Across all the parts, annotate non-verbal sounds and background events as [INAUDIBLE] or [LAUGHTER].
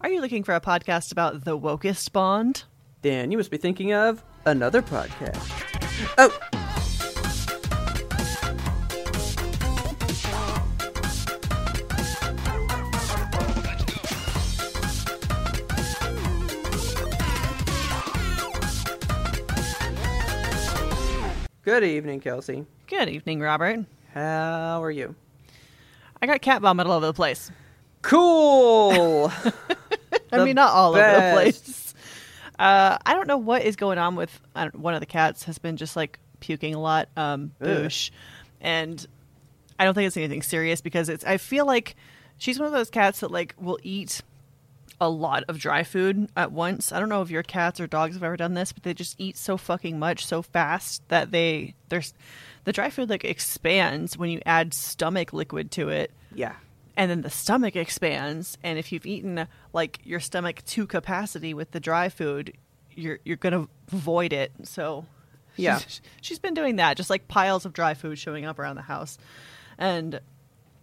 Are you looking for a podcast about the wokest bond? Dan, you must be thinking of another podcast. Oh, good evening, Kelsey. Good evening, Robert. How are you? I got cat vomit all over the place. [LAUGHS] Cool. I The mean, not all over the best. place. Uh, I don't know what is going on with I don't, one of the cats has been just like puking a lot, um, Ugh. boosh, and I don't think it's anything serious because it's. I feel like she's one of those cats that like will eat a lot of dry food at once. I don't know if your cats or dogs have ever done this, but they just eat so fucking much so fast that they there's the dry food like expands when you add stomach liquid to it yeah. and then the stomach expands and if you've eaten like your stomach to capacity with the dry food you're you're gonna void it so Yeah. she's, [LAUGHS] she's been doing that just like piles of dry food showing up around the house and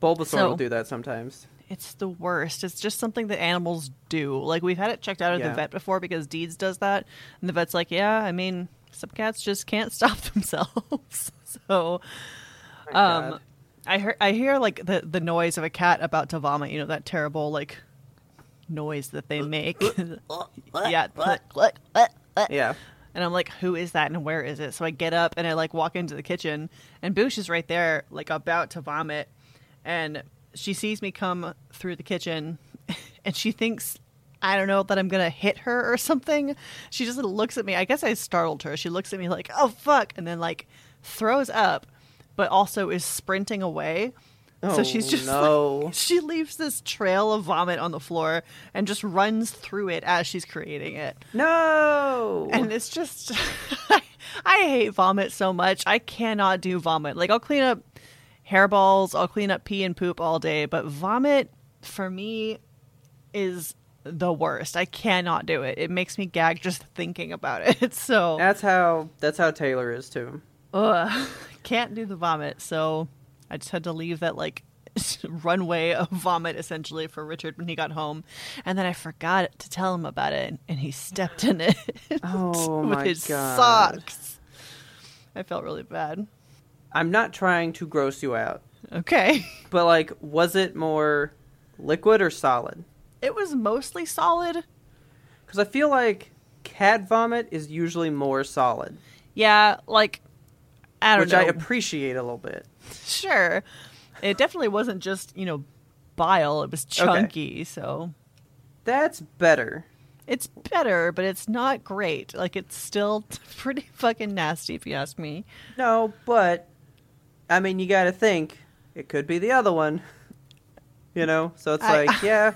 Bulbasaur So- will do that sometimes. it's the worst it's just something that animals do like we've had it checked out at Yeah. the vet before because deeds does that and the vet's like yeah i mean some cats just can't [LAUGHS] stop themselves [LAUGHS] so um, God. I hear I hear like the the noise of a cat about to vomit. You know that terrible like noise that they make. [LAUGHS] yeah, click, click, click, click. Yeah. And I'm like, who is that and where is it? So I get up and I like walk into the kitchen and Boosh is right there, like about to vomit, and she sees me come through the kitchen, [LAUGHS] and she thinks. I don't know that I'm gonna hit her or something. She just looks at me. I guess I startled her. She looks at me like, "Oh fuck!" and then like throws up, but also is sprinting away. so Oh, she's just no. like, [LAUGHS] she leaves this trail of vomit on the floor and just runs through it as she's creating it. No. And it's just [LAUGHS] I hate vomit so much. I cannot do vomit. Like I'll clean up hairballs, I'll clean up pee and poop all day, but vomit for me is the worst. I cannot do it. It makes me gag just thinking about it. [LAUGHS] So that's how that's how Taylor is too. Ugh, [LAUGHS] can't do the vomit, so I just had to leave that like [LAUGHS] runway of vomit essentially for Richard when he got home, and then I forgot to tell him about it, and he stepped in it [LAUGHS] Oh, with my his God. socks. I felt really bad. I'm not trying to gross you out, Okay, [LAUGHS] but like, was it more liquid or solid? it was mostly solid. Because I feel like cat vomit is usually more solid, Yeah, like I don't which know. [LAUGHS] I appreciate a little bit. sure, it definitely wasn't just you know bile. It was chunky, so That's better. It's better, but it's not great. Like it's still [LAUGHS] pretty fucking nasty if you ask me. No, but I mean, you got to think it could be the other one. [LAUGHS] You know, so it's I- [LAUGHS] like, yeah,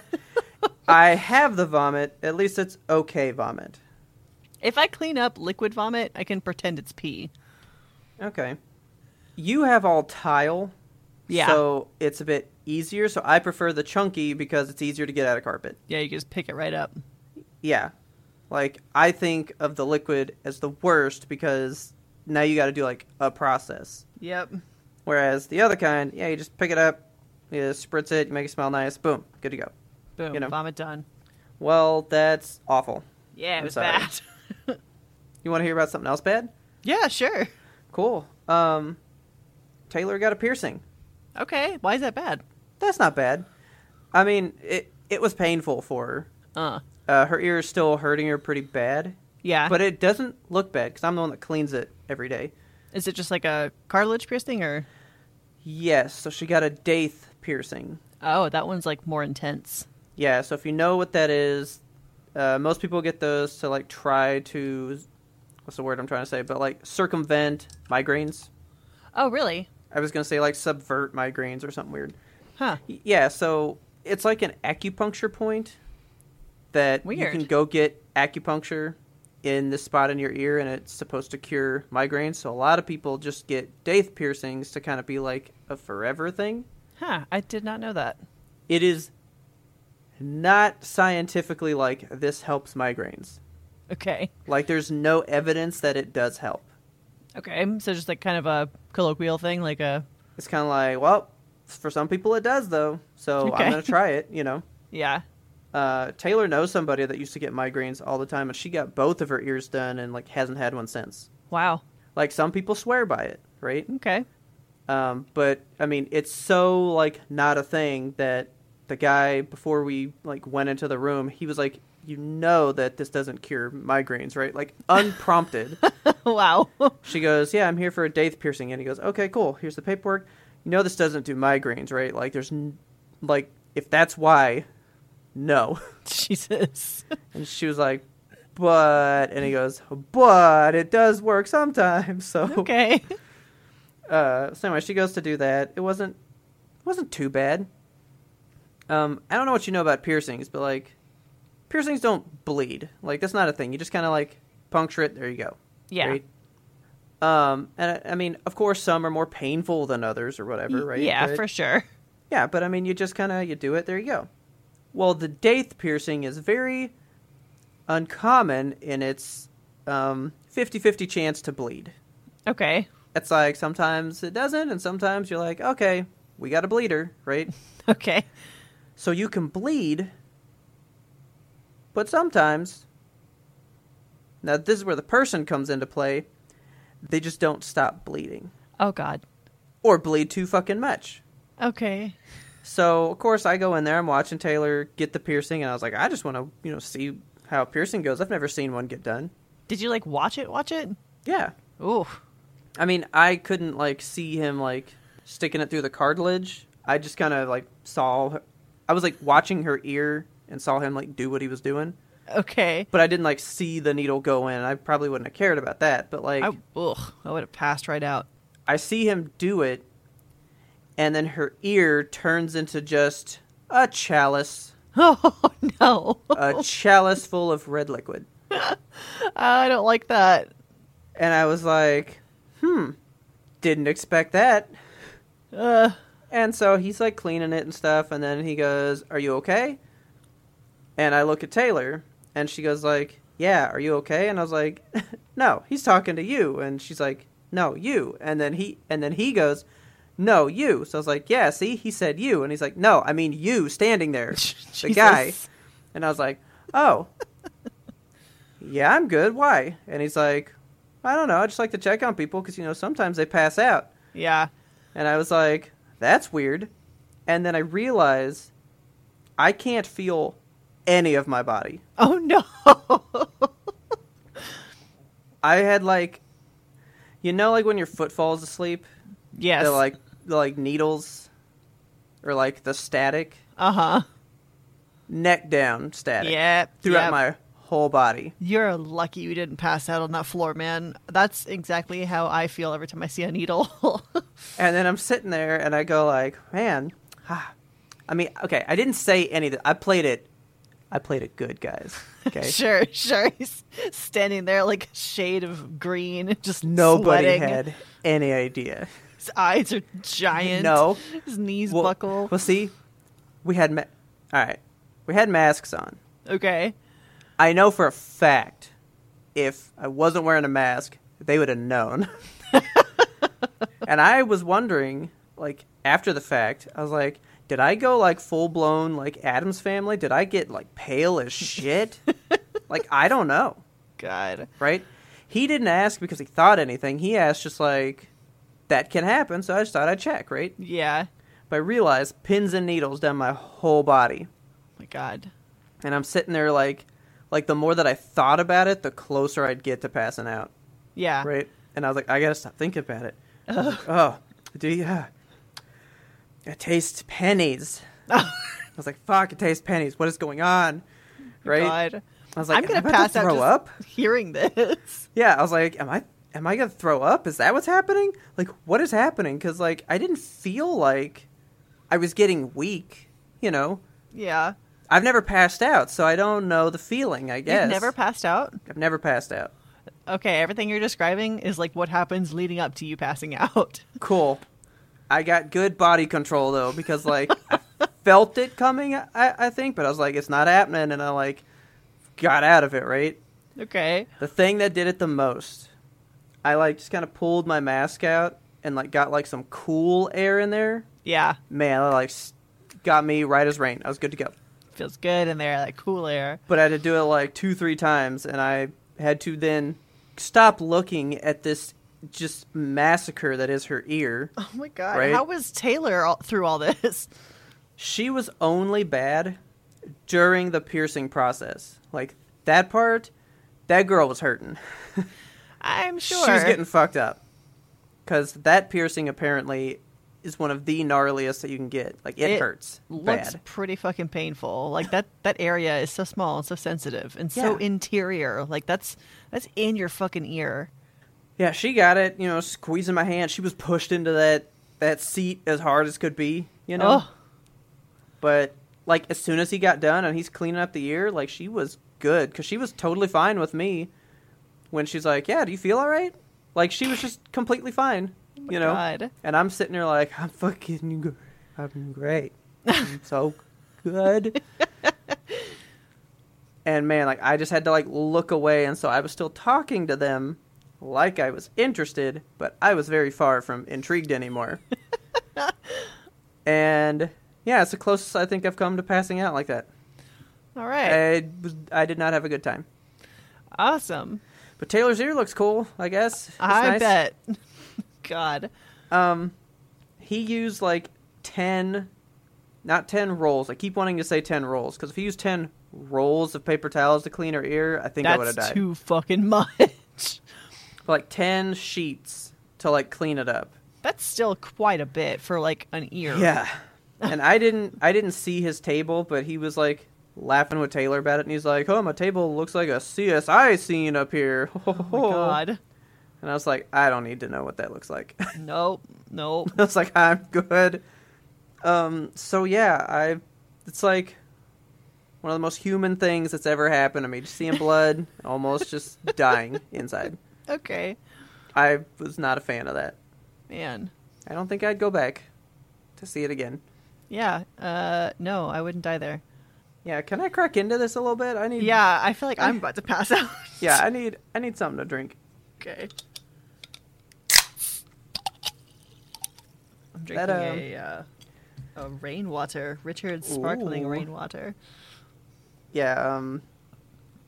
I have the vomit. At least it's okay vomit. If I clean up liquid vomit, I can pretend it's pee. Okay. You have all tile. Yeah. So it's a bit easier. So I prefer the chunky because it's easier to get out of carpet. Yeah, you just pick it right up. Yeah. Like I think of the liquid as the worst because now you got to do like a process. Yep. Whereas the other kind, yeah, you just pick it up, you spritz it, you make it smell nice, boom, good to go. Boom. You know. Vomit done. Well, that's awful. Yeah, it I'm was sorry. bad. [LAUGHS] You want to hear about something else bad? yeah, sure. Cool. Um, Taylor got a piercing. Okay. Why is that bad? That's not bad. I mean, it it was painful for her. Uh. Uh, her ear is still hurting her pretty bad, Yeah. but it doesn't look bad because I'm the one that cleans it every day. is it just like a cartilage piercing or Yes, so she got a daith piercing. Oh, that one's like more intense. Yeah, so if you know what that is, uh, most people get those to like try to, what's the word I'm trying to say? But like circumvent migraines. Oh, really? I was gonna say like subvert migraines or something weird. Huh. Y- Yeah, so it's like an acupuncture point that you Weird. can go get acupuncture in this spot in your ear, and it's supposed to cure migraines. So a lot of people just get date piercings to kind of be like a forever thing. Huh. I did not know that. It is not scientifically like this helps migraines. Okay. Like there's no evidence that it does help. Okay. So just like kind of a colloquial thing, like a It's kind of like, well, for some people it does though, so Okay. I'm gonna try it. You know. yeah. Uh, Taylor knows somebody that used to get migraines all the time, and she got both of her ears done and like hasn't had one since. Wow. Like some people swear by it, right? Okay. Um, but I mean, it's so like not a thing that the guy before we like went into the room, he was like, "You know that this doesn't cure migraines, right?" Like unprompted. [LAUGHS] wow. She goes, "Yeah, I'm here for a date piercing," and he goes, "Okay, cool. Here's the paperwork. You know this doesn't do migraines, right? Like there's n- like if that's why, no." [LAUGHS] Jesus. [LAUGHS] And she was like, "But," and he goes, "But it does work sometimes." [LAUGHS] So Okay. uh, so anyway, she goes to do that. It wasn't it wasn't too bad. Um, I don't know what you know about piercings, but like piercings don't bleed. Like that's not a thing. You just kind of like puncture it. There you go. Yeah. Um, and I, I mean, of course, some are more painful than others or whatever, right? Yeah, But- for sure. yeah, but I mean, you just kind of you do it. There you go. Well, the daith piercing is very uncommon in its um, 50-50 chance to bleed. Okay. [LAUGHS] It's like sometimes it doesn't, and sometimes you're like, okay, we got a bleeder, right? [LAUGHS] Okay. so you can bleed, but sometimes now this is where the person comes into play. They just don't stop bleeding Oh God. or bleed too fucking much. Okay. So of course I go in there. I'm watching Taylor get the piercing, and I was like, I just want to, you know, see how a piercing goes. I've never seen one get done. Did you like watch it? Watch it. Yeah, Ooh. I mean, I couldn't like see him like sticking it through the cartilage. I just kind of like saw. Her. I was like watching her ear and saw him like do what he was doing, Okay. but I didn't like see the needle go in. I probably wouldn't have cared about that, but like I, ugh, I would have passed right out. [LAUGHS] I see him do it, and then her ear turns into just a chalice, Oh no. [LAUGHS] a chalice full of red liquid. I don't like that. And I was like, hmm, didn't expect that. Uh, And so he's like cleaning it and stuff, and then he goes, "Are you okay?" And I look at Taylor, and she goes like, "Yeah, are you okay?" And I was like, [LAUGHS] "No, he's talking to you." And she's like, "No, you." And then he and then he goes, "No, you." So I was like, "Yeah, see, he said you." And he's like, "No, I mean you [LAUGHS] standing there, the guy." Jesus. And I was like, "Oh, yeah, I'm good. Why?" And he's like, "I don't know. I just like to check on people because you know sometimes they pass out." Yeah. And I was like, that's weird. And then I realized I can't feel any of my body. Oh no. [LAUGHS] I had like, you know, like when your foot falls asleep, yes. they're like, they're like needles or like the static, Uh huh. neck down static Yep. throughout yep. my whole body. You're lucky you didn't pass out on that floor, man. That's exactly how I feel every time I see a needle. [LAUGHS] And then I'm sitting there and I go like, man, ah. I mean, okay, I didn't say anything. I played it. I played it [LAUGHS] good, guys. Okay. Sure, sure. He's standing there like a shade of green, just Nobody sweating. had any idea. His eyes are giant. No. his knees well, buckle. Well, see, we had ma- all right, we had masks on. Okay, I know for a fact, if I wasn't wearing a mask, they would have known. and I was wondering, like after the fact, I was like, did I go like full blown like Adam's family? Did I get like pale as shit? like I don't know, God. right? He didn't ask because he thought anything. He asked just like that can happen, so I just thought I'd check, right? Yeah, But I realized pins and needles down my whole body. my God. And I'm sitting there like like the more that I thought about it, the closer I'd get to passing out. Yeah. [LAUGHS] Right? And I was like, I gotta stop thinking about it. Oh, do you uh, it tastes pennies. Oh I was like, fuck, it tastes pennies. What is going on? Right? God. I was like, I'm gonna am I about pass to out throw just up? [LAUGHS] hearing this. [LAUGHS] Yeah, I was like, am I am I gonna throw up? Is that what's happening? Like, what is happening? Because like I didn't feel like I was getting weak, you know. Yeah. I've never passed out, so I don't know the feeling. I guess You've never passed out? I've never passed out. Okay, everything you're describing is like what happens leading up to you passing [LAUGHS] out. Cool. I got good body control though because like [LAUGHS] I felt it coming. I, I think, but I was like, it's not happening, and I like got out of it. Right. Okay. The thing that did it the most, I like just kind of pulled my mask out and like got like some cool air in there. Yeah. Man, that like s- got me right as rain. I was good to go. Feels good in there, like cool air. But I had to do it like two, three times, and I had to then stop looking at this just massacre that is her ear. Oh my god. Right? How was Taylor all, through all [LAUGHS] this? She was only bad during the piercing process. Like that part, that girl was hurting. I'm sure. She was getting fucked up. Because that piercing apparently is one of the gnarliest that you can get. Like, it, It hurts looks bad. pretty fucking painful. Like that that area is so small and so sensitive and so Yeah. interior. Like that's that's in your fucking ear. Yeah, she got it, you know, squeezing my hand. She was pushed into that, that seat as hard as could be, you know? Oh, But, like, as soon as he got done and he's cleaning up the ear, like, she was good. Because she was totally fine with me when she's like, Yeah, do you feel all right? Like, she was just completely fine, you know? God. And I'm sitting there like, I'm fucking, gr- I'm great. I'm so good. and man, like I just had to like look away, and so I was still talking to them, like I was interested, but I was very far from intrigued anymore. and yeah, it's the closest I think I've come to passing out like that. All right. I was, I did not have a good time. awesome. But Taylor's ear looks cool, I guess. It's I nice. bet. [LAUGHS] God. Um, he used like ten, not ten rolls. I keep wanting to say ten rolls because if he used ten rolls of paper towels to clean her ear, I think I would have That's died. too fucking [LAUGHS] much. Like ten sheets to like clean it up. That's still quite a bit for like an ear. Yeah, and I didn't, I didn't see his table, but he was like laughing with Taylor about it, and he's like, "Oh, my table looks like a CSI scene up here." [LAUGHS] Oh my god. And I was like, "I don't need to know what that looks like." Nope. Nope. [LAUGHS] I was like, I'm good. Um, so yeah, I it's like one of the most human things that's ever happened to me. Just seeing blood, almost just dying inside. okay. I was not a fan of that. Man. I don't think I'd go back to see it again. Yeah. Uh no, I wouldn't die there. Yeah, can I crack into this a little bit? I need Yeah, I feel like I'm about to pass out. [LAUGHS] Yeah, I need I need something to drink. Okay. I'm drinking That, a, uh, a rainwater, Richard's sparkling Ooh. rainwater. Yeah, um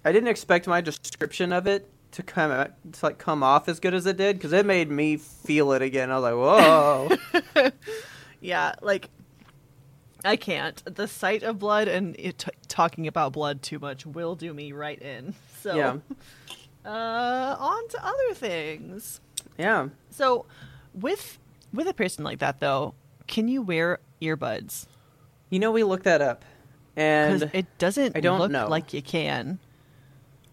I didn't expect my description of it to come out- to like come off as good as it did because it made me feel it again. I was like, "Whoa." Yeah, like I can't. The sight of blood and it t- talking about blood too much will do me right in. So, Yeah. [LAUGHS] uh, on to other things. yeah. So, with with a person like that though, can you wear earbuds? You know, we looked that up, Because and it doesn't I don't look know. like you can.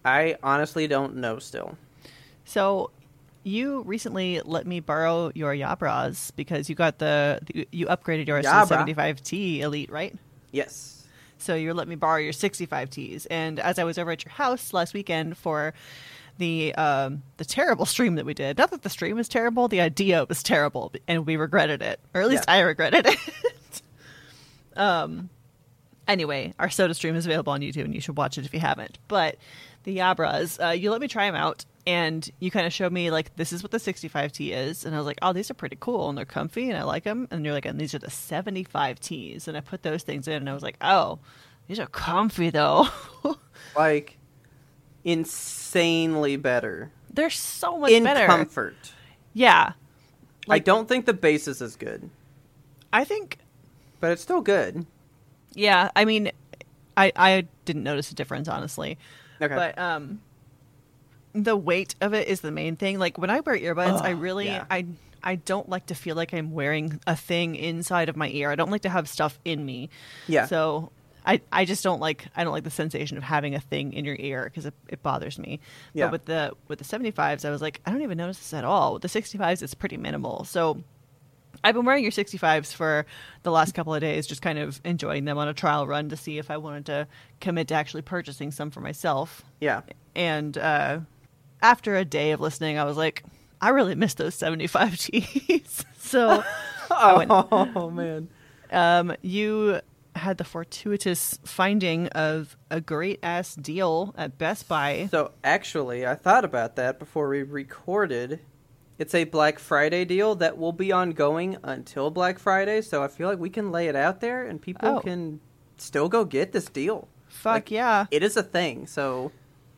I honestly don't know still. So, you recently let me borrow your Yabras because you got the, the you upgraded yours Yabra? to the 75T Elite, right? Yes. So you let me borrow your 65Ts. And as I was over at your house last weekend for the um, the terrible [LAUGHS] stream that we did, not that the stream was terrible, the idea was terrible, and we regretted it, or at least Yeah. I regretted it. [LAUGHS] um. Anyway, our soda stream is available on YouTube, and you should watch it if you haven't. But the Yabras, uh, you let me try them out, and you kind of showed me like this is what the 65T is, and I was like, oh, these are pretty cool, and they're comfy, and I like them. And you're like, and these are the 75Ts, and I put those things in, and I was like, oh, these are comfy though. [LAUGHS] Like, insanely better they're so much in better. comfort. Yeah, Like- I don't think the bass is as good, I think but it's still good. Yeah, I mean, I I didn't notice a difference honestly, Okay. but um, the weight of it is the main thing. Like when I wear earbuds, I Ugh, really yeah. I I don't like to feel like I'm wearing a thing inside of my ear. I don't like to have stuff in me. Yeah. So I I just don't like I don't like the sensation of having a thing in your ear because it, it bothers me. Yeah. But with the with the 75s, I was like I don't even notice this at all. With the 65s, it's pretty minimal. So I've been wearing your 65s for the last couple of days, just kind of enjoying them on a trial run to see if I wanted to commit to actually purchasing some for myself. Yeah. And uh, after a day of listening, I was like, I really miss those 75 [LAUGHS] Gs. [LAUGHS] so I went, Oh, man. um, you had the fortuitous finding of a great ass deal at Best Buy. So actually, I thought about that before we recorded. It's a Black Friday deal that will be ongoing until Black Friday, so I feel like we can lay it out there and people Oh. can still go get this deal. Fuck Like, yeah. It is a thing, so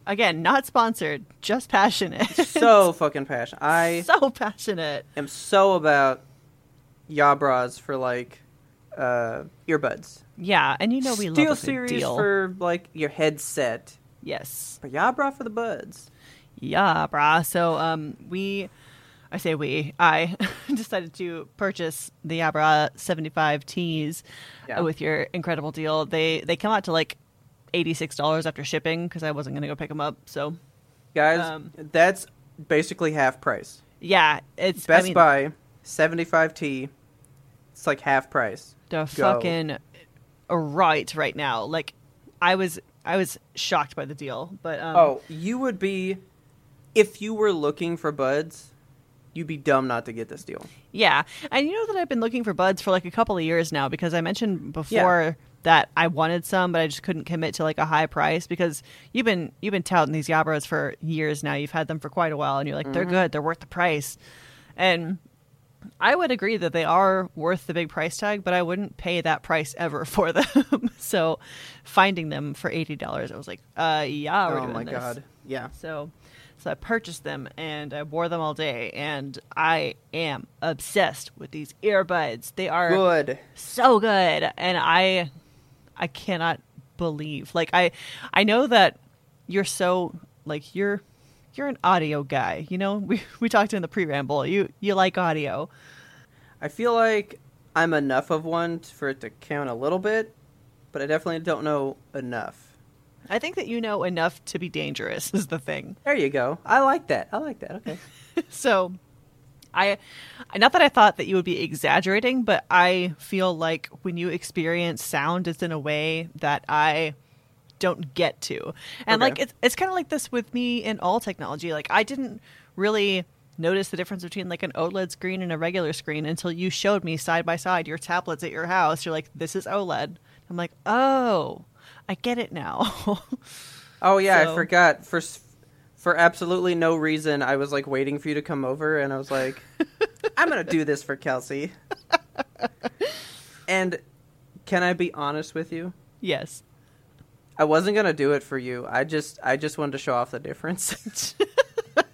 Again, not sponsored, just passionate. [LAUGHS] [LAUGHS] so fucking passionate. I so passionate. am so about ya bras for like uh earbuds. Yeah, and you know we Steel love a good series deal. for like your headset. yes. But ya bra for the buds. Yeah, brah. So um, we, I say we, I [LAUGHS] decided to purchase the Abra 75 tees Yeah. with your incredible deal. They they come out to like $86 after shipping because I wasn't going to go pick them up. So Guys, Um, that's basically half price. yeah, it's I Best mean, Buy, 75T. It's like half price. the Go. fucking right right now. Like I was I was shocked by the deal, but um, Oh, you would be. If you were looking for buds, you'd be dumb not to get this deal. Yeah. And you know that I've been looking for buds for like a couple of years now because I mentioned before that I wanted some but I just couldn't commit to like a high price because you've been you've been touting these Yabras for years now. You've had them for quite a while and you're like they're Mm-hmm. good, they're worth the price. And I would agree that they are worth the big price tag, but I wouldn't pay that price ever [LAUGHS] for them. so finding them for $80, I was like, uh yeah, we're oh doing my this. god. Yeah. So, so I purchased them and I wore them all day, and I am obsessed with these earbuds. They are Good. so good, and I, I cannot believe. Like I, I know that you're so like you're, you're an audio guy. You know, [LAUGHS] we we talked in the pre-ramble. You you like audio. I feel like I'm enough of one t- for it to count a little bit, but I definitely don't know enough. I think that you know enough to be dangerous [LAUGHS] is the thing. There you go. I like that. I like that. Okay. so I not that I thought that you would be exaggerating, but I feel like when you experience sound it's in a way that I don't get to. And Okay. like it's it's kind of like this with me in all technology. Like I didn't really notice the difference between like an OLED screen and a regular screen until you showed me side by side your tablets at your house. You're like, "This is OLED." I'm like, "Oh, I get it now." [LAUGHS] Oh yeah, So- I forgot for s- for absolutely no reason. I was like waiting for you to come over, and I was like, I'm gonna do this for Kelsey. and can I be honest with you? yes. [LAUGHS] I wasn't gonna do it for you. I just I just wanted to show off the difference.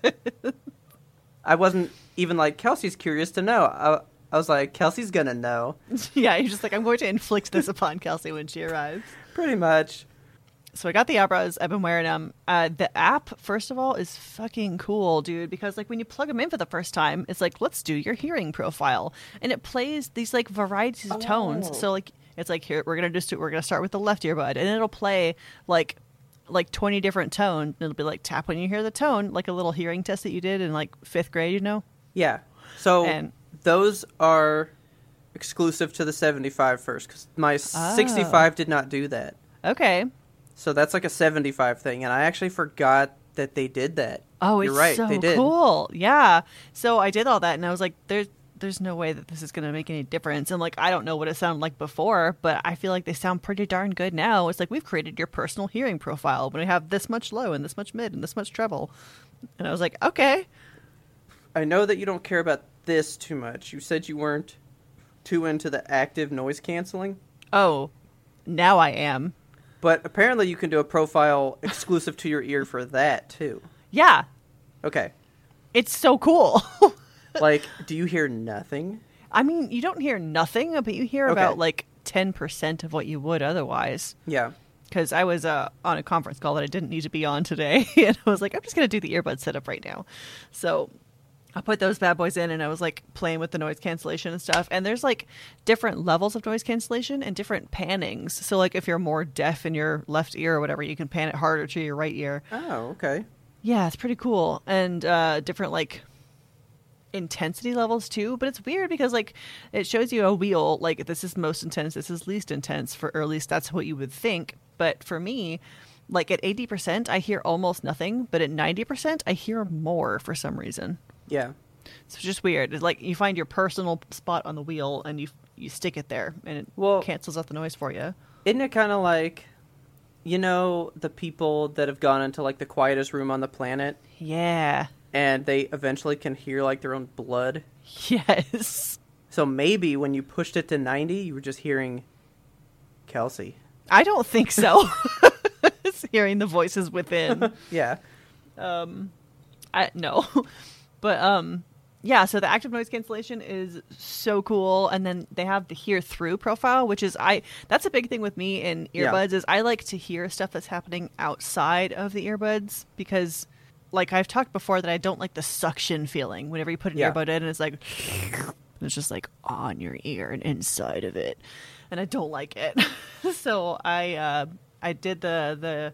[LAUGHS] I wasn't even like Kelsey's curious to know. I, I was like Kelsey's gonna know, yeah, you're just like, I'm going to inflict this upon Kelsey when she arrives. pretty much. So I got the Abras. I've been wearing them. Uh, the app, first of all, is fucking cool, dude. Because like when you plug them in for the first time, it's like, let's do your hearing profile, and it plays these like varieties of Oh. tones. So like it's like here we're gonna just do, we're gonna start with the left earbud, and it'll play like like 20 different tones. And it'll be like tap when you hear the tone, like a little hearing test that you did in like fifth grade, you know. Yeah. So And- those are exclusive to the 75 first because my Oh. 65 did not do that. Okay. So that's like a 75 thing, and I actually forgot that they did that. Oh, You're it's right. so they did. cool. Yeah. So I did all that, and I was like, "There's, there's no way that this is going to make any difference." And like, I don't know what it sounded like before, but I feel like they sound pretty darn good now. It's like we've created your personal hearing profile when we have this much low and this much mid and this much treble. And I was like, "Okay, I know that you don't care about this too much. You said you weren't too into the active noise canceling, oh, now I am." but apparently you can do a [LAUGHS] profile exclusive to your ear for that too. Yeah, Okay. it's so cool. [LAUGHS] Like, do you hear nothing? I mean, you don't hear nothing, but you hear Okay. about like ten percent of what you would otherwise. Yeah. because I was uh, on a conference call that I didn't need to be on today, [LAUGHS] and I was like, I'm just gonna do the earbud setup right now. So I put those bad boys in, and I was like playing with the noise cancellation and stuff. And there's like different levels of noise cancellation and different pannings. So like if you're more deaf in your left ear or whatever, you can pan it harder to your right ear. Oh, okay. Yeah, it's pretty cool. And uh, different like intensity levels too, but it's weird because like it shows you a wheel like this is most intense, this is least intense for or at least that's what you would think. But for me, like at 80% I hear almost nothing, but at 90% I hear more for some reason. Yeah. It's just weird. It's like you find your personal spot on the wheel and you you stick it there and it Well- cancels out the noise for you. Isn't it kind of like, you know, the people that have gone into like the quietest room on the planet Yeah. and they eventually can hear like their own blood? [LAUGHS] Yes. So maybe when you pushed it to 90, you were just hearing Kelsey. I don't think so. [LAUGHS] It's hearing the voices within. Yeah. I no. [LAUGHS] But um yeah, so the active noise cancellation is so cool and then they have the hear through profile, which is I that's a big thing with me in Yeah. earbuds is I like to hear stuff that's happening outside of the earbuds because like I've talked before that I don't like the suction feeling whenever you put an Yeah. earbud in and it's like it's just like on your ear and inside of it and i don't like it [LAUGHS] so i uh i did the the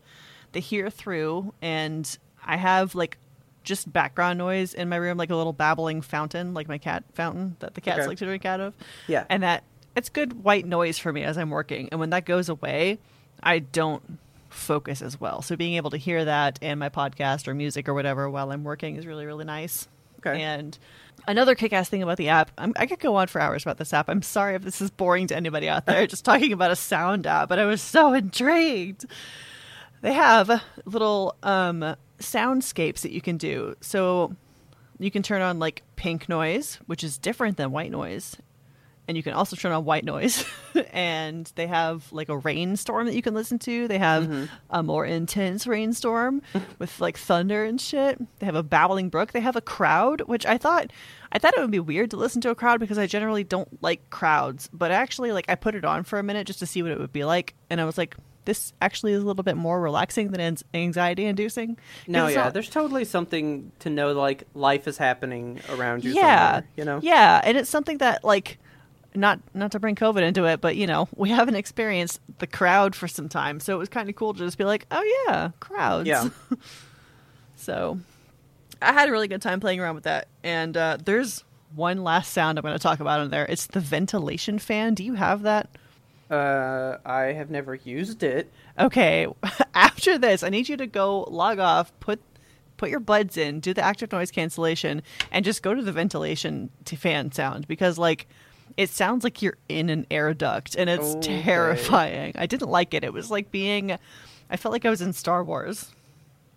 the hear through and i have like just background noise in my room like a little babbling fountain like my cat fountain that the cats Okay. like to drink out of Yeah. and that it's good white noise for me as i'm working and when that goes away i don't focus as well so being able to hear that and my podcast or music or whatever while i'm working is really really nice Okay. and another kick-ass thing about the app, I'm, I could go on for hours about this app. I'm sorry if this is boring to anybody out there, just talking about a sound app, but I was so intrigued. They have little um, soundscapes that you can do. So you can turn on like pink noise, which is different than white noise. And you can also turn on white noise. [LAUGHS] and they have like a rainstorm that you can listen to. They have Mm-hmm. a more intense [LAUGHS] rainstorm with like thunder and shit. They have a babbling brook. They have a crowd, which I thought I thought it would be weird to listen to a crowd because I generally don't like crowds. But actually like I put it on for a minute just to see what it would be like and I was like this actually is a little bit more relaxing than anxiety inducing. No, yeah. There's totally something to know like life is happening around you. yeah somewhere, you know. yeah and it's something that like not not to bring covid into it but you know [LAUGHS] we haven't experienced the crowd for some time so it was kind of cool to just be like oh yeah crowds Yeah. [LAUGHS] so i had a really good time playing around with that and uh, there's one last sound i'm going to talk about on there it's the ventilation fan do you have that Uh, I have never used it. okay [LAUGHS] after this i need you to go log off put put your buds in do the active noise cancellation and just go to the ventilation to fan sound because like it sounds like you're in an air duct and it's Oh, Okay. terrifying i didn't like it it was like being i felt like i was in star wars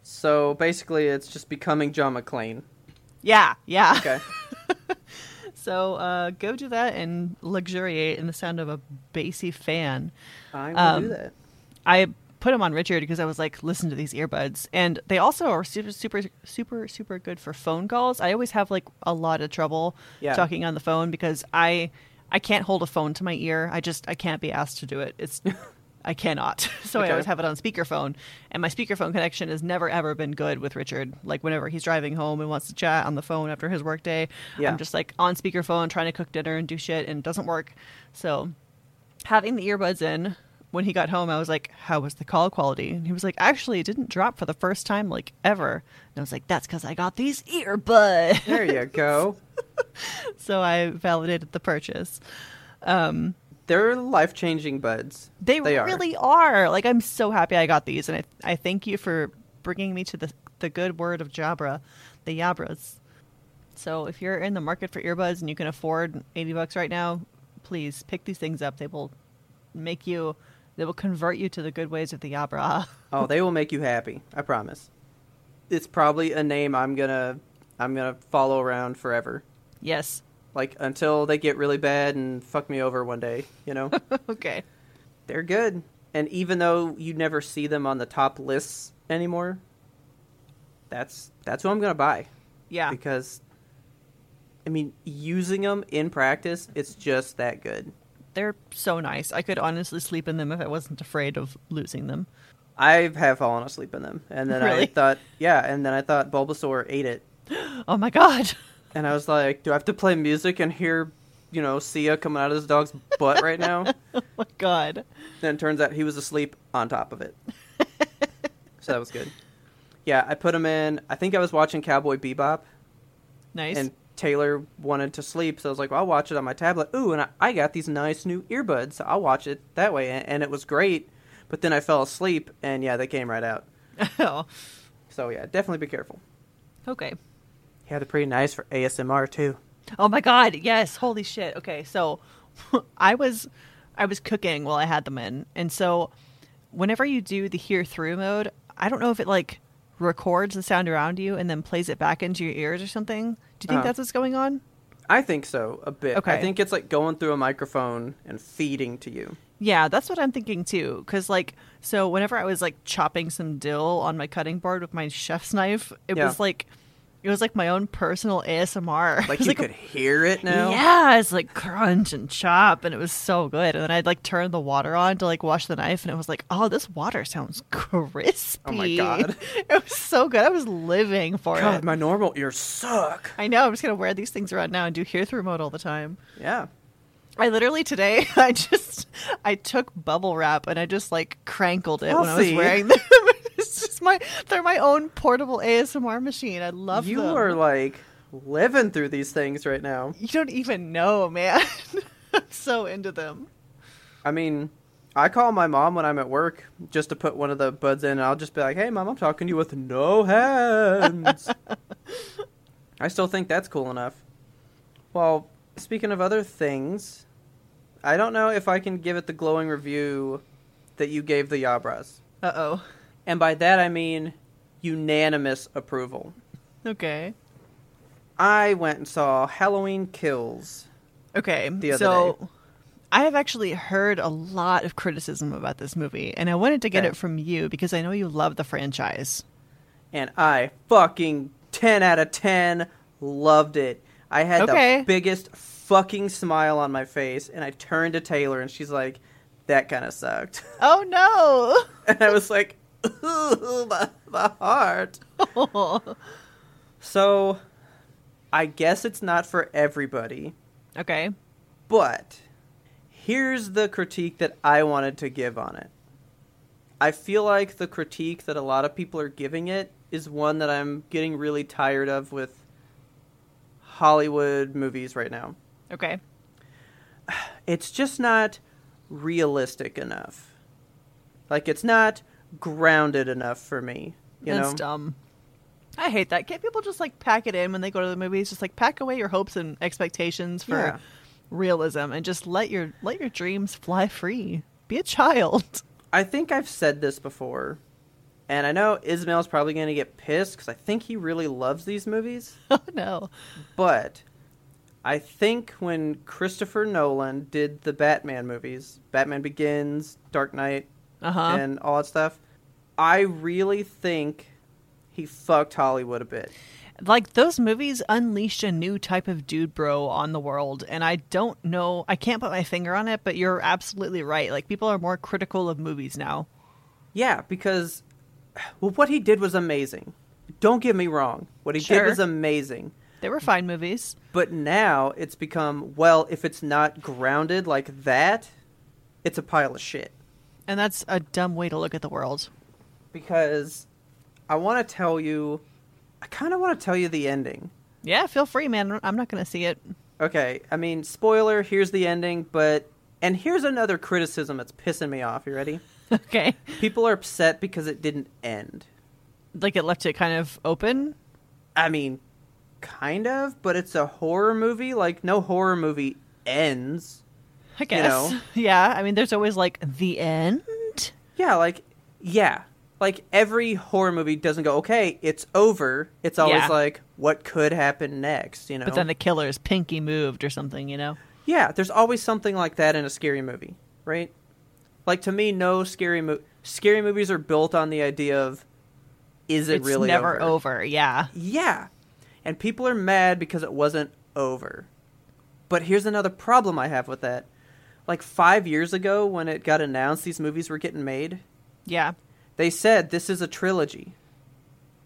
So basically, it's just becoming John McClane. yeah yeah Okay. [LAUGHS] so uh, go do that and luxuriate in the sound of a bassy fan I will do Um, that. I put them on Richard because I was like, listen to these earbuds, and they also are super, super, super, super good for phone calls. I always have like a lot of trouble Yeah. talking on the phone because I I can't hold a phone to my ear. I just I can't be asked to do it. It's [LAUGHS] I cannot. [LAUGHS] So I Okay. always have it on speakerphone, and my speakerphone connection has never ever been good with Richard. Like whenever he's driving home and wants to chat on the phone after his workday, Yeah. I'm just like on speakerphone trying to cook dinner and do shit, and it doesn't work. So having the earbuds in when he got home i was like how was the call quality and he was like actually it didn't drop for the first time like ever and i was like that's because i got these earbuds [LAUGHS] There you go. so i validated the purchase They're life changing buds. they, are. really are like i'm so happy i got these and i, I thank you for bringing me to the, the good word of jabra the yabras so if you're in the market for earbuds and you can afford 80 bucks right now please pick these things up they will make you they will convert you to the good ways of the yabra [LAUGHS] Oh, they will make you happy. I promise. It's probably a name I'm gonna I'm gonna follow around forever. yes Like until they get really bad and fuck me over one day, [LAUGHS] you know? okay. They're good. And even though you never see them on the top lists anymore, that's that's what I'm gonna buy. Yeah. Because I mean, using them in practice, it's just that good. They're so nice. I could honestly sleep in them if I wasn't afraid of losing them. I have fallen asleep in them, and then I Really? thought, yeah, and then I thought Bulbasaur ate it, Oh my god. [LAUGHS] and I was like, do I have to play music and hear, you know, Sia coming out of this dog's butt right now? [LAUGHS] Oh my god. Then it turns out he was asleep on top of [LAUGHS] it. so that was good. Yeah, I put him in. I think I was watching Cowboy Bebop, Nice. and Taylor wanted to sleep, so I was like, well, I'll watch it on my tablet. Ooh, and I, I got these nice new earbuds, so I'll watch it that way. And, and it was great, but then I fell asleep, and yeah, they came right out. [LAUGHS] oh, So yeah, definitely be careful. okay. Yeah, they're pretty nice for ASMR too. Oh my god, yes, holy shit. Okay, so [LAUGHS] I was I was cooking while I had them in. And so whenever you do the hear through mode, I don't know if it like records the sound around you and then plays it back into your ears or something. Do you think Oh. that's what's going on? I think so, a bit. I Okay. think it's like going through a microphone and feeding to you. Yeah, that's what I'm thinking too. Cause like, so whenever I was like chopping some dill on my cutting board with my chef's knife, it Yeah. was like, it was like my own personal [LAUGHS] ASMR. It Like was you could hear it now. Yeah, it's like crunch and chop, and it was so good. And then I'd like turn the water on to like wash the knife, and it was like, oh, this water sounds crispy. Oh God. [LAUGHS] it was so good. I was living for God, it. my normal ears suck. I know. I'm just gonna wear these things around now and do hear through mode all the time. Yeah. I literally today, [LAUGHS] I just I took bubble wrap and I just like crankled it when I was Elsie. wearing them. [LAUGHS] it's just my they're my own portable ASMR machine. I love you them. are like living through these things right now. you don't even know, man. [LAUGHS] I'm so into them. I mean, I call my mom when I'm at work just to put one of the buds in, and I'll just be like, hey, mom, I'm talking to you with [LAUGHS] no hands. I still think that's cool enough. Well, speaking of other things, I don't know if I can give it the glowing review that you gave the Yabras. Uh oh. And by that, I mean unanimous approval. Okay. I went and saw Halloween Kills. Okay. The other so day. I have actually heard a lot of criticism about this movie, and I wanted to get Okay. it from you because I know you love the franchise. and I fucking 10 out of 10 loved it. I had Okay. the biggest fucking smile on my face, and I turned to Taylor, and she's like, that kind of sucked. [LAUGHS] Oh and I was like, ooh, my, my heart. no. So, I guess it's not for everybody, [LAUGHS] okay. but here's the critique that I wanted to give on it. I feel like the critique that a lot of people are giving it is one that I'm getting really tired of with Hollywood movies right now. Okay. It's just not realistic enough. Like it's not grounded enough for me, you That's know. dumb. I hate that. Can't people just like pack it in when they go to the movies? Just like pack away your hopes and expectations for Yeah. realism and just let your let your dreams fly free. Be a child. [LAUGHS] I think I've said this before. And I know Ismail's probably going to get pissed cuz I think he really loves these movies. oh no. But I think when Christopher Nolan did the Batman movies, Batman Begins, Dark Knight, Uh huh. and all that stuff, I really think he fucked Hollywood a bit. like those movies unleashed a new type of dude bro on the world and i don't know i can't put my finger on it but you're absolutely right like people are more critical of movies now Yeah, because well, what he did was amazing. Don't get me wrong. What he Sure. did was amazing. they were fine movies But now it's become, well, if it's not grounded like that, it's a pile of shit. and that's a dumb way to look at the world Because I want to tell you, I kind of want to tell you the ending. yeah feel free man i'm not gonna see it [LAUGHS] Okay, I mean, spoiler, here's the ending, but. And here's another criticism that's pissing me off. You ready? okay People are upset because it didn't end. like it left it kind of open I mean, kind of, but it's a horror movie. Like, no horror movie ends. i guess [LAUGHS] know. yeah i mean there's always like the end Yeah, like, yeah. Like, every horror movie doesn't go, okay, it's over. It's always Yeah. like, what could happen next, you know? but then the killer's pinky moved or something you know Yeah, there's always something like that in a scary movie, right? Like to me, no scary movie. Scary movies are built on the idea of is it it's really never over yeah Yeah, and people are mad because it wasn't over. But here's another problem I have with that. Like five years ago, when it got announced these movies were getting made, yeah they said this is a trilogy.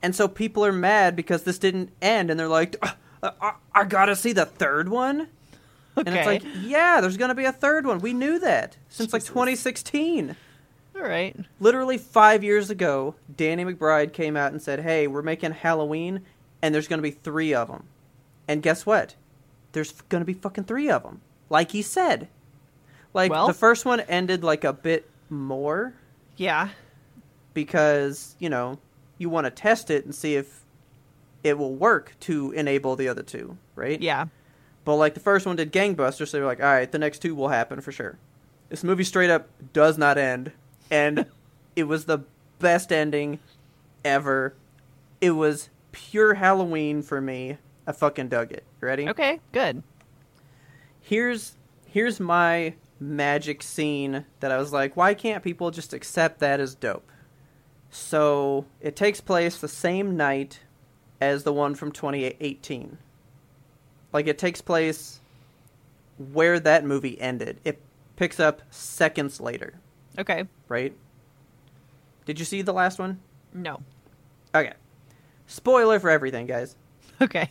And so people are mad because this didn't end, and they're like, "Ugh, I, I, I gotta see the third one. okay And it's like, yeah, there's going to be a third one. We knew that since like 2016. all right Literally five years ago, Danny McBride came out and said, hey, we're making Halloween, and there's going to be three of them. And guess what? There's going to be fucking three of them. Like he said. Like Well- the first one ended like a bit more Yeah. because, you know, you want to test it and see if it will work to enable the other two, right? Yeah. But like the first one did gangbusters, so they were like, all right, the next two will happen for sure. This movie straight up does not end, and [LAUGHS] it was the best ending ever. It was pure Halloween for me. I fucking dug it. You ready? Okay. Good. Here's here's my magic scene that I was like, why can't people just accept that as dope? So it takes place the same night as the one from 2018. Like it takes place where that movie ended. It picks up seconds later, Okay. right? Did you see the last one? No. [LAUGHS] Okay. Spoiler for everything, guys. Okay.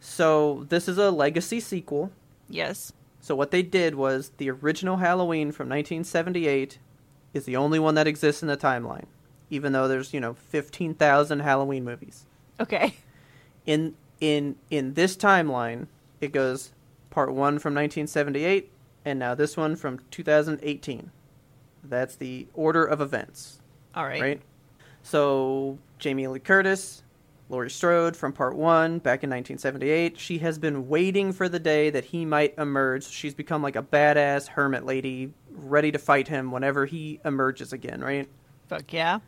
So this is a legacy sequel. Yes. So what they did was the original Halloween from 1978 is the only one that exists in the timeline, even though there's you know 15,000 Halloween movies. Okay. In in in this timeline, it goes part one from 1978, and now this one from 2018. That's the order of events, All right. right? So Jamie Lee Curtis, Laurie Strode from part one back in 1978. She has been waiting for the day that he might emerge. She's become like a badass hermit lady, ready to fight him whenever he emerges again, right? Fuck yeah.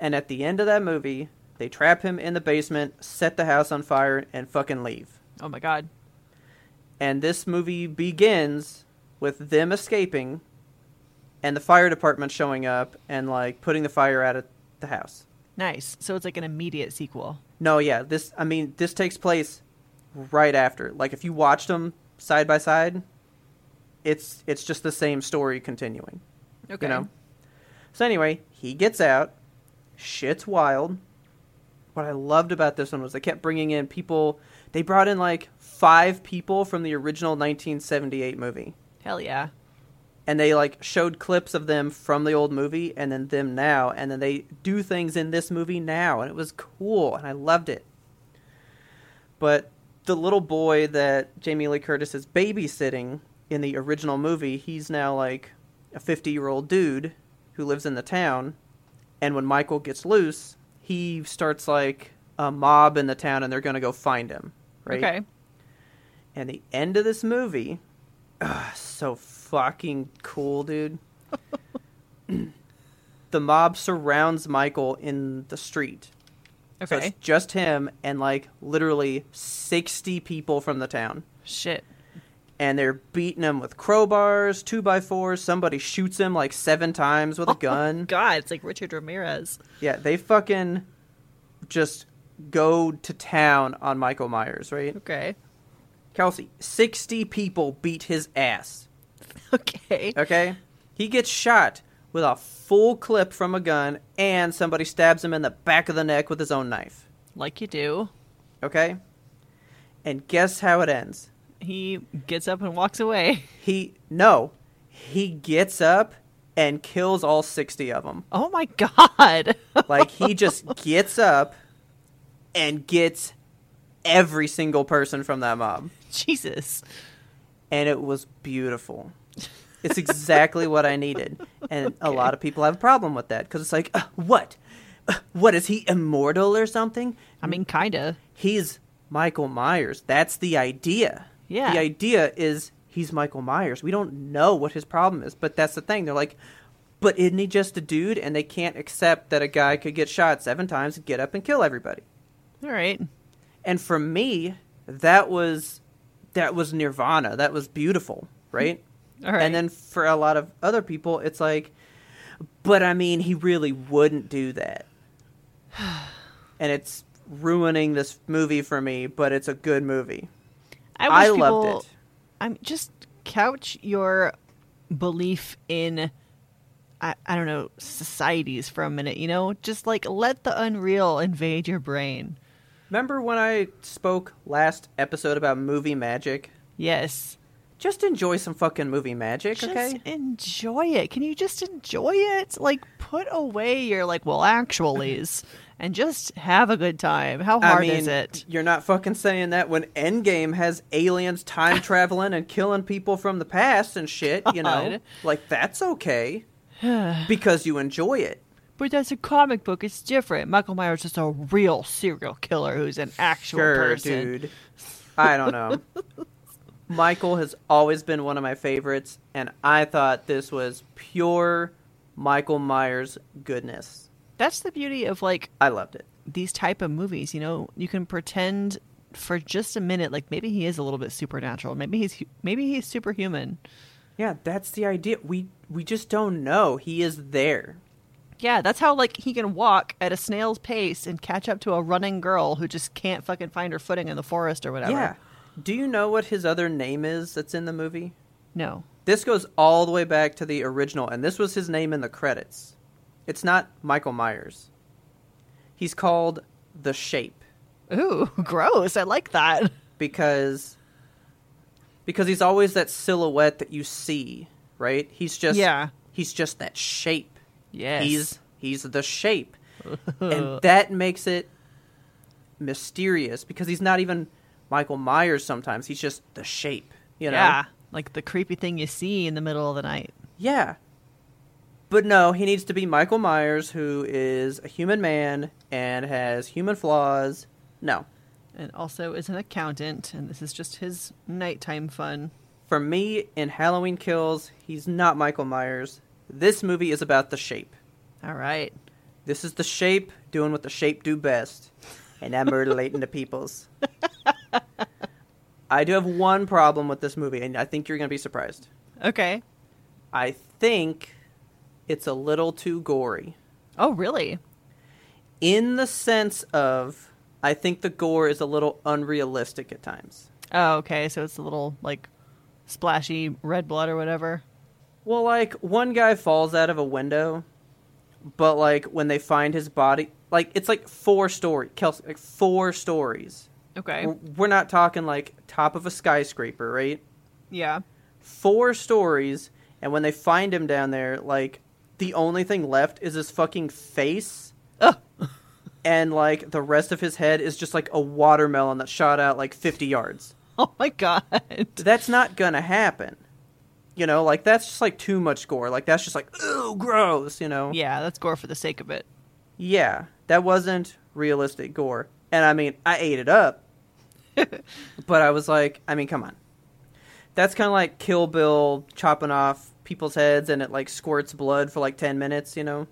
And at the end of that movie, they trap him in the basement, set the house on fire, and fucking leave. Oh my god. And this movie begins with them escaping and the fire department showing up and like putting the fire out of the house. Nice. So it's like an immediate sequel. No, yeah, this I mean this takes place right after. Like if you watched them side by side, it's it's just the same story continuing. Okay. You know. So anyway, he gets out. Shit's wild. What I loved about this one was they kept bringing in people. They brought in like five people from the original 1978 movie, Hell yeah. and they like showed clips of them from the old movie and then them now, and then they do things in this movie now, and it was cool, and I loved it. But the little boy that Jamie Lee Curtis is babysitting in the original movie, he's now like a 50 year old dude who lives in the town. And when Michael gets loose, he starts like a mob in the town and they're going to go find him. Right. Okay. And the end of this movie, ugh, so fucking [LAUGHS] cool, dude. the mob surrounds Michael in the street. Okay. So it's just him and like literally 60 people from the town. Shit. And they're beating him with crowbars, two by fours. Somebody shoots him like seven [LAUGHS] times with a gun. Oh God, it's like Richard Ramirez. Yeah, they fucking just go to town on Michael Myers, right? Okay. [LAUGHS] Kelsey, 60 people beat his ass. Okay. Okay? He gets shot with a full clip from a gun and somebody stabs him in the back of the neck with his own knife. Like you do. Okay? And guess how it ends? He gets up and walks away. [LAUGHS] He no, he gets up and kills all 60 of them. Oh my god. [LAUGHS] Like he just gets up and gets every single person from that mob. Jesus. and it was beautiful. It's exactly what I needed. And [LAUGHS] a Okay. lot of people have a problem with that because it's like, uh, what? Uh, what is he immortal or something? I mean, kinda. He's Michael Myers. That's the idea. Yeah. The idea is he's Michael Myers. We don't know what his problem is, but that's the thing. They're like, but isn't he just a dude? And they can't accept that a guy could get shot seven times and get up and kill everybody. All right. And for me, that was that was nirvana. That was beautiful, right? Hmm. [LAUGHS] All right. And then for a lot of other people, it's like, but I mean, he really wouldn't do [SIGHS] that. and it's ruining this movie for me, but it's a good movie. I wish loved people- it. I'm just couch your belief in I, I don't know societies for a minute. You know, just like let the unreal invade your brain. Remember when I spoke last episode about movie magic? Yes. Just enjoy some fucking movie magic, okay? Just [LAUGHS] enjoy it. Can you just enjoy it? Like put away your like well actuallys and just have a good time. How hard is it? You're not fucking saying that when Endgame has aliens [LAUGHS] time traveling and killing people from the past and shit, you know? God. Like, that's [SIGHS] okay because you enjoy it. But that's a comic book. It's different. Michael Myers is a real serial killer who's an actual Sure, person. dude. I don't [LAUGHS] know. Michael has always been one of my favorites, and I thought this was pure Michael Myers goodness. That's the beauty of like I loved it. these type of movies. You know, you can pretend for just a minute like maybe he is a little bit supernatural. Maybe he's hu- maybe he's superhuman. Yeah, that's the idea. We we just don't know. He is there. Yeah, that's how like he can walk at a snail's pace and catch up to a running girl who just can't fucking find her footing in the forest or whatever. Yeah. Do you know what his other name is that's in the movie? No. This goes all the way back to the original, and this was his name in the credits. It's not Michael Myers. He's called The Shape Ooh, [LAUGHS] gross. I like that. because because he's always that silhouette that you see, right? He's just Yeah. he's just that shape. Yes. He's he's the shape. [LAUGHS] and that makes it mysterious because he's not even Michael Myers sometimes. He's just the shape, you know. yeah, like the creepy thing you see in the middle of the night. Yeah. But no, he needs to be Michael Myers, who is a human man and has human flaws. No. and also is an accountant, and this is just his nighttime fun. For me, in Halloween Kills, he's not Michael Myers. This movie is about the shape. All right. This is the shape doing what the shape do best, and I'm relating to peoples. I do have one problem with this movie, and I think you're going to be surprised. Okay. I think it's a little too gory. Oh, really? in the sense of I think the gore is a little unrealistic at times. Oh, okay. So it's a little like splashy red blood or whatever. Well, like one guy falls out of a window, but like when they find his body, like it's like four story, Kelsey, like four stories. Okay. We're- We're not talking like top of a skyscraper, right? Yeah. [LAUGHS] Four stories, and when they find him down there, like the only thing left is his fucking face. Ugh. [LAUGHS] And like the rest of his head is just like a watermelon that shot out like 50 yards. Oh my god. that's not gonna happen. You know, like that's just like too much gore. Like that's just like ooh, gross. You know. Yeah, that's gore for the sake of it. Yeah, that wasn't realistic gore, and I mean, I ate [LAUGHS] it up. but I was like, I mean, come on. That's kind of like Kill Bill chopping off people's heads, and it like squirts blood for like ten minutes. You know.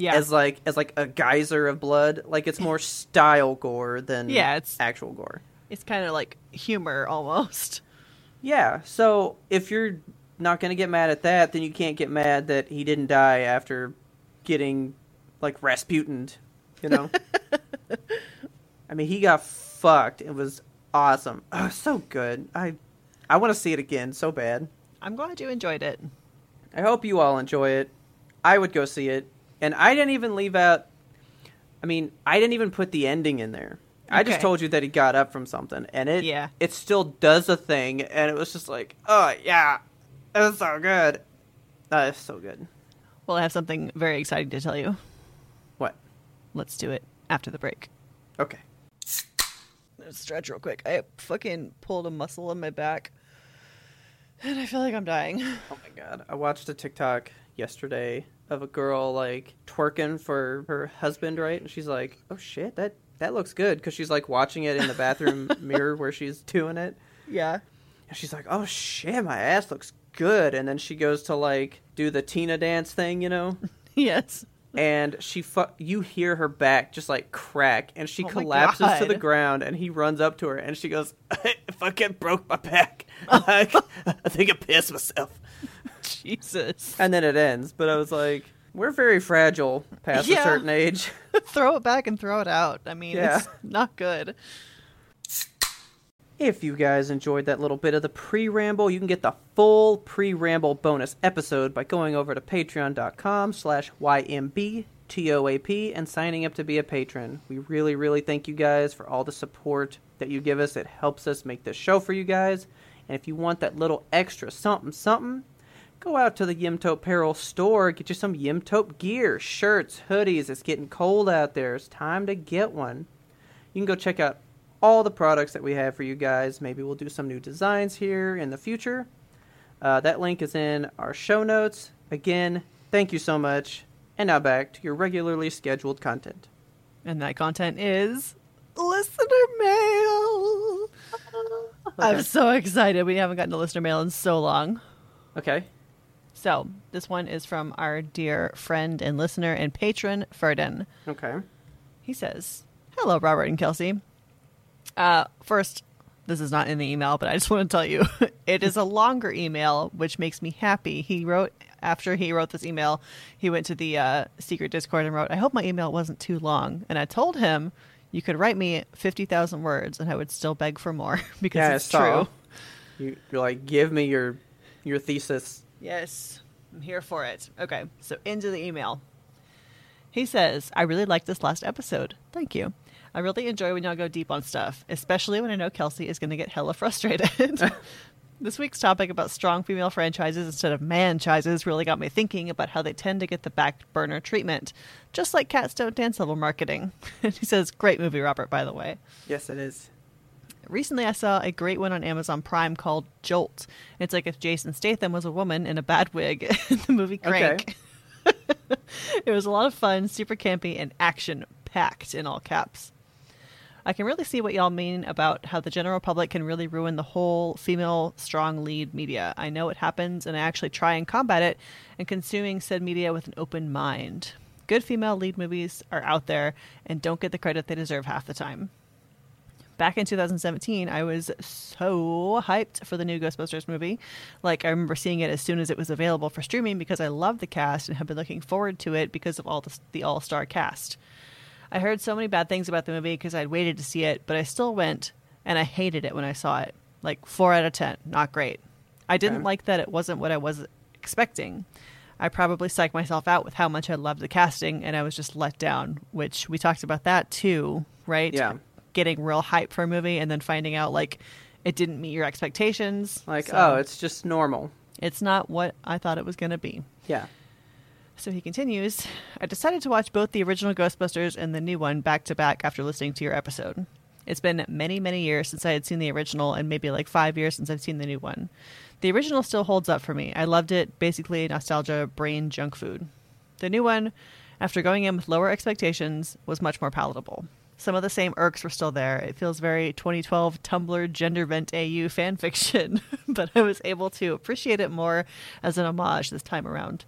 Yeah. As like as like a geyser of blood. Like [LAUGHS] it's more style gore than Yeah, it's- actual gore. it's kind of like humor [LAUGHS] almost. Yeah. So if you're not going to get mad at that, then you can't get mad that he didn't die after getting like Rasputined, you know? I mean, he got fucked. It was awesome. Oh, so good. I I want to see it again so bad. I'm glad you enjoyed it. I hope you all enjoy it. I would go see it. And I didn't even leave out I mean, I didn't even put the ending in there. I just Okay. told you that he got up from something and it Yeah. it still does a thing and it was just like, "Oh, yeah. It was so good." That is so good. Well, I have something very exciting to tell you. What? Let's do it after the break. Okay. stretch real quick. I fucking pulled a muscle in my back, and I feel like I'm dying. [LAUGHS] Oh my god. I watched a TikTok yesterday of a girl like twerking for her husband, right? And she's like, "Oh shit, that that looks good" cuz she's like watching it in [LAUGHS] the bathroom mirror where she's doing it. Yeah. And she's like, "Oh shit, my ass looks good." And then she goes to like do the Tina dance thing, [LAUGHS] you know? [LAUGHS] Yes. and she fu- you hear her back just like crack and she Oh my collapses to the God. ground and he runs up to her and she goes, [LAUGHS] "I fucking broke [LAUGHS] my back. Like, I think I pissed myself." Jesus. [LAUGHS] And then it ends, but I was like, "We're very fragile past a Yeah. certain age." throw it back and throw it out. I mean, Yeah. it's [LAUGHS] not good. If you guys enjoyed that little bit of the pre ramble, you can get the full pre ramble bonus episode by going over to patreon.com slash YMBTOAP and signing up to be a patron. We really, really thank you guys for all the support that you give us. It helps us make this show for you guys. And if you want that little extra something, something, Go out to the Yimtope Apparel store, get you some Yimtope gear, shirts, hoodies. It's getting cold out there. It's time to get one. You can go check out all the products that we have for you guys. Maybe we'll do some new designs here in the future. Uh, that link is in our show notes. Again, thank you so much. And now back to your regularly scheduled content. And that content is listener mail. [LAUGHS] I'm Okay. so excited. We haven't gotten to listener mail in so long. Okay. So, this one is from our dear friend and listener and patron, Ferdin. Okay. He says, Hello, Robert and Kelsey. Uh, first, this is not in the email, but I just [LAUGHS] want to tell you it is a longer email, which makes me happy. He wrote, after he wrote this email, he went to the uh, secret Discord and wrote, I hope my email wasn't too long. And I told him, You could write me 50,000 words and I would still beg for more [LAUGHS] because Yeah, it's I saw. true. You, you're like, give me your your thesis. Yes, I'm here for it. Okay, so into the email. He says, I really liked this last episode. Thank you. I really enjoy when y'all go deep on stuff, especially when I know Kelsey is going to get hella [LAUGHS] frustrated. this week's topic about strong female franchises instead of man-chises really got me thinking about how they tend to get the back burner treatment, just like cats don't dance level marketing. [LAUGHS] he says, Great movie, Robert, by the way. Yes, it is. Recently, I saw a great one on Amazon Prime called Jolt. It's like if Jason Statham was a woman in a bad wig [LAUGHS] in the movie Crank. [LAUGHS] it was a lot of fun, super campy, and action packed in all caps. I can really see what y'all mean about how the general public can really ruin the whole female strong lead media. I know it happens, and I actually try and combat it and consuming said media with an open mind. Good female lead movies are out there and don't get the credit they deserve half the time back in 2017, I was so hyped for the new Ghostbusters movie. Like, I remember seeing it as soon as it was available for streaming because I loved the cast and have been looking forward to it because of all the, the all star cast. I heard so many bad things about the movie because I'd waited to see it, but I still went and I hated it when I saw it. Like, four out of 10, not great. I didn't Okay. like that it wasn't what I was expecting. I probably psyched myself out with how much I loved the casting and I was just let down, which we talked about that too, right? Yeah. getting real hype for a movie and then finding out like it didn't meet your expectations. Like, So, oh, it's just normal. it's not what I thought it was going to be. Yeah. So he continues, I decided to watch both the original Ghostbusters and the new one back to back after listening to your episode. It's been many, many years since I had seen the original, and maybe like five years since I've seen the new one. The original still holds up for me. I loved it, basically nostalgia, brain, junk food. The new one, after going in with lower expectations, was much more palatable. Some of the same irks were still there. It feels very 2012 Tumblr gender vent AU fan fiction, [LAUGHS] but I was able to appreciate it more as an homage this time around.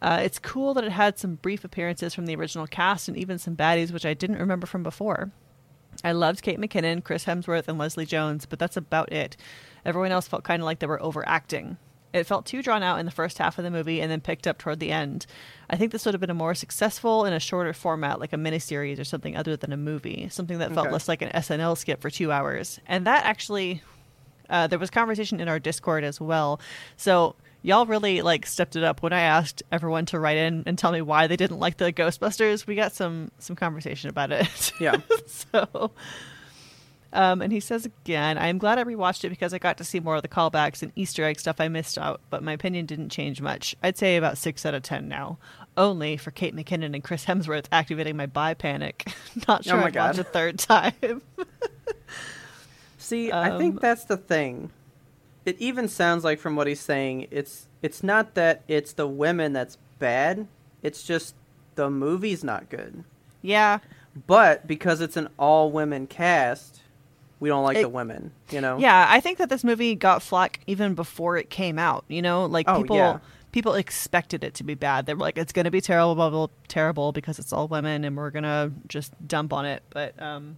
Uh, it's cool that it had some brief appearances from the original cast and even some baddies, which I didn't remember from before. I loved Kate McKinnon, Chris Hemsworth, and Leslie Jones, but that's about it. Everyone else felt kind of like they were overacting. It felt too drawn out in the first half of the movie and then picked up toward the end. I think this would have been a more successful in a shorter format, like a miniseries or something other than a movie, something that felt Okay. less like an SNL skit for two hours. And that actually uh, there was conversation in our discord as well so y'all really like stepped it up when i asked everyone to write in and tell me why they didn't like the ghostbusters we got some some conversation about it Yeah. [LAUGHS] so um, and he says again, I am glad I rewatched it because I got to see more of the callbacks and Easter egg stuff I missed out, but my opinion didn't change much. I'd say about 6 out of 10 now. Only for Kate McKinnon and Chris Hemsworth activating my bi panic. [LAUGHS] Not Oh sure my I'd watch God. a third [LAUGHS] time. See, I Um, think that's the thing. It even sounds like from what he's saying, it's it's not that it's the women that's bad. It's just the movie's not good. yeah. But because it's an all women cast, we don't like It- the women, you know? Yeah, I think that this movie got flack even before it came out. You know, like Oh, people yeah. people expected it to be bad. They were like, "It's going to be terrible, blah, blah, terrible," because it's all women, and we're gonna just dump on it. But um,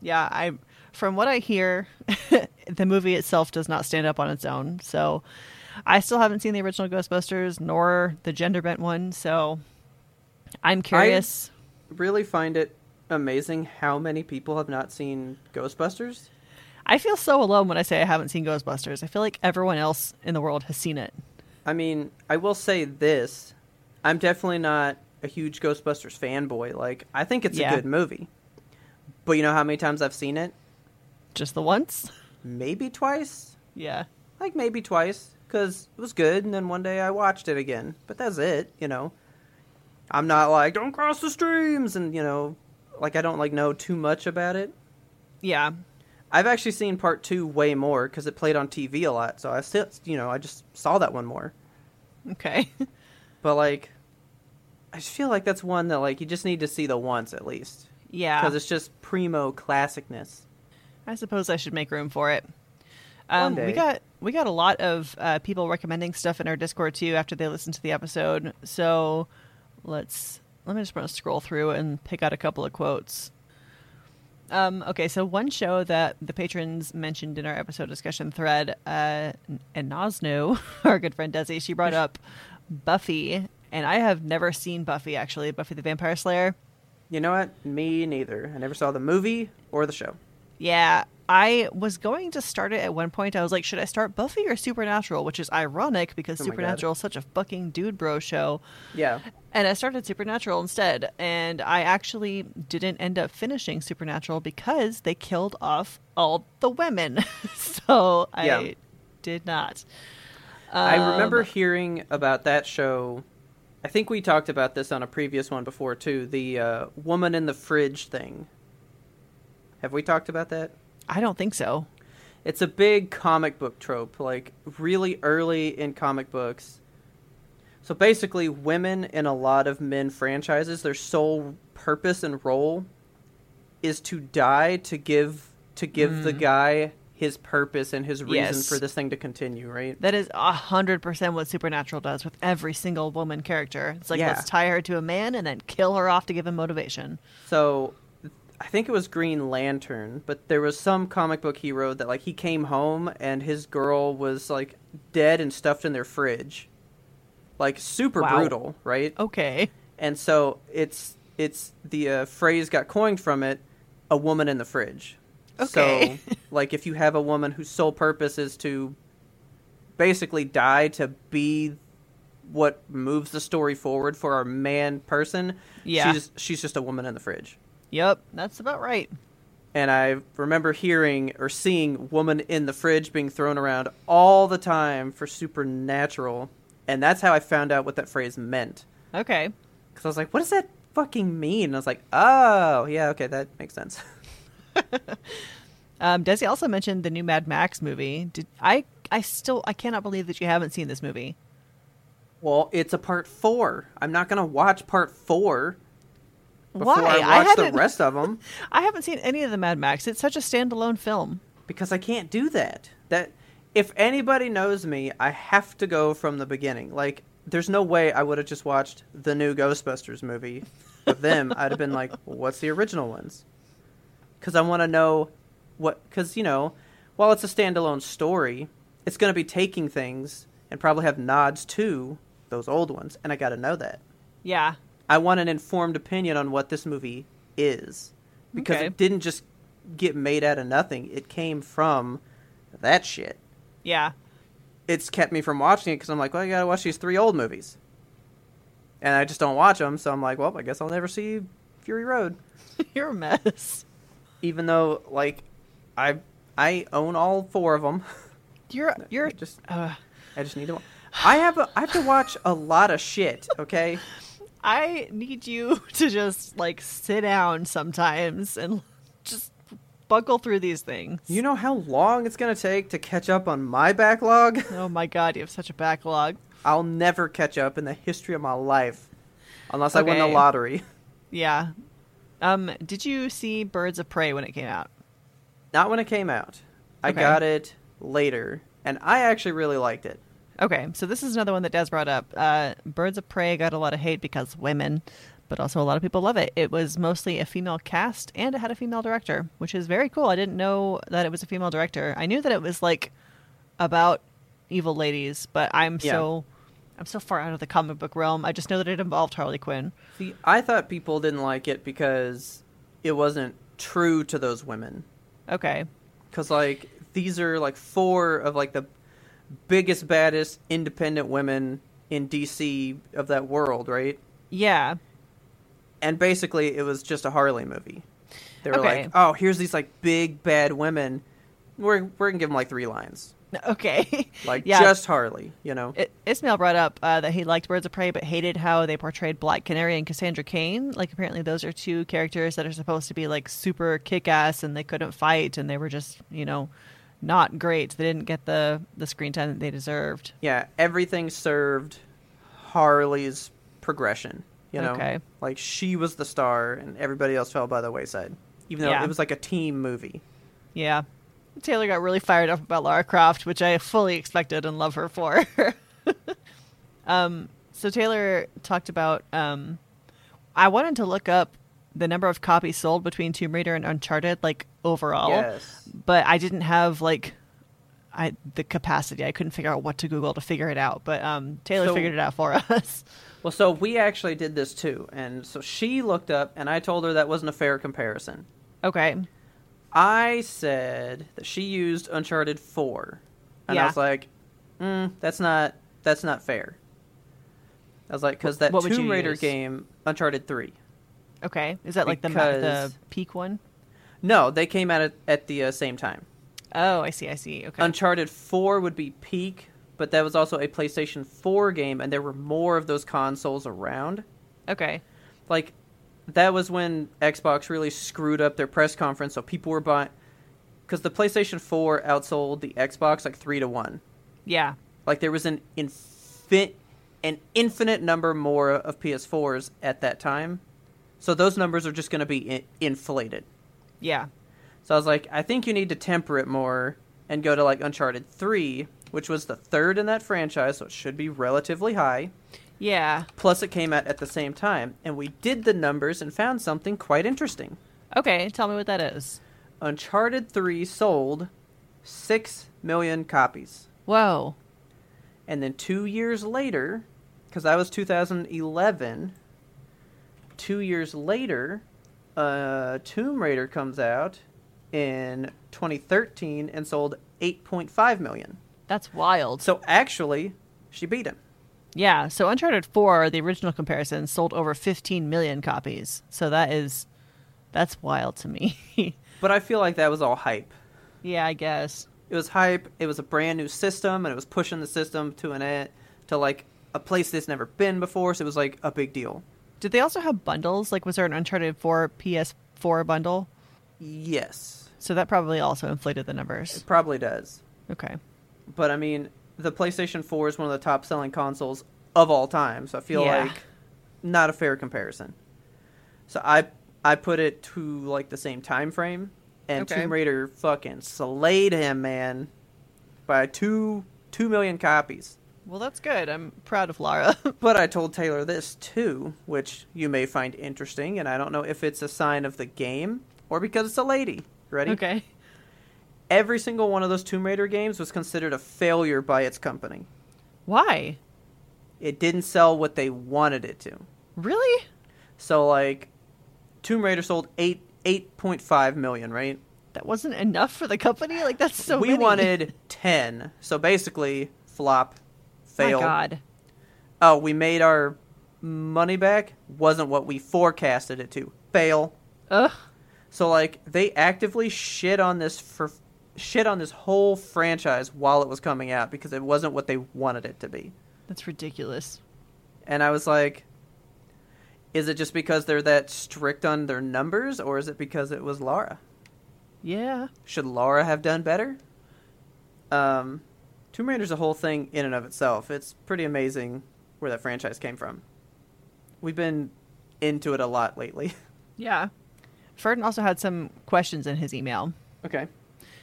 yeah, I from what I hear, [LAUGHS] the movie itself does not stand up on its own. So I still haven't seen the original Ghostbusters nor the gender bent one. So I'm curious. Really find it amazing how many people have not seen Ghostbusters. I feel so alone when I say I haven't seen Ghostbusters. I feel like everyone else in the world has seen it. I mean, I will say this. I'm definitely not a huge Ghostbusters fanboy. Like, I think it's Yeah. a good movie. But you know how many times I've seen it? Just the once. Maybe twice. Yeah. Like, maybe twice. because it was good. And then one day I watched it again, but that's it. You know, I'm not like don't cross the streams, and you know, like I don't like know too much about it. Yeah. I've actually seen part two way more because it played on TV a lot. So I still, you know, I just saw that one more. Okay. [LAUGHS] But like, I just feel like that's one that like you just need to see the once at least yeah. because it's just primo classicness. I suppose I should make room for it. Um, One we day. got we got a lot of uh, people recommending stuff in our Discord too after they listened to the episode. So let's let me just want to scroll through and pick out a couple of quotes. Um, okay, so one show that the patrons mentioned in our episode discussion thread, uh, and Nosnu, [LAUGHS] our good friend Desi, she brought up Buffy, and I have never seen Buffy actually, Buffy the Vampire Slayer. You know what? Me neither. I never saw the movie or the show. Yeah, I was going to start it at one point. I was like, should I start Buffy or Supernatural? Which is ironic because Oh my God. Supernatural is such a fucking dude bro show. Yeah. And I started Supernatural instead. And I actually didn't end up finishing Supernatural because they killed off all the women. [LAUGHS] so I Yeah. did not. I remember hearing about that show. I think we talked about this on a previous one before too. The uh, woman in the fridge thing. Have we talked about that? I don't think so. It's a big comic book trope, like really early in comic books. So basically, women in a lot of men franchises, their sole purpose and role is to die to give to give the guy his purpose and his reason Yes. for this thing to continue, right? That is a hundred percent what Supernatural does with every single woman character. It's like Yeah. let's tie her to a man and then kill her off to give him motivation. So I think it was Green Lantern, but there was some comic book hero that like he came home and his girl was like dead and stuffed in their fridge. Like super Wow. Oh. brutal, right? Okay. And so it's it's the uh, phrase got coined from it, a woman in the fridge. Okay. [LAUGHS] So like if you have a woman whose sole purpose is to basically die to be what moves the story forward for our man person, Yeah. she's she's just a woman in the fridge. Yep, that's about right. and I remember hearing or seeing "woman in the fridge" being thrown around all the time for supernatural, and that's how I found out what that phrase meant. Okay. Because I was like, "What does that fucking mean?" And I was like, "Oh, yeah, okay, that makes sense." [LAUGHS] Um, Desi also mentioned the new Mad Max movie. Did I? I still I cannot believe that you haven't seen this movie. well, it's a part four. I'm not gonna watch part four before Why? I I watch the haven't- rest of them I haven't seen any of the Mad Max. It's such a standalone film. because I can't do that. That if anybody knows me, I have to go from the beginning. Like, there's no way I would have just watched the new Ghostbusters movie with them. I'd have been like, well, what's the original ones? Because I want to know what. Because you know, while it's a standalone story, it's going to be taking things and probably have nods to those old ones, and I got to know that. Yeah. I want an informed opinion on what this movie is because Okay. it didn't just get made out of nothing. It came from that shit. [LAUGHS] Yeah. It's kept me from watching it because I'm like, well, I gotta watch these three old movies, and I just don't watch them. So I'm like, well, I guess I'll never see Fury Road, You're a mess. even though like I I own all four of them. [LAUGHS] You're you're just- Uh, I just need to. wa- I have a, I have to watch a lot of shit. Okay. I need you [LAUGHS] to just like sit down sometimes and [LAUGHS] just buckle through these things. You know how long it's going to take to catch up on my backlog? [LAUGHS] oh my god, you have such a backlog. I'll never catch up in the history of my life unless I win the Okay. lottery. [LAUGHS] Yeah. Um, did you see Birds of Prey when it came out? Not when it came out. I Okay. got it later, and I actually really liked it. Okay, so this is another one that Des brought up. Uh, Birds of Prey got a lot of hate because women, but also a lot of people love it. It was mostly a female cast and it had a female director, which is very cool. I didn't know that it was a female director. I knew that it was like about evil ladies, but I'm Yeah. so I'm so far out of the comic book realm. I just know that it involved Harley Quinn. See, I thought people didn't like it because it wasn't true to those women. Okay, Because, like, these are, like, four of, like, the biggest, baddest independent women in DC of that world, right? yeah, [LAUGHS] and basically it was just a Harley movie. They were Okay. like, "Oh, here's these like big bad women. We're we're gonna give them like three lines. Okay. Like yeah. just Harley, you know. I- Ismail brought up uh, that he liked Birds of Prey, but hated how they portrayed Black Canary and Cassandra Cain. Like, apparently, those are two characters that are supposed to be like super kick ass, and they couldn't fight, and they were just, you know, not great. They didn't get the the screen time that they deserved. yeah, everything served Harley's progression, you know. Okay. Like she was the star and everybody else fell by the wayside. Even though Yeah. it was like a team movie. Yeah. Taylor got really fired up about Lara Croft, which I fully expected and love her for. [LAUGHS] um, so Taylor talked about. Um, I wanted to look up the number of copies sold between Tomb Raider and Uncharted, like overall. Yes. But I didn't have like, I the capacity. I couldn't figure out what to Google to figure it out. But um, Taylor So- figured it out for [LAUGHS] us. Well, so we actually did this too. And so she looked up and I told her that wasn't a fair comparison. okay. I said that she used Uncharted 4. And Yeah. I was like, mm, that's not that's not fair. I was like, because that what would you Tomb Raider use? game, Uncharted 3. Okay. Is that like the ma- the Because- peak one? No, they came out at, at the uh, same time. Oh, I see. I see. Okay. Uncharted 4 would be peak, but that was also a PlayStation 4 game, and there were more of those consoles around. okay. Like, that was when Xbox really screwed up their press conference, so people were buying. Because the PlayStation 4 outsold the Xbox like 3 to 1. Yeah. Like, there was an, infin- an infinite number more of PS4s at that time. So those numbers are just going to be in- inflated. Yeah. So I was like, I think you need to temper it more and go to like Uncharted 3, which was the third in that franchise, so it should be relatively high. Yeah. Plus, it came out at the same time, and we did the numbers and found something quite interesting. Okay, tell me what that is. Uncharted 3 sold 6 million copies. Whoa. And then two years later, because that was 2011, two years later, uh, Tomb Raider comes out in 2013 and sold 8.5 million. That's wild. So actually, she beat him. yeah, so Uncharted 4, the original comparison, sold over 15 million copies. So that is that's wild to me. [LAUGHS] But I feel like that was all hype. yeah, I guess. It was hype. It was a brand new system, and it was pushing the system to an end, to like a place that's never been before. So it was like a big deal. Did they also have bundles? Like was there an Uncharted 4 PS4 bundle? Yes, So that probably also inflated the numbers. it probably does. Okay. But I mean, the PlayStation 4 is one of the top selling consoles of all time, so I feel Yeah. like not a fair comparison. So I I put it to like the same time frame and Okay. Tomb Raider fucking slayed him, man, by 2 2 million copies. Well, that's good. I'm proud of Lara. [LAUGHS] But I told Taylor this too, which you may find interesting, and I don't know if it's a sign of the game or because it's a lady. Ready? okay. Every single one of those Tomb Raider games was considered a failure by its company. Why? it didn't sell what they wanted it to. Really? So like Tomb Raider sold 8 8.5 million, right? That wasn't enough for the company? Like that's so we many. [LAUGHS] wanted 10. So basically flop failed. My god. Oh, we made our money back wasn't what we forecasted it to. Fail. Ugh. So like they actively shit on this for shit on this whole franchise while it was coming out because it wasn't what they wanted it to be. That's ridiculous. And I was like, is it just because they're that strict on their numbers, or is it because it was Laura? Yeah. Should Laura have done better? Um, Tomb Raider's a whole thing in and of itself. It's pretty amazing where that franchise came from. We've been into it a lot lately. [LAUGHS] Yeah. Ferdin also had some questions in his email. Okay.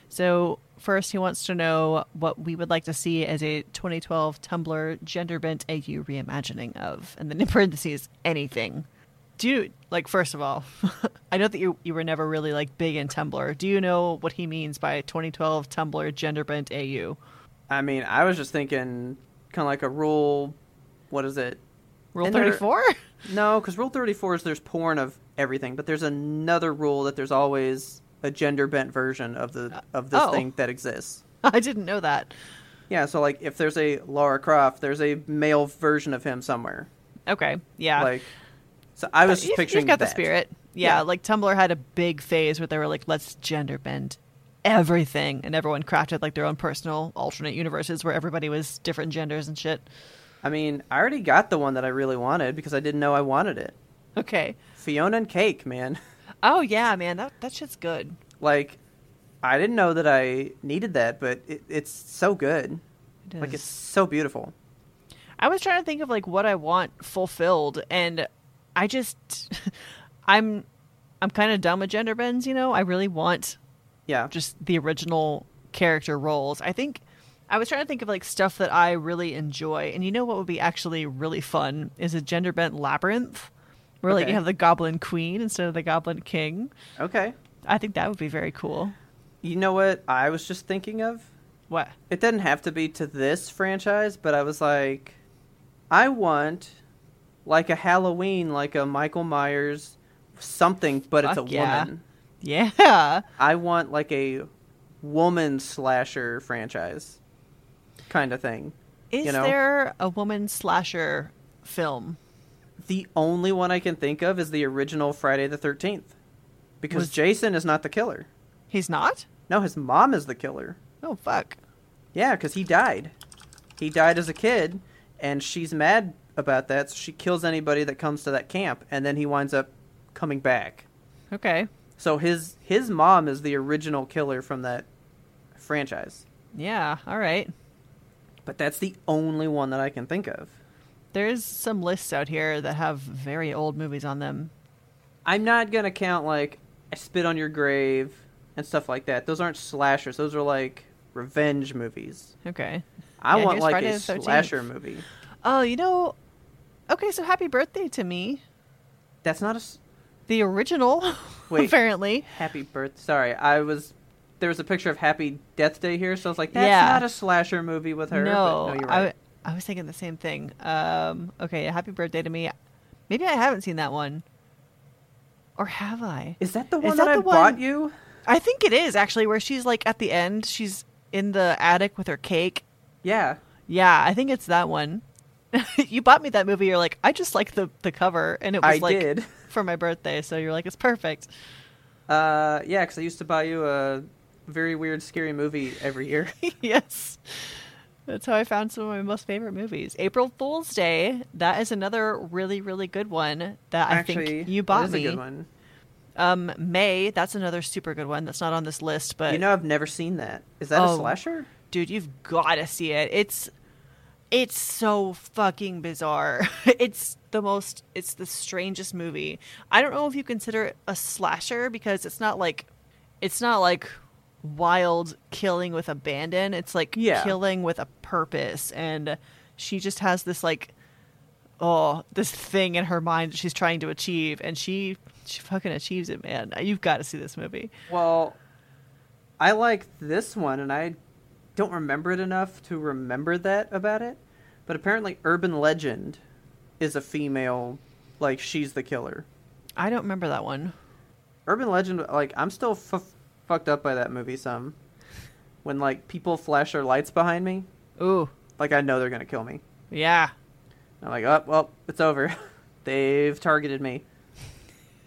So, first, he wants to know what we would like to see as a 2012 Tumblr gender bent AU reimagining of, and then in [LAUGHS] parentheses, anything. Do you, like, first of all, [LAUGHS] I know that you, you were never really, like, big in Tumblr. Do you know what he means by 2012 Tumblr gender bent AU? I mean, I was just thinking kind of like a rule. What is it? Rule And there- 34? No, because Rule 34 is there's porn of everything, but there's another rule that there's always a gender bent version of the of this oh. thing that exists. [LAUGHS] I didn't know that. Yeah, so like if there's a Laura Croft, there's a male version of him somewhere. Okay. Yeah. Like, so I was just You've- picturing you've got that. the spirit. Yeah, Yeah. like Tumblr had a big phase where they were like, let's gender bend everything, and everyone crafted like their own personal alternate universes where everybody was different genders and shit. I mean, I already got the one that I really wanted because I didn't know I wanted it. Okay. Fiona and Cake, man. [LAUGHS] Oh yeah, man, that that shit's good. Like, I didn't know that I needed that, but it, it's so good. It Like, is. it's so beautiful. I was trying to think of like what I want fulfilled, and I just, [LAUGHS] I'm, I'm kind of done with gender bends. You know, I really want Yeah. just the original character roles. I think I was trying to think of like stuff that I really enjoy, and you know what would be actually really fun is a gender bent labyrinth, where like Okay. you have the Goblin Queen instead of the Goblin King. Okay. I think that would be very cool. You know what I was just thinking of? What? It doesn't have to be to this franchise, but I was like, I want like a Halloween, like a Michael Myers something, but Fuck it's a yeah. woman. Yeah, I want like a woman slasher franchise kind of thing. is You know? there a woman slasher film? The only one I can think of is the original Friday the 13th because Was- Jason is not the killer. He's not. No, his mom is the killer. Oh fuck. Yeah, because he died. He died as a kid, and she's mad about that, so she kills anybody that comes to that camp, and then he winds up coming back. Okay. So his his mom is the original killer from that franchise. Yeah. All right. But that's the only one that I can think of. There's some lists out here that have very old movies on them. I'm not gonna count like I spit on your grave and stuff like that. Those aren't slashers. Those are like revenge movies. Okay. I Yeah, want here's like Friday a the 13th. slasher movie. Oh, you know. Okay, so happy birthday to me. That's not a s- The original, [LAUGHS] Wait. apparently. Happy birth. Sorry, I was. There was a picture of Happy Death Day here, so I was like, "That's Yeah. not a slasher movie with her." no, but no, you're I, right. I was thinking the same thing. Um, okay, happy birthday to me. Maybe I haven't seen that one, or have I? Is that the Is one that that, I the bought one- you? I think it is actually where she's like at the end. She's in the attic with her cake. Yeah, Yeah, I think it's that one. [LAUGHS] you bought me that movie. You're like, I just like the the cover, and it was I like did. for my birthday. So you're like, it's perfect. Uh, yeah, because I used to buy you a very weird, scary movie every year. [LAUGHS] yes. That's how I found some of my most favorite movies. April Fool's Day. That is another really, really good one that I Actually, think you that bought is me. a good one. Um, May. That's another super good one. That's not on this list, but You know, I've never seen that. Is that Oh. a slasher? dude, you've got to see it. It's it's so fucking bizarre. [LAUGHS] it's the most. It's the strangest movie. I don't know if you consider it a slasher because it's not like it's not like wild killing with abandon. It's like Yeah. killing with a purpose, and she just has this like oh this thing in her mind that she's trying to achieve, and she she fucking achieves it, man. You've got to see this movie. Well, I like this one, and I don't remember it enough to remember that about it. But apparently, Urban Legend is a female, like she's the killer. I don't remember that one. Urban Legend, like I'm still f- fucked up by that movie. Some when like people flash their lights behind me, Ooh, like I know they're gonna kill me. yeah. I'm like, oh well, it's over. [LAUGHS] They've [LAUGHS] targeted me.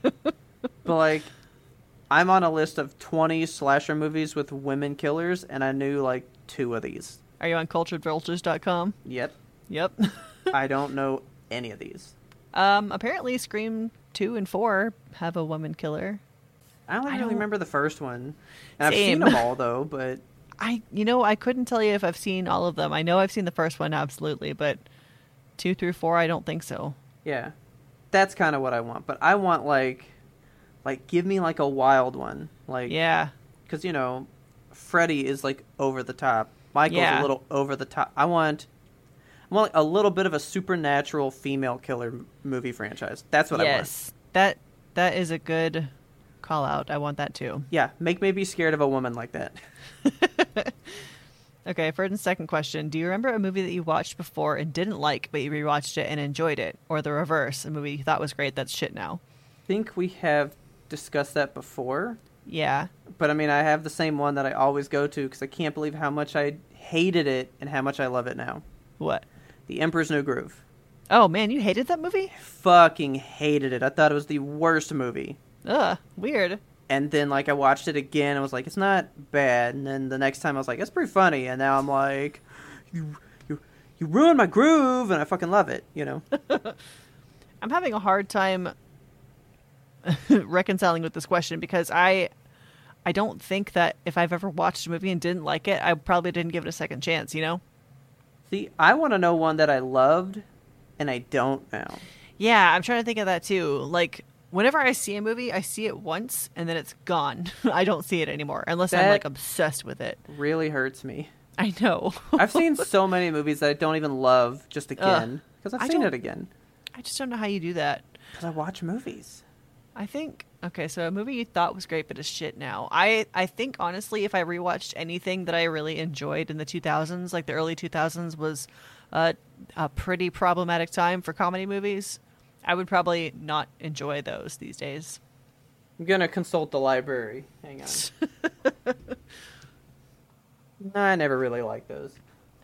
but like, I'm on a list of 20 slasher movies with women killers, and I knew like two of these. Are you on culturedvultures.com? Yep, [LAUGHS] Yep. I don't know any of these. um, apparently, Scream 2 and 4 have a woman killer. I don't I really don't- remember the first one. And I've Same. seen [LAUGHS] them all though, but I, you know, I couldn't tell you if I've seen all of them. I know I've seen the first one, absolutely, but 2 through 4, I don't think so. Yeah. That's kind of what I want, but I want like like give me like a wild one. Like Yeah. cuz you know Freddy is like over the top. Michael's Yeah. a little over the top. I want I want like, a little bit of a supernatural female killer m- movie franchise. That's what I want. yes. That That is a good call out. I want that too. [LAUGHS] Yeah, make me be scared of a woman like that. Okay, first and second question. Do you remember a movie that you watched before and didn't like, but you rewatched it and enjoyed it? Or the reverse, a movie you thought was great that's shit now? think we have discussed that before, Yeah. but I mean, I have the same one that I always go to cuz I can't believe how much I hated it and how much I love it now. What? The Emperor's New Groove. Oh man, you hated that movie? fucking hated it. I thought it was the worst movie. Ugh, weird. and then like I watched it again and was like, it's not bad. And then the next time I was like, it's pretty funny. And now I'm like, you you you ruined my groove, and I fucking love it. You [LAUGHS] know, I'm having a hard time [LAUGHS] reconciling with this question because I I don't think that if I've ever watched a movie and didn't like it, I probably didn't give it a second chance, you know? see, I want to know one that I loved, and I don't now. Yeah, I'm trying to think of that too. Like whenever I see a movie, I see it once and then it's gone. [LAUGHS] I don't see it anymore unless I'm That- like obsessed with it. Really hurts me. I know. I've seen [LAUGHS] so many movies that I don't even love just again because I I've seen don't- it again [LAUGHS] I just don't know how you do that. because I watch movies. I think okay, so a movie you thought was great but is shit now. I I think honestly, if I rewatched anything that I really enjoyed in the 2000s, like the early 2000s was uh, a pretty problematic time for comedy movies. I would probably not enjoy those these days. I'm gonna consult the library. Hang on. [LAUGHS] no, I never really liked those.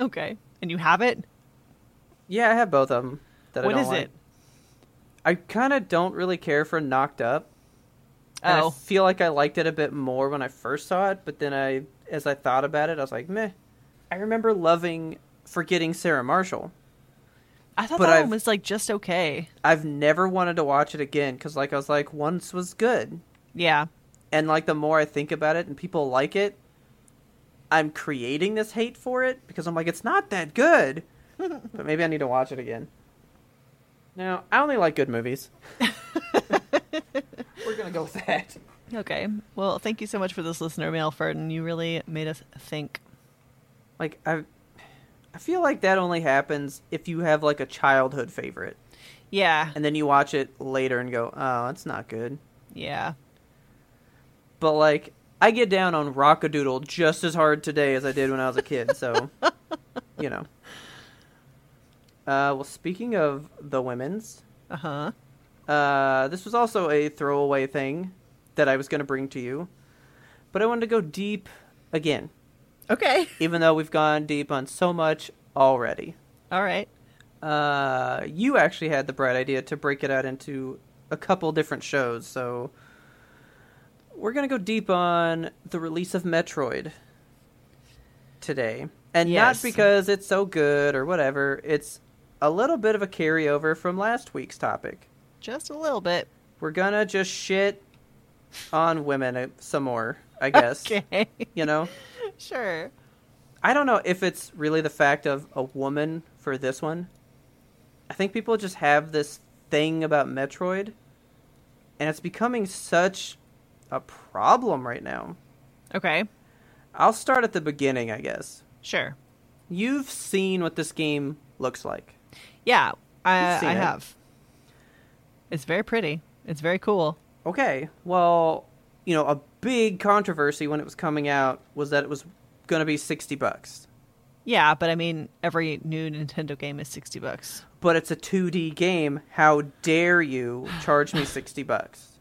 Okay, and you have it. Yeah, I have both of them. That What I don't is like. it? I kind of don't really care for Knocked Up. And I Oh, feel like I liked it a bit more when I first saw it, but then I, as I thought about it, I was like, meh. I remember loving Forgetting Sarah Marshall. I thought but that one I've- was like just okay. I've never wanted to watch it again because, like, I was like, once was good, Yeah, and like the more I think about it and people like it, I'm creating this hate for it because I'm like, it's not that [LAUGHS] good. but maybe I need to watch it again. No, I only like good movies. [LAUGHS] We're gonna go with that. okay. Well, thank you so much for this listener mail, Ferdin. You really made us think. Like I, I feel like that only happens if you have like a childhood favorite, Yeah, and then you watch it later and go, oh, it's not good. yeah. But like, I get down on Rockadoodle just as hard today as I did when I was a kid. So, you know. Uh, well, speaking of the women's, Uh huh. uh, this was also a throwaway thing that I was going to bring to you, but I wanted to go deep again, Okay. even though we've gone deep on so much already. All right. Uh, you actually had the bright idea to break it out into a couple different shows, so we're gonna go deep on the release of Metroid today, and Yes. not because it's so good or whatever. It's a little bit of a carryover from last week's topic. Just a little bit. We're gonna just shit on women uh, some more, I guess. [LAUGHS] Okay. You know, sure. I don't know if it's really the fact of a woman for this one. I think people just have this thing about Metroid, and it's becoming such a problem right now. Okay. I'll start at the beginning, I guess. Sure. You've seen what this game looks like. Yeah, I, You've seen I it. have. It's very pretty. It's very cool. Okay, well, you know, a big controversy when it was coming out was that it was going to be 60 bucks, Yeah, but I mean, every new Nintendo game is sixty bucks. but it's a 2D game. How dare you charge me 60 bucks?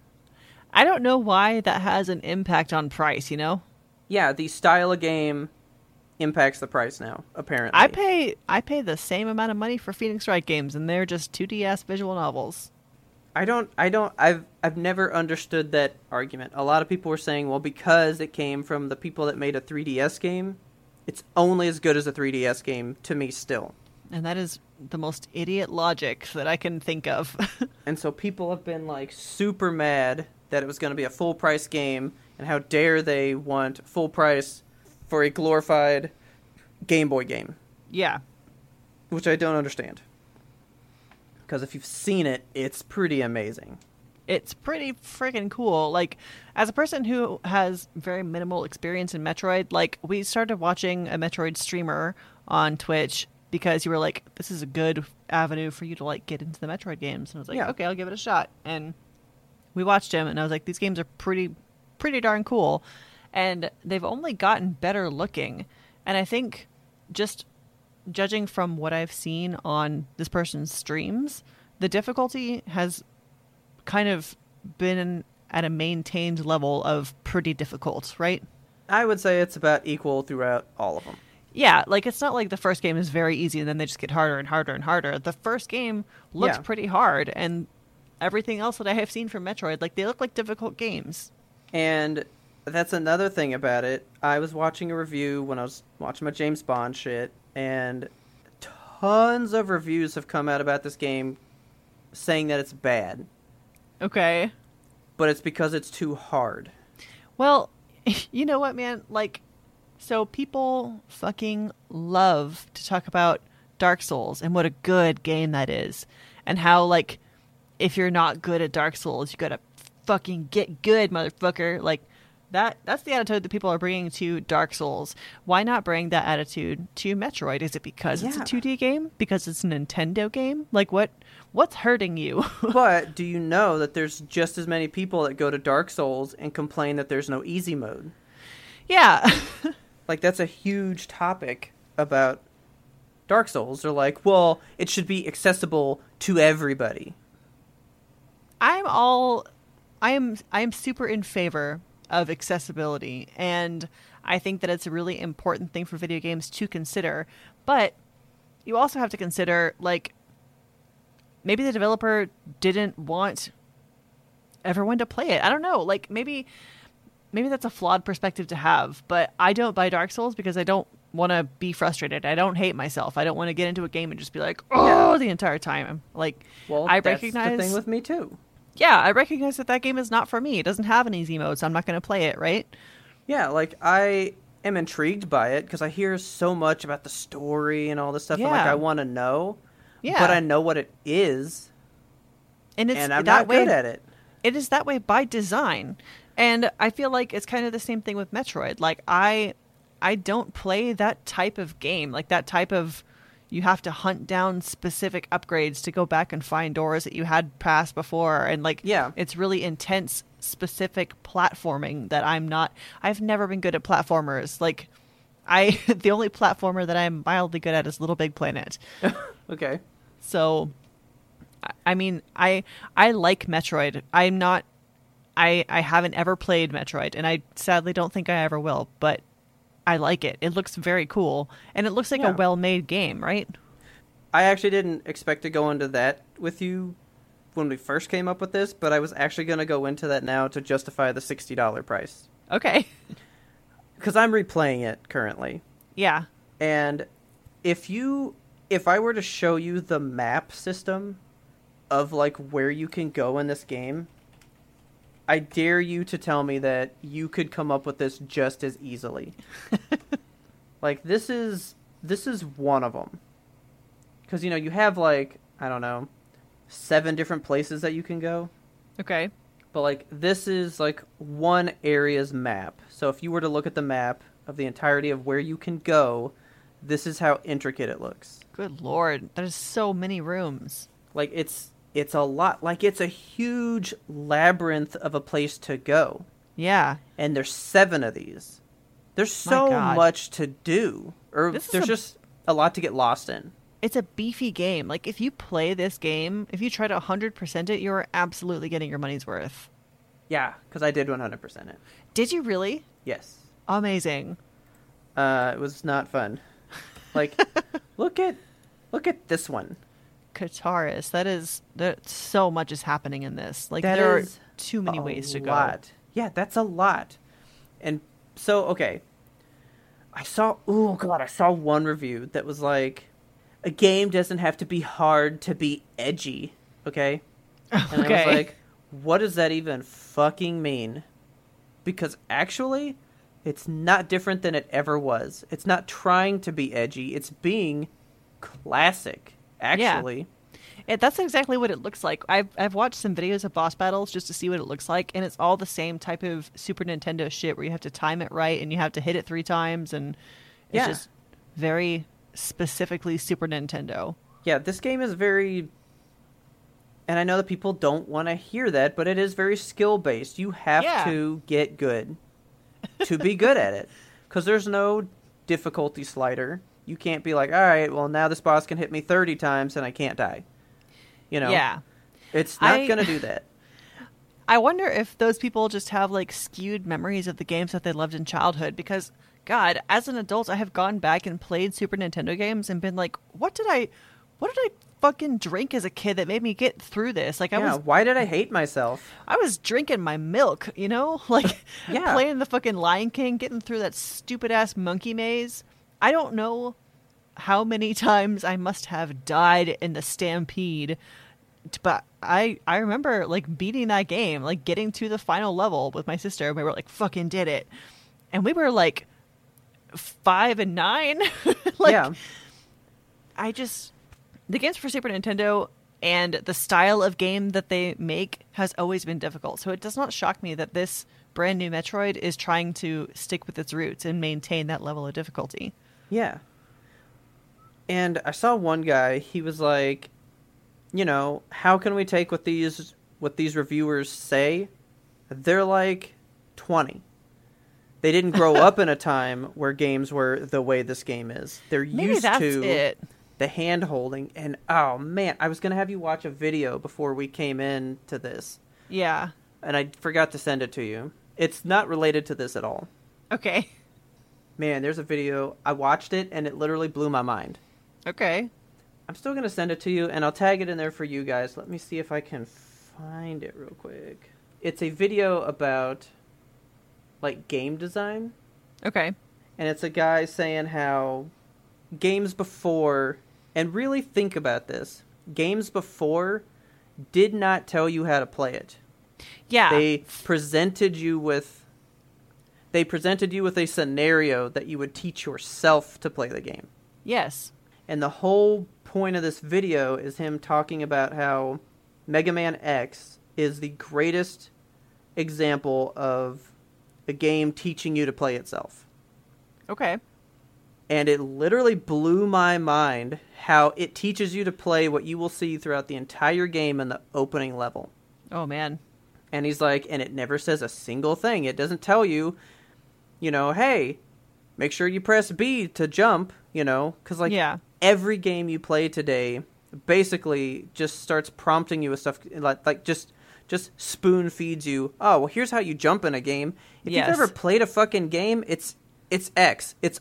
I don't know why that has an impact on price. You know, yeah, the style of game impacts the price now. Apparently, I pay I pay the same amount of money for Phoenix Wright games, and they're just two D ass visual novels. I don't. I don't. I've. I've never understood that argument. A lot of people were saying, well, because it came from the people that made a 3DS game, it's only as good as a 3DS game to me still. And that is the most idiot logic that I can think of. [LAUGHS] And so people have been like super mad that it was going to be a full price game, and how dare they want full price for a glorified Game Boy game. yeah. which I don't understand. Because if you've seen it, it's pretty amazing. it's pretty freaking cool. Like, as a person who has very minimal experience in Metroid, like, we started watching a Metroid streamer on Twitch because you were like, this is a good avenue for you to, like, get into the Metroid games. And I was like, Yeah. okay, I'll give it a shot. And we watched him, and I was like, these games are pretty, pretty darn cool. And they've only gotten better looking. And I think just judging from what I've seen on this person's streams, the difficulty has kind of been at a maintained level of pretty difficult, right? I would say it's about equal throughout all of them. Yeah, like it's not like the first game is very easy and then they just get harder and harder and harder. The first game looks Yeah. pretty hard and everything else that I have seen from Metroid, like they look like difficult games. And that's another thing about it. I was watching a review when I was watching my James Bond shit, and tons of reviews have come out about this game saying that it's bad, Okay. but it's because it's too hard. Well, [LAUGHS] you know what, man? Like, so people fucking love to talk about Dark Souls and what a good game that is, and how like if you're not good at Dark Souls, you gotta fucking get good, motherfucker. Like that. That's the attitude that people are bringing to Dark Souls. Why not bring that attitude to Metroid? Is it because it's a Yeah. 2D game? Because it's a Nintendo game? Like what? What's hurting you? [LAUGHS] But do you know that there's just as many people that go to Dark Souls and complain that there's no easy mode? yeah. [LAUGHS] Like that's a huge topic about Dark Souls. They're like, well, it should be accessible to everybody. I'm all I am I am super in favor of accessibility and I think that it's a really important thing for video games to consider, but you also have to consider like maybe the developer didn't want everyone to play it. I don't know. Like maybe maybe that's a flawed perspective to have, but I don't buy Dark Souls because I don't want to be frustrated. I don't hate myself. I don't want to get into a game and just be like, "Oh," the entire time. I'm like Well, I that's recognize the thing with me too. yeah, I recognize that that game is not for me. It doesn't have an easy mode, so I'm not going to play it, right? Yeah, like I am intrigued by it because I hear so much about the story and all this stuff. And like Yeah. I want to know. Yeah. But I know what it is, And it's and I'm that not way, good at it. It is that way by design. And I feel like it's kind of the same thing with Metroid. Like I I don't play that type of game, like that type of you have to hunt down specific upgrades to go back and find doors that you had passed before and like Yeah. it's really intense specific platforming that I'm not I've never been good at platformers. Like I [LAUGHS] the only platformer that I'm mildly good at is Little Big Planet. Okay. So, I- I mean, I I like Metroid. I'm not. I I haven't ever played Metroid, and I sadly don't think I ever will. But I like it. It looks very cool, and it looks like Yeah. a well-made game, right? I actually didn't expect to go into that with you when we first came up with this, but I was actually going to go into that now to justify the $60 price. Okay. [LAUGHS] Because I'm replaying it currently. Yeah. And if you. If I were to show you the map system of, like, where you can go in this game, I dare you to tell me that you could come up with this just as easily. like this is this is one of them. Cuz you know, you have like, I don't know, seven different places that you can go, Okay. but like this is like one area's map. So if you were to look at the map of the entirety of where you can go, this is how intricate it looks. Good lord, there's so many rooms. Like it's it's a lot. Like it's a huge labyrinth of a place to go. Yeah. and there's seven of these. There's My so God. much to do, or This is there's a- just a lot to get lost in. It's a beefy game. Like if you play this game, if you try to 100% it, you're absolutely getting your money's worth. Yeah, because I did 100% it. Did you really? Yes, Amazing. uh, it was not fun. [LAUGHS] Like, look at look at this one. Kataris. That is that so much is happening in this. Like That there are is too many a ways to go. lot. Yeah, that's a lot. And so, okay. I saw, oh god, I saw one review that was like, a game doesn't have to be hard to be edgy, [LAUGHS] okay? And I Okay. was like, what does that even fucking mean? Because actually, it's not different than it ever was. It's not trying to be edgy, it's being classic, actually. It, that's exactly what it looks like. I've I've watched some videos of boss battles just to see what it looks like, and it's all the same type of Super Nintendo shit where you have to time it right and you have to hit it three times, and it's Yeah. just very specifically Super Nintendo. Yeah, this game is very. And I know that people don't want to hear that, but it is very skill based. You have Yeah. to get good to be good at it. Because there's no difficulty slider. You can't be like, all right, well, now this boss can hit me 30 times and I can't die. You know? Yeah. It's not I- going to do that. I wonder if those people just have like skewed memories of the games that they loved in childhood because god, as an adult I have gone back and played Super Nintendo games and been like, what did I what did I fucking drink as a kid that made me get through this. Like [LAUGHS] I yeah, was why did I hate myself? I was drinking my milk, you know? [LAUGHS] Like Yeah. playing the fucking Lion King, getting through that stupid ass monkey maze. I don't know how many [LAUGHS] times I must have died in the stampede. t- But I I remember like beating that game, like getting to the final level with my sister, and we were like fucking did it. And we were like 5 and 9. [LAUGHS] like yeah. I just the games for Super Nintendo and the style of game that they make has always been difficult. So it does not shock me that this brand new Metroid is trying to stick with its roots and maintain that level of difficulty. Yeah. And I saw one guy, he was like, you know, how can we take what these what these reviewers say? They're like 20. They [LAUGHS] didn't grow up in a time where games were the way this game is. They're Maybe used that's to it. the hand holding and oh man, I was going to have you watch a video before we came in to this Yeah. and I forgot to send it to you. It's not related to this at all. Okay. Man, there's a video. I watched it and it literally blew my mind. Okay. I'm still gonna send it to you, and I'll tag it in there for you guys. Let me see if I can find it real quick. It's a video about like game design, Okay. and it's a guy saying how games before, and really think about this, games before did not tell you how to play it. Yeah. They presented you with they presented you with a scenario that you would teach yourself to play the game. yes. And the whole point of this video is him talking about how Mega Man X is the greatest example of a game teaching you to play itself. Okay. And it literally blew my mind how it teaches you to play what you will see throughout the entire game in the opening level. Oh man. And he's like, and it never says a single thing. It doesn't tell you, you know, hey, make sure you press B to jump, you know, because like Yeah. every game you play today basically just starts prompting you with stuff like like just just spoon feeds you. Oh well, here's how you jump in a game. If Yes. you've ever played a fucking game, it's it's X. It's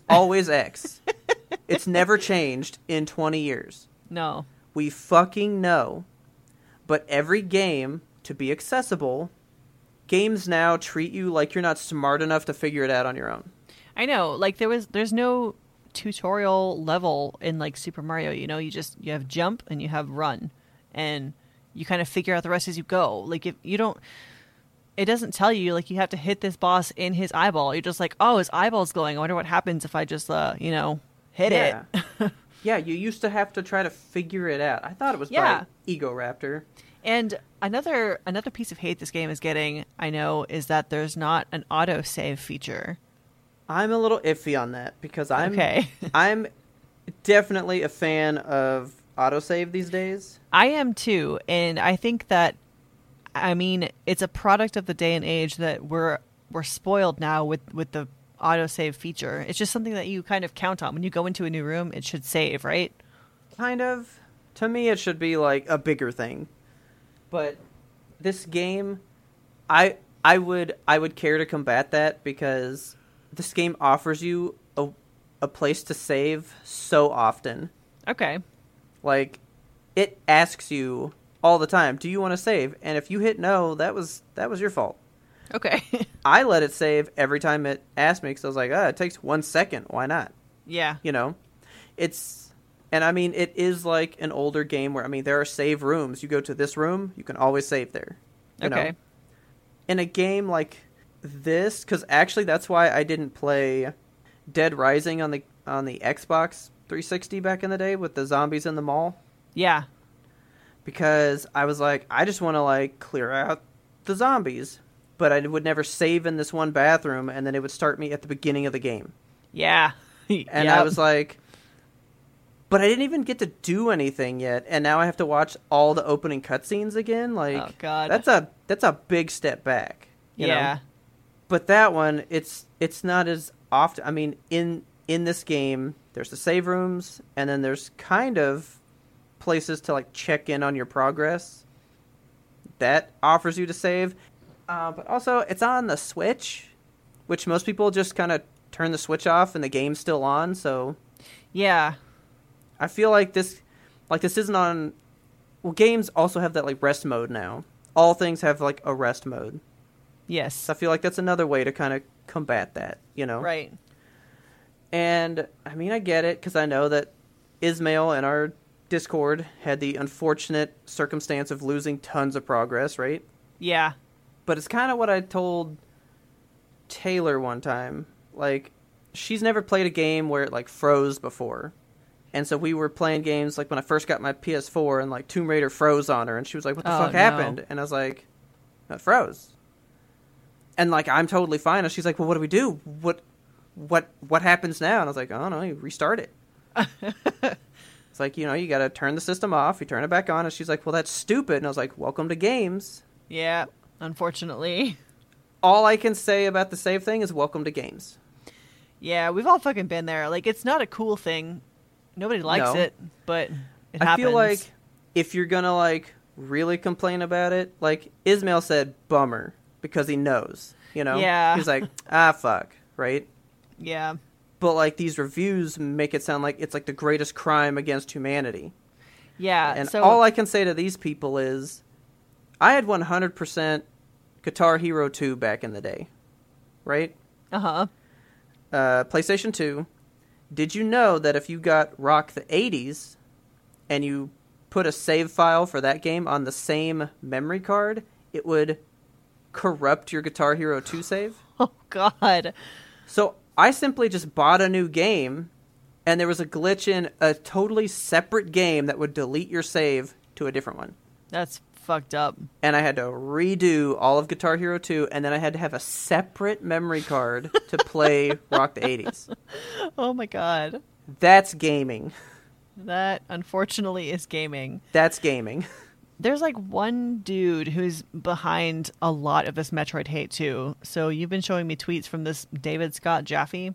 [LAUGHS] always X. It's never changed in twenty years. No. We fucking know. But every game, to be accessible, games now treat you like you're not smart enough to figure it out on your own. I know. Like there was there's no tutorial level in like Super Mario, you know, you just you have jump and you have run and you kind of figure out the rest as you go. Like if you don't it doesn't tell you like you have to hit this boss in his eyeball. You're just like, "Oh, his eyeball's glowing. I wonder what happens if I just uh, you know, hit it." Yeah. yeah, you used to have to try to figure it out. I thought it was Yeah. by Ego Raptor. [LAUGHS] And another another piece of hate this game is getting, I know, is that there's not an auto save feature. I'm a little iffy on that because I'm Okay. [LAUGHS] I'm definitely a fan of autosave these days. I am too, and I think that I mean it's a product of the day and age that we're we're spoiled now with with the autosave feature. It's just something that you kind of count on when you go into a new room. It should save, right? Kind of. To me it should be like a bigger thing. But this game I I would I would care to combat that because this game offers you a a place to save so often. Okay. Like it asks you all the time, do you want to save? And if you hit no, that was that was your fault. Okay. I let it save every time it asked me because I was like, ah, it takes one second. Why not? [LAUGHS] yeah. You know, it's and I mean it is like an older game where I mean there are save rooms. You go to this room, you can always save there. You Okay. Know? In a game like this, because actually that's why I didn't play Dead Rising on the on the Xbox 360 back in the day with the zombies in the mall Yeah. because I was like, I just want to like clear out the zombies, but I would never save in this one bathroom, and then it would start me at the beginning of the game, Yeah. and I was like, but I didn't even get to do anything yet, and now I have to watch all the opening cutscenes again. Like, Oh, God. that's a that's a big step back. you know? yeah. but that one it's it's not as often i mean in in this game there's the save rooms and then there's kind of places to like check in on your progress that offers you to save uh, but also it's on the switch which most people just kind of turn the switch off and the game's still on so Yeah. i feel like this Like this isn't on. Well, games also have that like rest mode now. All things have like a rest mode. Yes. So I feel like that's another way to kind of combat that. You know. Right. And I mean, I get it because I know that Ismail and our Discord had the unfortunate circumstance of losing tons of progress, right? Yeah. But it's kind of what I told Taylor one time. Like, she's never played a game where it like froze before. And so we were playing games like when I first got my PS4 and like Tomb Raider froze on her and she was like, What the Oh, fuck no. happened? And I was like, It froze. And like I'm totally fine. And she's like, Well what do we do? What what what happens now? And I was like, I don't know, you [LAUGHS] restart it. It's like, you know, you got to turn the system off, you turn it back on. And she's like, well, that's stupid. And I was like, welcome to games. Yeah. Unfortunately. All I can say about the save thing is welcome to games. Yeah, we've all fucking been there. Like, it's not a cool thing. Nobody likes No. it, but it I happens. feel like if you're going to, like, really complain about it, like, Ismail said, bummer, because he knows, you know? Yeah. [LAUGHS] He's like, ah, fuck, right? yeah, But, like, these reviews make it sound like it's, like, the greatest crime against humanity. yeah. And Uh, so, all I can say to these people is, I had 100% Guitar Hero 2 back in the day, right? uh huh. uh, PlayStation 2, did you know that if you got Rock the 80s and you put a save file for that game on the same memory card, it would corrupt your Guitar Hero 2 save? [LAUGHS] Oh God. So I simply just bought a new game and there was a glitch in a totally separate game that would delete your save to a different one. That's fucked up. And I had to redo all of Guitar Hero 2 and then I had to have a separate memory card to play Rock the 80s. Oh my God. That's gaming. That unfortunately is gaming. That's gaming. [LAUGHS] There's like one dude who's behind a lot of this Metroid hate too. So you've been showing me tweets from this David Scott Jaffe.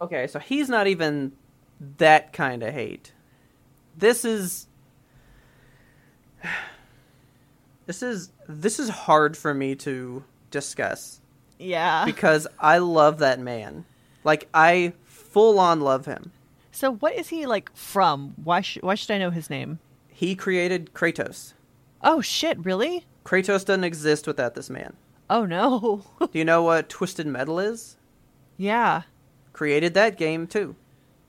Okay, so he's not even that kind of hate. This is [SIGHS] This is this is hard for me to discuss Yeah. because I love that man. Like I full on love him. [LAUGHS] so what is he like from? Why sh- why should I know his name? He created Kratos. Oh shit, really? Kratos doesn't exist without this man. Oh no. [LAUGHS] Do you know what Twisted Metal is? yeah. Created that game too.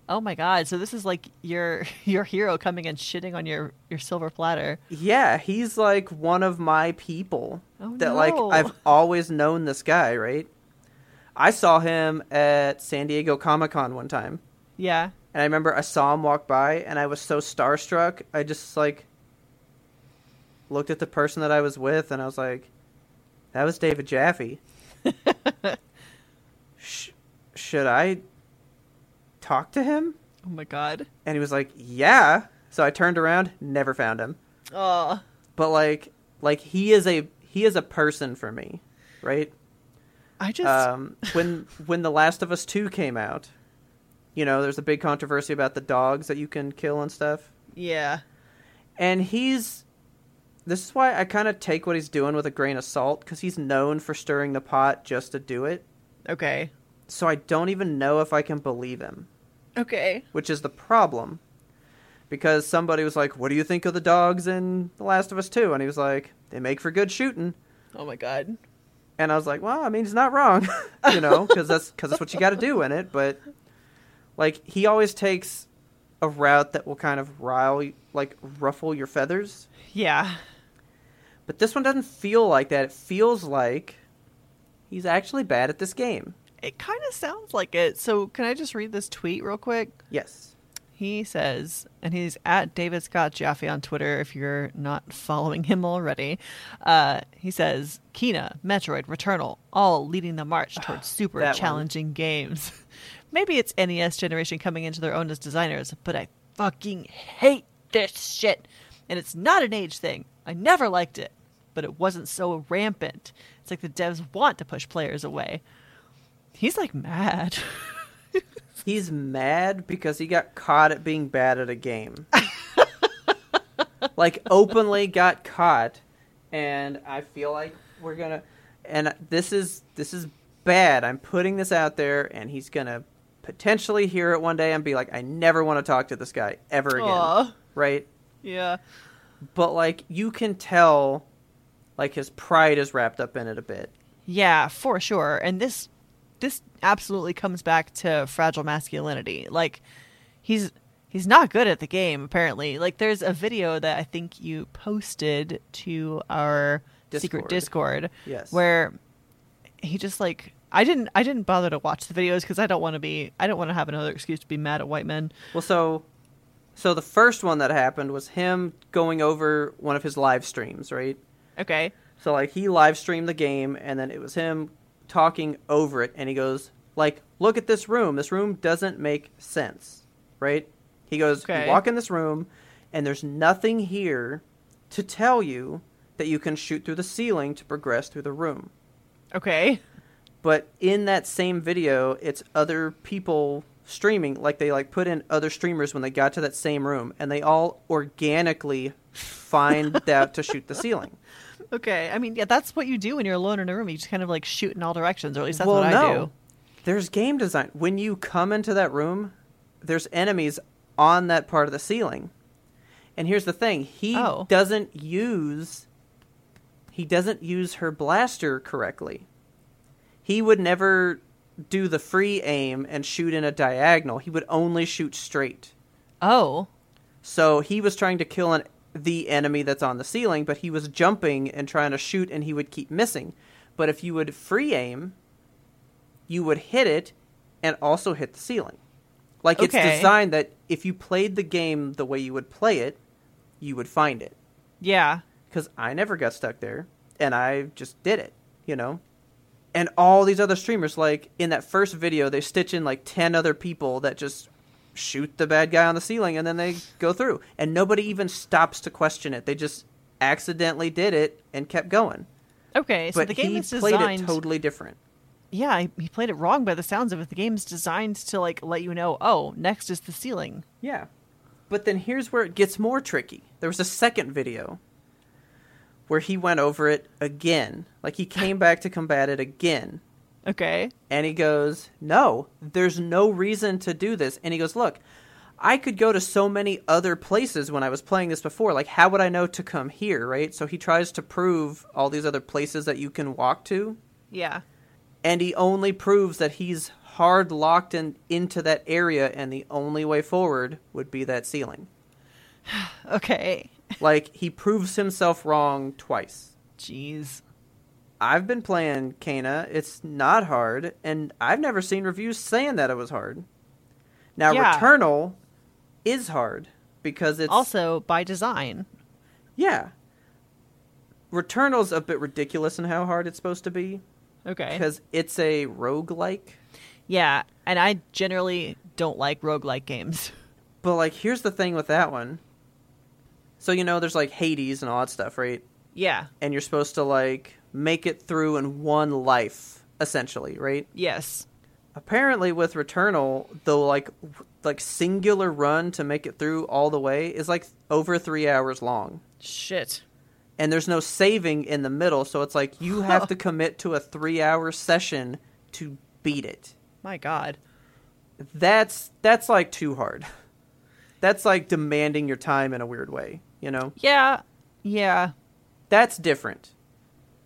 Oh my god. So this is like your [LAUGHS] your hero coming and shitting on your your silver platter. Yeah, he's like one of my people Oh, that no. like I've always known this guy, right? I saw him at San Diego Comic Con one time, Yeah. and I remember I saw him walk by, and I was so starstruck. I just like looked at the person that I was with, and I was like, "That was [LAUGHS] David Jaffe." Sh- should I talk to him? Oh my god. And he was like, "Yeah." So I turned around, never found him Oh. but like like he is a he is a person for me right I just um when when the last of us 2 came out you know there's a big controversy about the dogs that you can kill and stuff yeah. and he's this is why i kind of take what he's doing with a grain of salt because he's known for stirring the pot just to do it Okay. so i don't even know if i can believe him Okay. which is the problem because somebody was like what do you think of the dogs in the last of us 2 and he was like they make for good shooting Oh my god. and I was like, well, I mean, he's not wrong, [LAUGHS] you know, because that's because that's what you got to do in it. But like, he always takes a route that will kind of rile, like, ruffle your feathers. Yeah. But this one doesn't feel like that. It feels like he's actually bad at this game. It kind of sounds like it. So can I just read this tweet real quick? Yes, He says, and he's at David Scott Jaffe on Twitter if you're not following him already. Uh, he says, Kena, Metroid, Returnal, all leading the march towards super Ah, that one. challenging games. [LAUGHS] Maybe it's NES generation coming into their own as designers, but I fucking hate this shit. And it's not an age thing. I never liked it, but it wasn't so rampant. It's like the devs want to push players away. He's like mad. [LAUGHS] he's mad because he got caught at being bad at a game. like, openly got caught, and I feel like we're gonna. And this is this is bad. I'm putting this out there, and he's gonna potentially hear it one day and be like, "I never want to talk to this guy ever again." Aw. Right? Yeah. but like you can tell like his pride is wrapped up in it a bit Yeah, for sure. And this this absolutely comes back to fragile masculinity. Like he's he's not good at the game apparently. Like there's a video that I think you posted to our secret Discord Yes. where he just like I didn't I didn't bother to watch the videos cuz I don't want to be I don't want to have another excuse to be mad at white men. well so so the first one that happened was him going over one of his live streams right Okay. so like he live streamed the game and then it was him talking over it and he goes like look at this room this room doesn't make sense right he goes Okay. you walk in this room and there's nothing here to tell you that you can shoot through the ceiling to progress through the room Okay. [LAUGHS] but in that same video it's other people streaming like they like put in other streamers when they got to that same room and they all organically find [LAUGHS] out to shoot the ceiling Okay. I mean, yeah, that's what you do when you're alone in a room. You just kind of like shoot in all directions, or at least that's what I do. there's game design when you come into that room there's enemies on that part of the ceiling and here's the thing he Oh. doesn't use he doesn't use her blaster correctly he would never do the free aim and shoot in a diagonal. He would only shoot straight. Oh. So he was trying to kill an, the enemy that's on the ceiling, but he was jumping and trying to shoot, and he would keep missing. But if you would free aim, you would hit it and also hit the ceiling. Like Okay. it's designed that if you played the game the way you would play it, you would find it. Yeah. Because I never got stuck there, and I just did it, you know? And all these other streamers, like in that first video, they stitch in like 10 other people that just shoot the bad guy on the ceiling and then they go through. And nobody even stops to question it. They just accidentally did it and kept going. Okay, so but the game he is played designed. it totally different. yeah, he- he played it wrong by the sounds of it. The game's designed to like let you know, oh, next is the ceiling. Yeah. But then here's where it gets more tricky. There was a second video where he went over it again. Like he came back to combat it again. Okay. And he goes, No, there's no reason to do this. And he goes, Look, I could go to so many other places when I was playing this before. Like, how would I know to come here, right? So he tries to prove all these other places that you can walk to. Yeah. And he only proves that he's hard locked in, into that area, and the only way forward would be that ceiling. Okay. like, he proves himself wrong twice. Jeez. I've been playing Kana. It's not hard, and I've never seen reviews saying that it was hard. Now Yeah. Returnal is hard because it's Also, by design. yeah. Returnal's a bit ridiculous in how hard it's supposed to be Okay. because it's a roguelike. Yeah, and I generally don't like roguelike games. [LAUGHS] But like here's the thing with that one. So you know there's like Hades and all that stuff, right? Yeah. And you're supposed to like make it through in one life essentially, right? Yes. apparently with returnal the like w- like singular run to make it through all the way is like over three hours long Shit. and there's no saving in the middle so it's like you have to commit to a three hour session to beat it My God. that's that's like too hard that's like demanding your time in a weird way you know Yeah. Yeah. that's different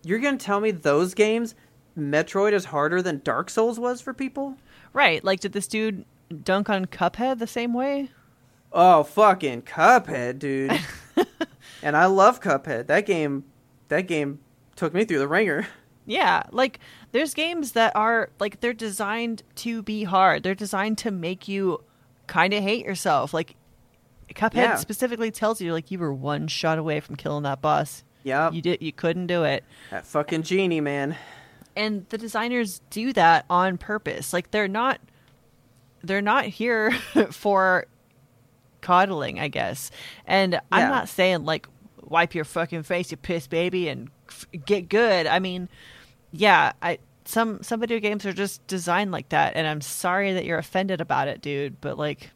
you're gonna tell me those games metroid is harder than dark souls was for people Right. Like, did this dude dunk on Cuphead the same way? Oh fucking [LAUGHS] Cuphead, dude. and I love Cuphead. That game that game took me through the ringer. [LAUGHS] Yeah, like there's games that are like they're designed to be hard. They're designed to make you kind of hate yourself. Like Cuphead Yeah. specifically tells you like you were one shot away from killing that boss. Yep. You did you couldn't do it. That fucking genie, man. And the designers do that on purpose. Like they're not they're not here [LAUGHS] for coddling, I guess. And Yeah. I'm not saying like wipe your fucking face, you piss baby, and f- get good. I mean, yeah, I some some video games are just designed like that, and I'm sorry that you're offended about it, dude. But like,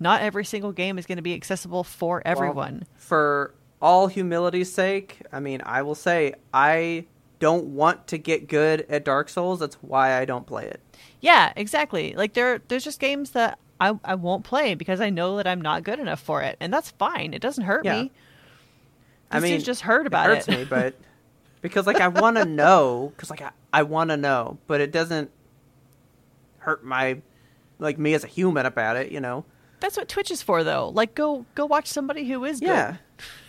not every single game is going to be accessible for everyone. Well, for all humility's sake, I mean, I will say I don't want to get good at Dark Souls. That's why I don't play it. Yeah, exactly. Like there there's just games that I, I won't play because I know that I'm not good enough for it, and that's fine. It doesn't hurt Yeah. me. I This mean, dude's just heard about it. Hurts it. me, but because like I want to know, because like I, I want to know, but it doesn't hurt my like me as a human about it. You know? [LAUGHS] That's what Twitch is for, though. Like go go watch somebody who is Yeah.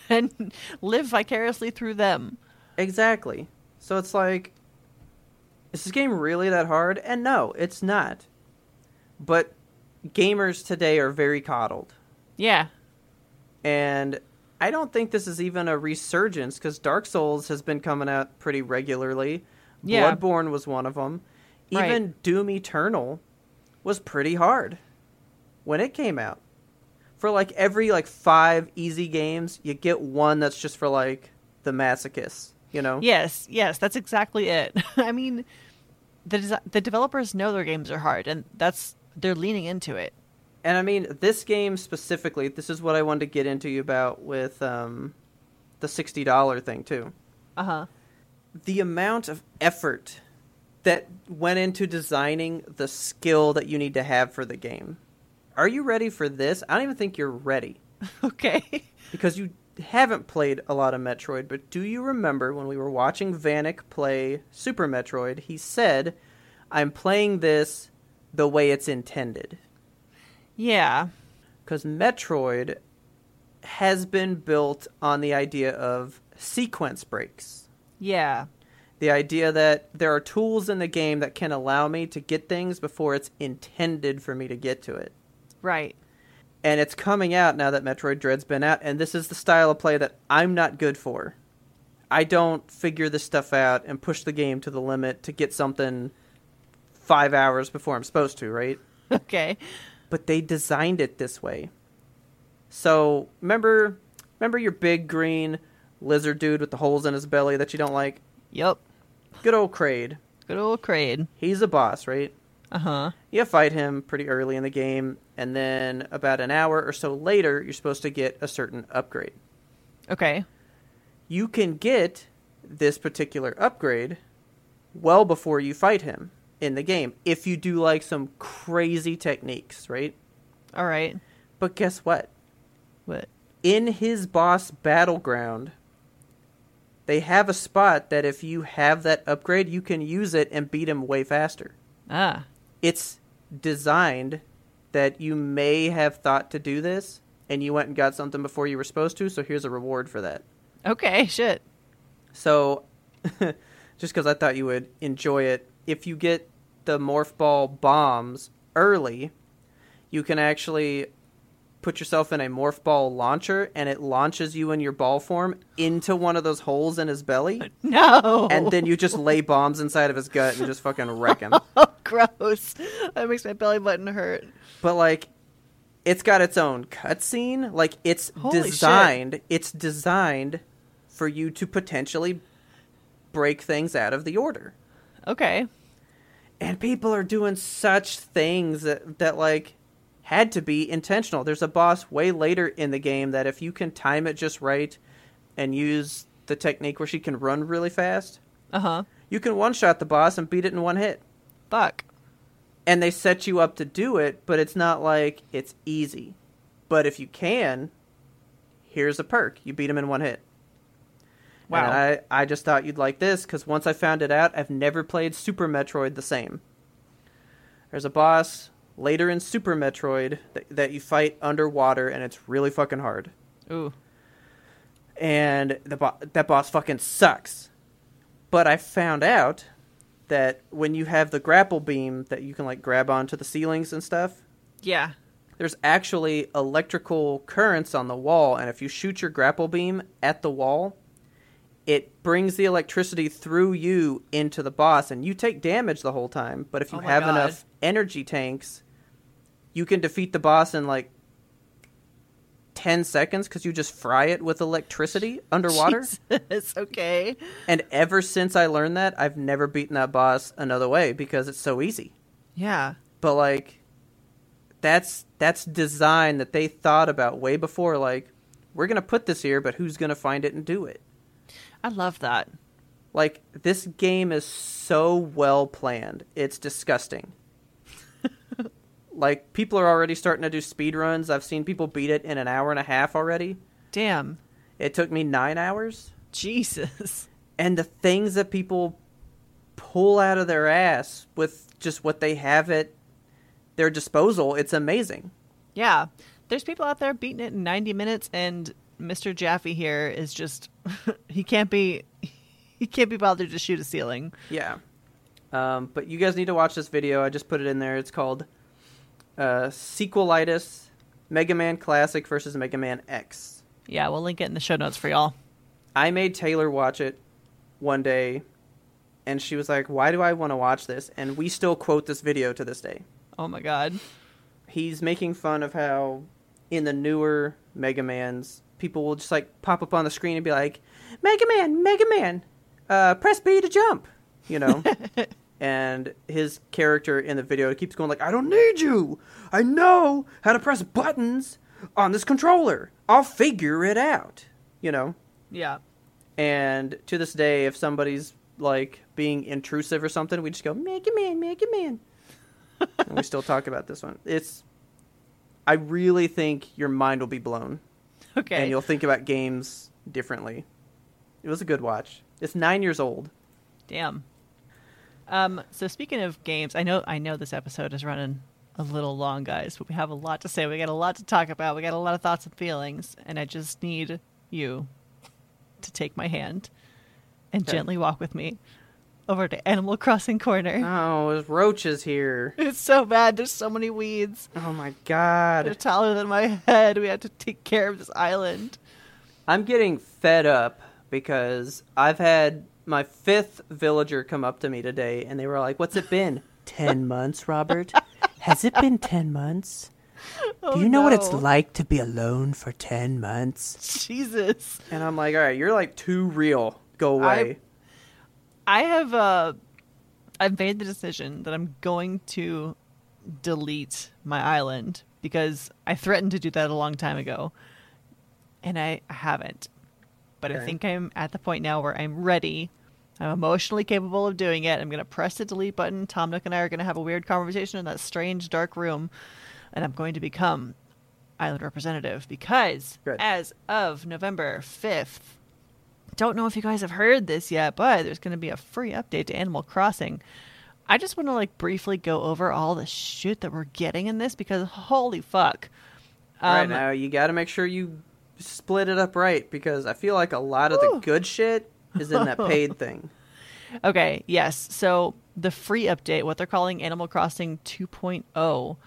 good [LAUGHS] and live vicariously through them. Exactly. So it's like, is this game really that hard? And no, it's not. But gamers today are very coddled. Yeah, And I don't think this is even a resurgence because Dark Souls has been coming out pretty regularly. Yeah. Bloodborne was one of them. Right. Even Doom Eternal was pretty hard when it came out. For like every like five easy games, you get one that's just for like the masochists, you know? Yes, yes, that's exactly it. [LAUGHS] I mean, the desi- the developers know their games are hard, and that's they're leaning into it. And I mean, this game specifically, this is what I wanted to get into you about with um, the $60 thing, too. Uh Uh-huh. huh. The amount of effort that went into designing the skill that you need to have for the game. Are you ready for this? I don't even think you're ready [LAUGHS] Okay. [LAUGHS] because you haven't played a lot of Metroid, but do you remember when we were watching Vanek play Super Metroid? He said, I'm playing this the way it's intended. yeah. because Metroid has been built on the idea of sequence breaks. Yeah. The idea that there are tools in the game that can allow me to get things before it's intended for me to get to it. Right. [LAUGHS] And it's coming out now that Metroid Dread's been out, and this is the style of play that I'm not good for. I don't figure this stuff out and push the game to the limit to get something five hours before I'm supposed to, right? Okay. but they designed it this way. So remember, remember your big green lizard dude with the holes in his belly that you don't like. Yup. Good old Kraid. Good old Crane. He's a boss, right? Uh huh. You fight him pretty early in the game, and then about an hour or so later, you're supposed to get a certain upgrade. Okay. You can get this particular upgrade well before you fight him in the game if you do like some crazy techniques, right? All right. But guess what? What? in his boss battleground they have a spot that if you have that upgrade you can use it and beat him way faster Ah. it's designed that you may have thought to do this and you went and got something before you were supposed to so here's a reward for that Okay. Shit. so [LAUGHS] just because i thought you would enjoy it if you get the morph ball bombs early you can actually put yourself in a morph ball launcher and it launches you in your ball form into one of those holes in his belly No. and then you just lay bombs inside of his gut and just fucking wreck him [LAUGHS] Oh, gross. That makes my belly button hurt. but like it's got its own cutscene like it's Holy shit. designed it's designed for you to potentially break things out of the order Okay. and people are doing such things that, that like had to be intentional there's a boss way later in the game that if you can time it just right and use the technique where she can run really fast Uh huh. you can one shot the boss and beat it in one hit Fuck. and they set you up to do it but it's not like it's easy but if you can here's a perk you beat him in one hit Wow. and I, I just thought you'd like this because once I found it out, I've never played Super Metroid the same. There's a boss later in Super Metroid that, that you fight underwater, and it's really fucking hard. Ooh. And the bo- that boss fucking sucks. But I found out that when you have the grapple beam that you can like grab onto the ceilings and stuff, Yeah. there's actually electrical currents on the wall, and if you shoot your grapple beam at the wall, it brings the electricity through you into the boss, and you take damage the whole time. But if you Oh my have God. enough energy tanks, you can defeat the boss in like 10 seconds because you just fry it with electricity [LAUGHS] underwater. Jesus. Okay. And ever since I learned that, I've never beaten that boss another way because it's so easy Yeah. but like that's that's design that they thought about way before like we're gonna put this here but who's gonna find it and do it I love that. Like this game is so well planned. It's disgusting. like people are already starting to do speed runs. I've seen people beat it in an hour and a half already. Damn. It took me 9 hours Jesus. [LAUGHS] and the things that people pull out of their ass with just what they have at their disposal, it's amazing. Yeah. There's people out there beating it in 90 minutes and Mr. Jaffe here is just [LAUGHS] he can't be [LAUGHS] he can't be bothered to shoot a ceiling. Yeah. Um, but you guys need to watch this video. I just put it in there. It's called uh, Sequelitis Mega Man Classic versus Mega Man X. Yeah, we'll link it in the show notes for y'all. I made Taylor watch it one day, and she was like, Why do I want to watch this? And we still quote this video to this day. Oh my god. he's making fun of how in the newer Mega Mans, people will just like pop up on the screen and be like, Mega Man, Mega Man, uh, press B to jump, you know. and his character in the video keeps going like, I don't need you. I know how to press buttons on this controller. I'll figure it out, you know. Yeah. [LAUGHS] And to this day, if somebody's like being intrusive or something, we just go Mega Man, Mega Man. [LAUGHS] and we still talk about this one. It's, I really think your mind will be blown, Okay. and you'll think about games differently. It was a good watch. It's nine years old. Damn. Um, so speaking of games, I know I know this episode is running a little long, guys, but we have a lot to say. We got a lot to talk about. We got a lot of thoughts and feelings, and I just need you to take my hand and Okay. gently walk with me over to Animal Crossing Corner. [LAUGHS] Oh, there's roaches here. it's so bad. There's so many weeds. Oh my They're god, taller than my [LAUGHS] head. We have to take care of this island. I'm getting fed up because I've had my fifth villager come up to me today, and they were like, "What's it [LAUGHS] been? ten months, [LAUGHS] Robert? Has it been ten months? Oh, Do you know what it's no. like to be alone for ten months?" Jesus. And I'm like, all right, you're like too real. Go I- away. I have uh I've made the decision that I'm going to delete my island because I threatened to do that a long time ago and I haven't. But I Okay. think I'm at the point now where I'm ready. I'm emotionally capable of doing it. I'm going to press the delete button. Tom Nook and I are going to have a weird conversation in that strange dark room and I'm going to become island representative because Good. as of November 5th don't know if you guys have heard this yet, but there's going to be a free update to Animal Crossing. I just want to like briefly go over all the shit that we're getting in this because holy fuck. All right Um, now, you got to make sure you split it up right because I feel like a lot of the Woo. good shit is in that [LAUGHS] paid thing. Okay, yes. So the free update, what they're calling Animal Crossing 2.0,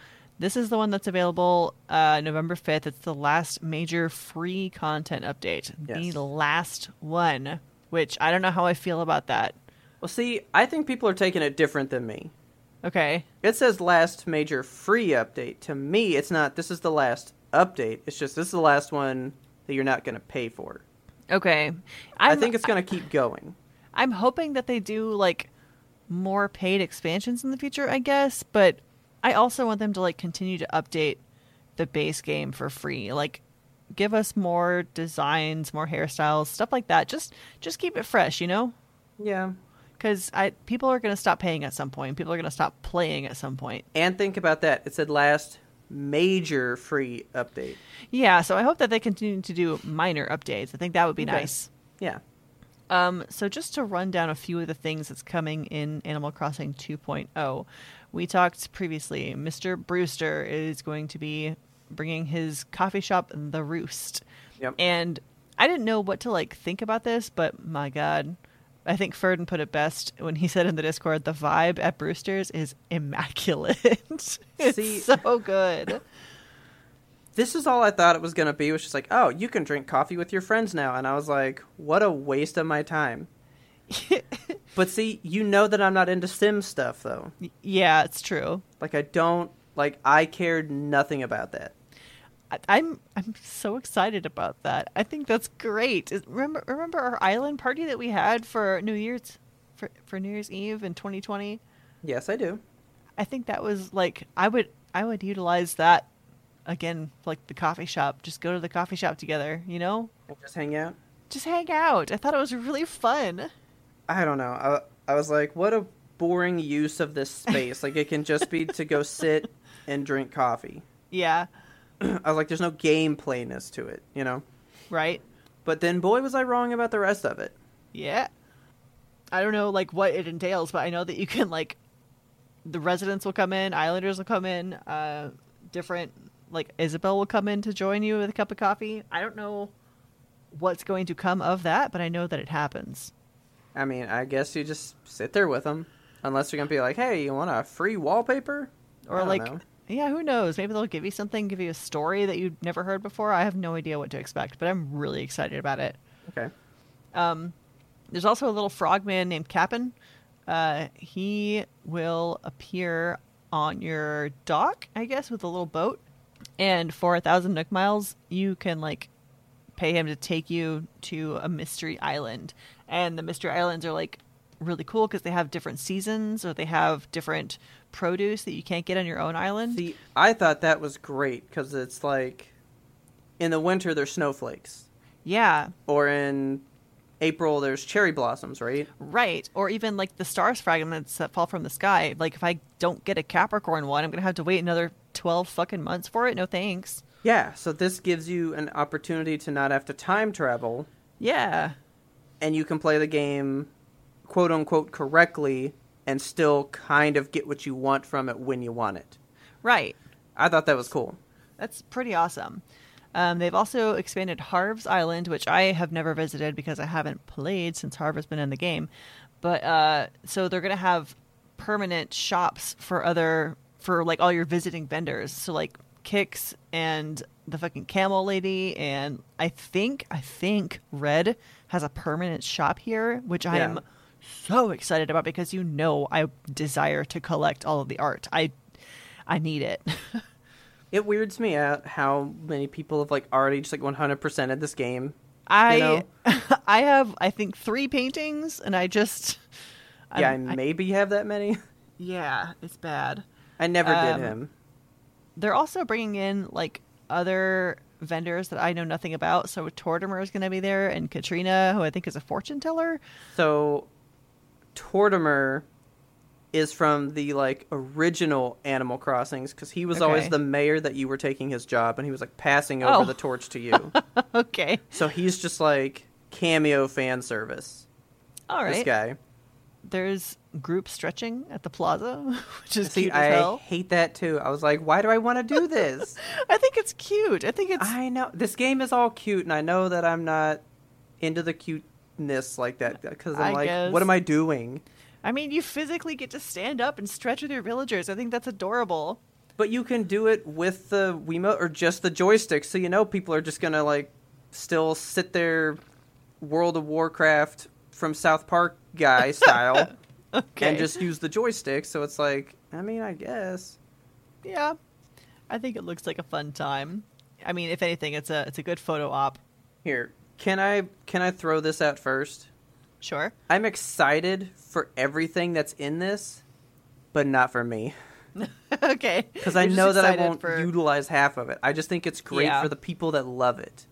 this is the one that's available uh, November 5th. It's the last major free content update, Yes. the last one, which I don't know how I feel about that. Well, see, I think people are taking it different than me. Okay. It says last major free update. To me, it's not this is the last update. It's just this is the last one that you're not going to pay for. Okay. i i think it's going to keep going. I'm hoping that they do like more paid expansions in the future, I guess, but I also want them to like continue to update the base game for free. Like give us more designs, more hairstyles, stuff like that. Just just keep it fresh, you know? Yeah. Cuz I people are going to stop paying at some point. People are going to stop playing at some point. And think about that. It said last major free update. Yeah, so I hope that they continue to do minor updates. I think that would be Okay. nice. Yeah. Um, so just to run down a few of the things that's coming in Animal Crossing 2.0, we talked previously. Mr. Brewster is going to be bringing his coffee shop, The Roost, Yep. and I didn't know what to like think about this, but my God, I think Ferdin put it best when he said in the Discord, the vibe at Brewster's is immaculate. [LAUGHS] it's See- so good. this is all I thought it was gonna be. Was just like, oh, you can drink coffee with your friends now, and I was like, what a waste of my time. but see, you know that I'm not into Sim stuff though. yeah, it's true. Like I don't like I cared nothing about that. I- I'm I'm so excited about that. I think that's great. Is- Remember remember our island party that we had for New Year's for for New Year's Eve in 2020? Yes, I do. I think that was like I would I would utilize that again like the coffee shop. Just go to the coffee shop together, you know? We'll just hang out. Just hang out. I thought it was really fun. I don't know. I, I was like, what a boring use of this space. like, it can just be [LAUGHS] to go sit and drink coffee. [CLEARS THROAT] Yeah, I was like, there's no gameplayness to it, you know? right? But then, boy, was I wrong about the rest of it. Yeah. I don't know like what it entails, but I know that you can like the residents will come in, islanders will come in, uh different like Isabel will come in to join you with a cup of coffee. I don't know what's going to come of that, but I know that it happens. I mean, I guess you just sit there with them. Unless you're going to be like, hey, you want a free wallpaper? I Or don't like know. yeah, who knows? Maybe they'll give you something, give you a story that you've never heard before. I have no idea what to expect, but I'm really excited about it. Okay. Um, there's also a little frogman named Cap'n. Uh, he will appear on your dock, I guess, with a little boat. And for a thousand Nook miles, you can like pay him to take you to a mystery island. And the mystery islands are like really cool because they have different seasons or they have different produce that you can't get on your own island. See, I thought that was great because it's like in the winter, there's snowflakes. yeah, Or in April, there's cherry blossoms, right? Right. Or even like the stars fragments that fall from the sky. Like if I don't get a Capricorn one, I'm going to have to wait another 12 fucking months for it. No thanks. Yeah, so this gives you an opportunity to not have to time travel, Yeah. and you can play the game, quote unquote, correctly, and still kind of get what you want from it when you want it. Right. I thought that was cool. That's pretty awesome. Um, they've also expanded Harv's Island, which I have never visited because I haven't played since Harv has been in the game. But uh, so they're going to have permanent shops for other for like all your visiting vendors. So like Kicks and the fucking Camel Lady and I think I think Red has a permanent shop here, which I am Yeah. so excited about because you know I desire to collect all of the art. I I need it. [LAUGHS] It weirds me out how many people have like already just like 100% of this game. I you know? [LAUGHS] I have I think three paintings, and I just yeah, I I'm- I- maybe have that many. [LAUGHS] yeah, it's bad. I never Um, did him. They're also bringing in like other vendors that I know nothing about. So Tortimer is going to be there, and Katrina, who I think is a fortune teller. [LAUGHS] So, Tortimer is from the like original Animal Crossings because he was always Okay. the mayor that you were taking his job, and he was like passing Oh. over the torch to [LAUGHS] you. okay, so he's just like cameo fan service. all This right. guy. There's group stretching at the plaza, [LAUGHS] which is See, cute I as hell. hate that too. I was like, why do I want to [LAUGHS] do this? I think it's cute. I think it's I know this game is all cute, and I know that I'm not into the cuteness like that because I'm I like, guess. what am I doing? I mean, you physically get to stand up and stretch with your villagers. I think that's adorable. [LAUGHS] But you can do it with the Wiimote or just the joystick, so you know people are just gonna like still sit there, World of Warcraft from South Park [LAUGHS] guy style, Okay. and just use the joystick. So it's like, I mean, I guess. Yeah, I think it looks like a fun time. I mean, if anything, it's a it's a good photo op. Here, can I can I throw this out first? Sure. [LAUGHS] I'm excited for everything that's in this, but not [LAUGHS] for me. okay. Because I You're just know that I excited won't for- utilize half of it. I just think it's great Yeah. for the people that love it.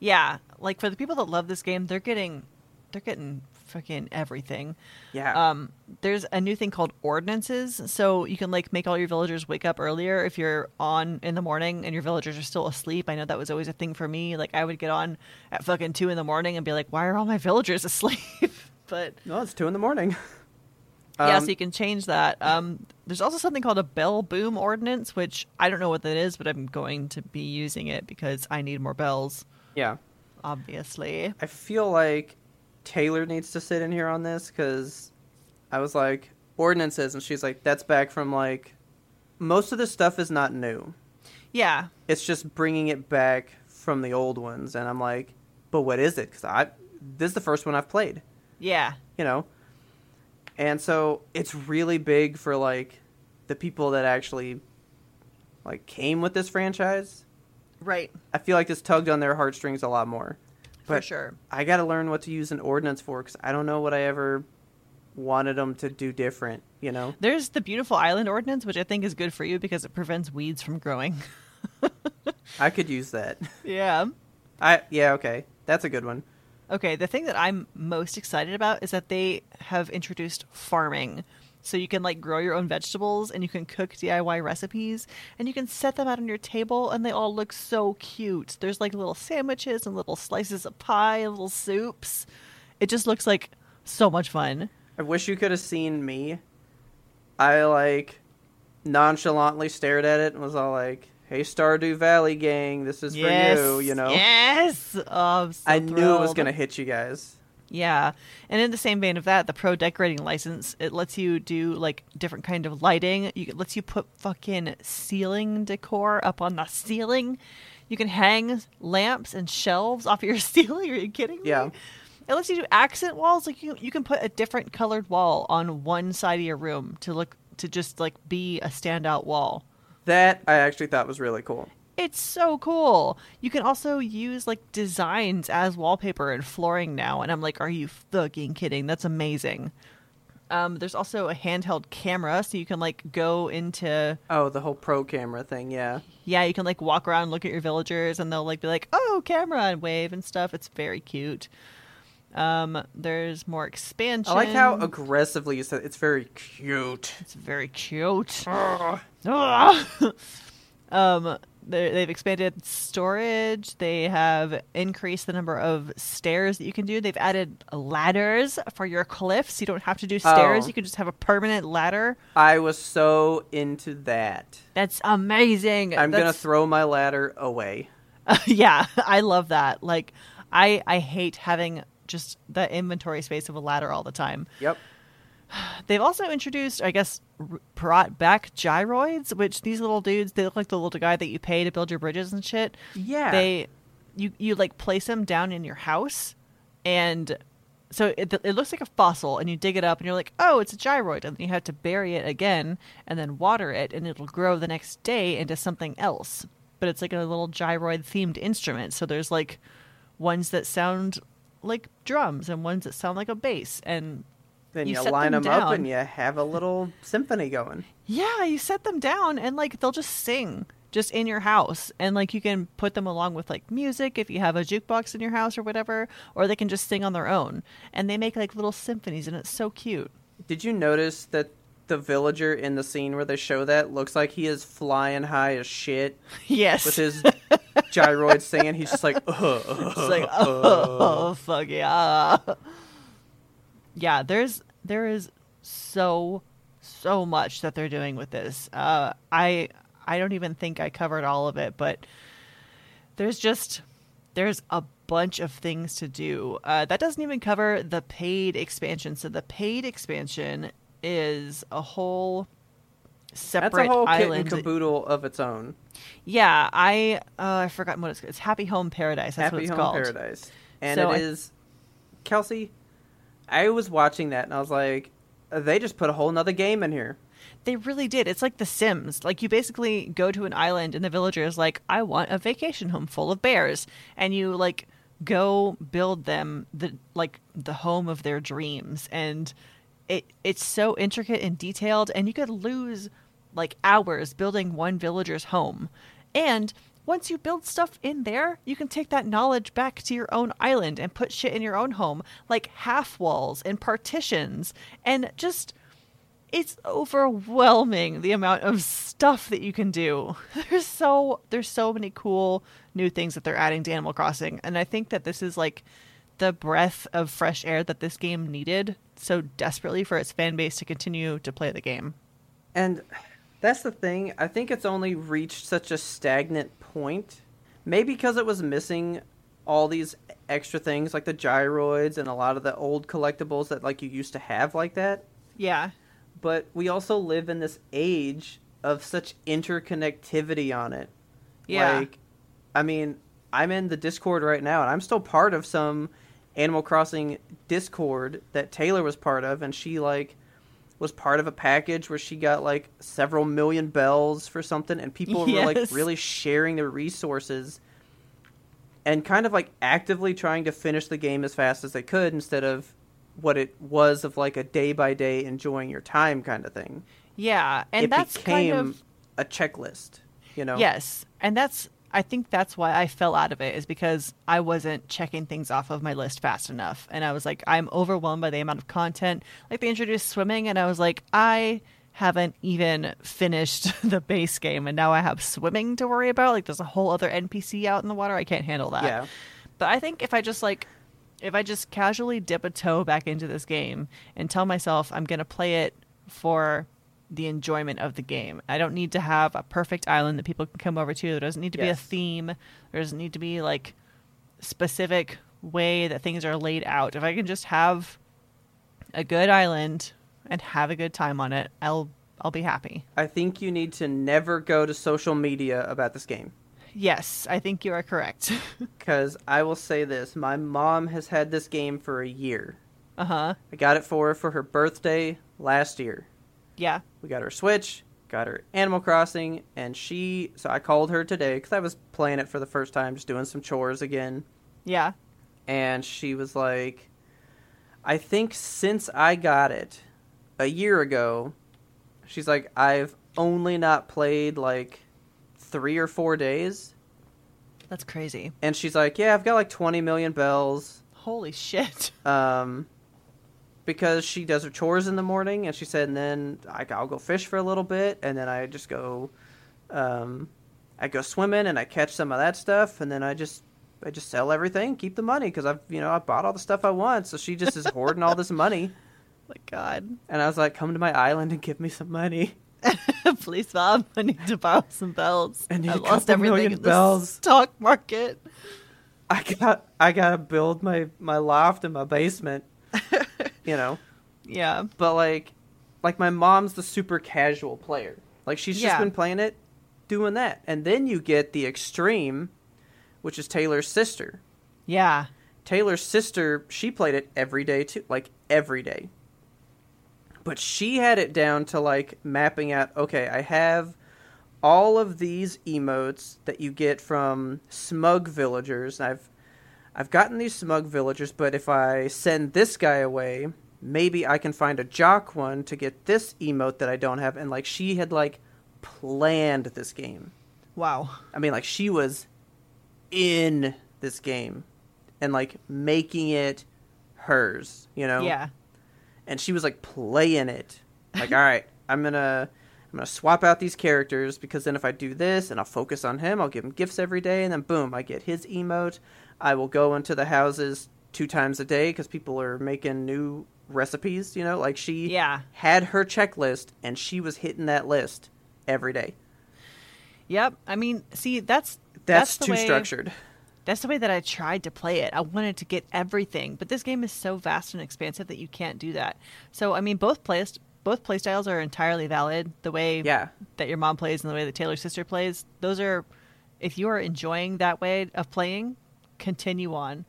Yeah, like for the people that love this game, they're getting they're getting fucking everything. Yeah. Um, there's a new thing called ordinances, so you can like make all your villagers wake up earlier if you're on in the morning and your villagers are still asleep. I know that was always a thing for me. Like I would get on at fucking two in the morning and be like, "Why are all my villagers [LAUGHS] asleep?" but No, it's two in the morning. yeah, [LAUGHS] Um, so you can change that. Um, there's also something called a bell boom ordinance, which I don't know what that is, but I'm going to be using it because I need more bells, yeah. obviously. I feel like Taylor needs to sit in here on this because I was like ordinances, and she's like, "That's back from like most of this stuff is not new. Yeah, It's just bringing it back from the old ones." And I'm like, "But what is it?" Because I this is the first one I've played, yeah, you know. And so it's really big for like the people that actually like came with this franchise. right, I feel like this tugged on their heartstrings a lot more. for But sure. I got to learn what to use an ordinance for because I don't know what I ever wanted them to do different. You know, There's the beautiful island ordinance, which I think is good for you because it prevents weeds from growing. [LAUGHS] I could use that. yeah. I yeah okay, that's a good one. Okay, the thing that I'm most excited about is that they have introduced farming. So you can like grow your own vegetables and you can cook DIY recipes and you can set them out on your table and they all look so cute. There's like little sandwiches and little slices of pie and little soups. It just looks like so much fun. I wish you could have seen me. I like nonchalantly stared at it and was all like, "Hey, Stardew Valley gang, this is for you." You know, Yes. Oh, I'm so I knew it was thrilled. gonna hit you guys. Yeah. And in the same vein of that, the pro decorating license, it lets you do like different kind of lighting. You, it lets you put fucking ceiling decor up on the ceiling. You can hang lamps and shelves off your [LAUGHS] ceiling. Are you kidding me? Yeah. It lets you do accent walls. Like you, you can put a different colored wall on one side of your room to look to just like be a standout wall. That I actually thought was really cool. It's so cool. You can also use like designs as wallpaper and flooring now. And I'm like, are you fucking kidding? That's amazing. Um, there's also a handheld camera, so you can like go into Oh, the whole pro camera thing, yeah. yeah, you can like walk around, look at your villagers, and they'll like be like, oh, camera, and wave and stuff. It's very cute. Um, there's more expansion. I like how aggressively you said it's very cute. It's very cute. Ugh. [LAUGHS] um, they- they've expanded storage. They have increased the number of stairs that you can do. They've added ladders for your cliffs. You don't have to do stairs. Oh. You can just have a permanent ladder. I was so into that. That's amazing. I'm gonna That's- throw my ladder away. [LAUGHS] yeah, I love that. Like, I I hate having just the inventory space of a ladder all the time. Yep. They've also introduced, I guess, r- brought back gyroids, which these little dudes, they look like the little guy that you pay to build your bridges and shit. Yeah. They, you, you like place them down in your house, and so it, it looks like a fossil, and you dig it up, and you're like, oh, it's a gyroid. And then you have to bury it again, and then water it, and it'll grow the next day into something else. But it's like a little gyroid themed instrument. So there's like ones that sound like drums and ones that sound like a bass and Then you you, set line them them, up down. and you have a little symphony going. Yeah, you set them down and like they'll just sing just in your house and like you can put them along with like music if you have a jukebox in your house or whatever or they can just sing on their own and they make like little symphonies and it's so cute. [LAUGHS] Did you notice that the villager in the scene where they show that looks like he is flying high as shit Yes. with [LAUGHS] his gyroid singing? He's just like, ugh, ugh. It's [LAUGHS] like, oh, fuck yeah. Yeah, there's there is so so much that they're doing with this. Uh, I I don't even think I covered all of it, but there's just there's a bunch of things to do. Uh, that doesn't even cover the paid expansion. So the paid expansion is a whole separate that's a whole kit island. and caboodle of its own. yeah, I uh, I forgot what it's it's Happy Home Paradise. That's what Happy it's Home called. Paradise. And So it I- is Kelsey, I was watching that and I was like, they just put a whole nother game in here. They really did. It's like The Sims. Like you basically go to an island and the villager is like, I want a vacation home full of bears and you like go build them the like the home of their dreams and it it's so intricate and detailed and you could lose like hours building one villager's home. And once you build stuff in there, you can take that knowledge back to your own island and put shit in your own home, like half walls and partitions and just it's overwhelming the amount of stuff that you can do. [LAUGHS] There's so there's so many cool new things that they're adding to Animal Crossing, and I think that this is like the breath of fresh air that this game needed so desperately for its fan base to continue to play the game. And that's the thing. I think it's only reached such a stagnant point. Maybe because it was missing all these extra things like the gyroids and a lot of the old collectibles that like you used to have like that. Yeah. But we also live in this age of such interconnectivity on it. Yeah. Like I mean, I'm in the Discord right now and I'm still part of some Animal Crossing Discord that Taylor was part of and she like was part of a package where she got like several million bells for something and people were like Yes. really sharing their resources and kind of like actively trying to finish the game as fast as they could instead of what it was of like a day by day enjoying your time kind of thing. Yeah, and it that's became kind of a checklist, you know. Yes. And that's I think that's why I fell out of it is because I wasn't checking things off of my list fast enough. And I was like, I'm overwhelmed by the amount of content. Like they introduced swimming and I was like, I haven't even finished [LAUGHS] the base game and now I have swimming to worry about. Like there's a whole other NPC out in the water. I can't handle that. Yeah. But I think if I just like if I just casually dip a toe back into this game and tell myself I'm going to play it for the enjoyment of the game. I don't need to have a perfect island that people can come over to. There doesn't need to be a Yes. theme. There doesn't need to be like specific way that things are laid out. If I can just have a good island and have a good time on it, I'll I'll be happy. I think you need to never go to social media about this game. Yes, I think you are correct. [LAUGHS] Because I will say this my mom has had this game for a year. uh huh. I got it for her for her birthday last year. Yeah. We got her Switch, got her Animal Crossing, and she. So I called her today because I was playing it for the first time, just doing some chores again. Yeah. And she was like, I think since I got it a year ago, she's like, I've only not played like three or four days. That's crazy. And she's like, Yeah, I've got like 20 million bells. Holy shit. [LAUGHS] um, because she does her chores in the morning, and she said, and then I, I'll go fish for a little bit, and then I just go, um, I go swimming, and I catch some of that stuff, and then I just, I just sell everything, keep the money, because I've, you know, I bought all the stuff I want, so she just is hoarding all this money, My God. [LAUGHS] and I was like, come to my island and give me some money. Please, Bob, I need to borrow some bells. I need a lost couple everything million in the bells. stock market. I got, I gotta build my my loft in my basement, you know. Yeah. but like like my mom's the super casual player like she's Yeah. just been playing it doing that and then you get the extreme which is taylor's sister Yeah. taylor's sister she played it every day too like every day but she had it down to like mapping out okay i have all of these emotes that you get from smug villagers and i've I've gotten these smug villagers, but if I send this guy away, maybe I can find a jock one to get this emote that I don't have. And like she had like planned this game. Wow. I mean, like she was in this game and like making it hers, you know? Yeah. and she was like playing it like [LAUGHS] all right i'm gonna i'm gonna swap out these characters because then if i do this and i'll focus on him i'll give him gifts every day and then boom i get his emote i will go into the houses two times a day because people are making new recipes you know like she Yeah. had her checklist and she was hitting that list every day Yep. I mean, see, that's that's, the too way- structured That's the way that I tried to play it. I wanted to get everything, but this game is so vast and expansive that you can't do that. So, I mean, both plays both playstyles are entirely valid. The way Yeah. that your mom plays and the way that Taylor's sister plays, those are if you are enjoying that way of playing, continue on.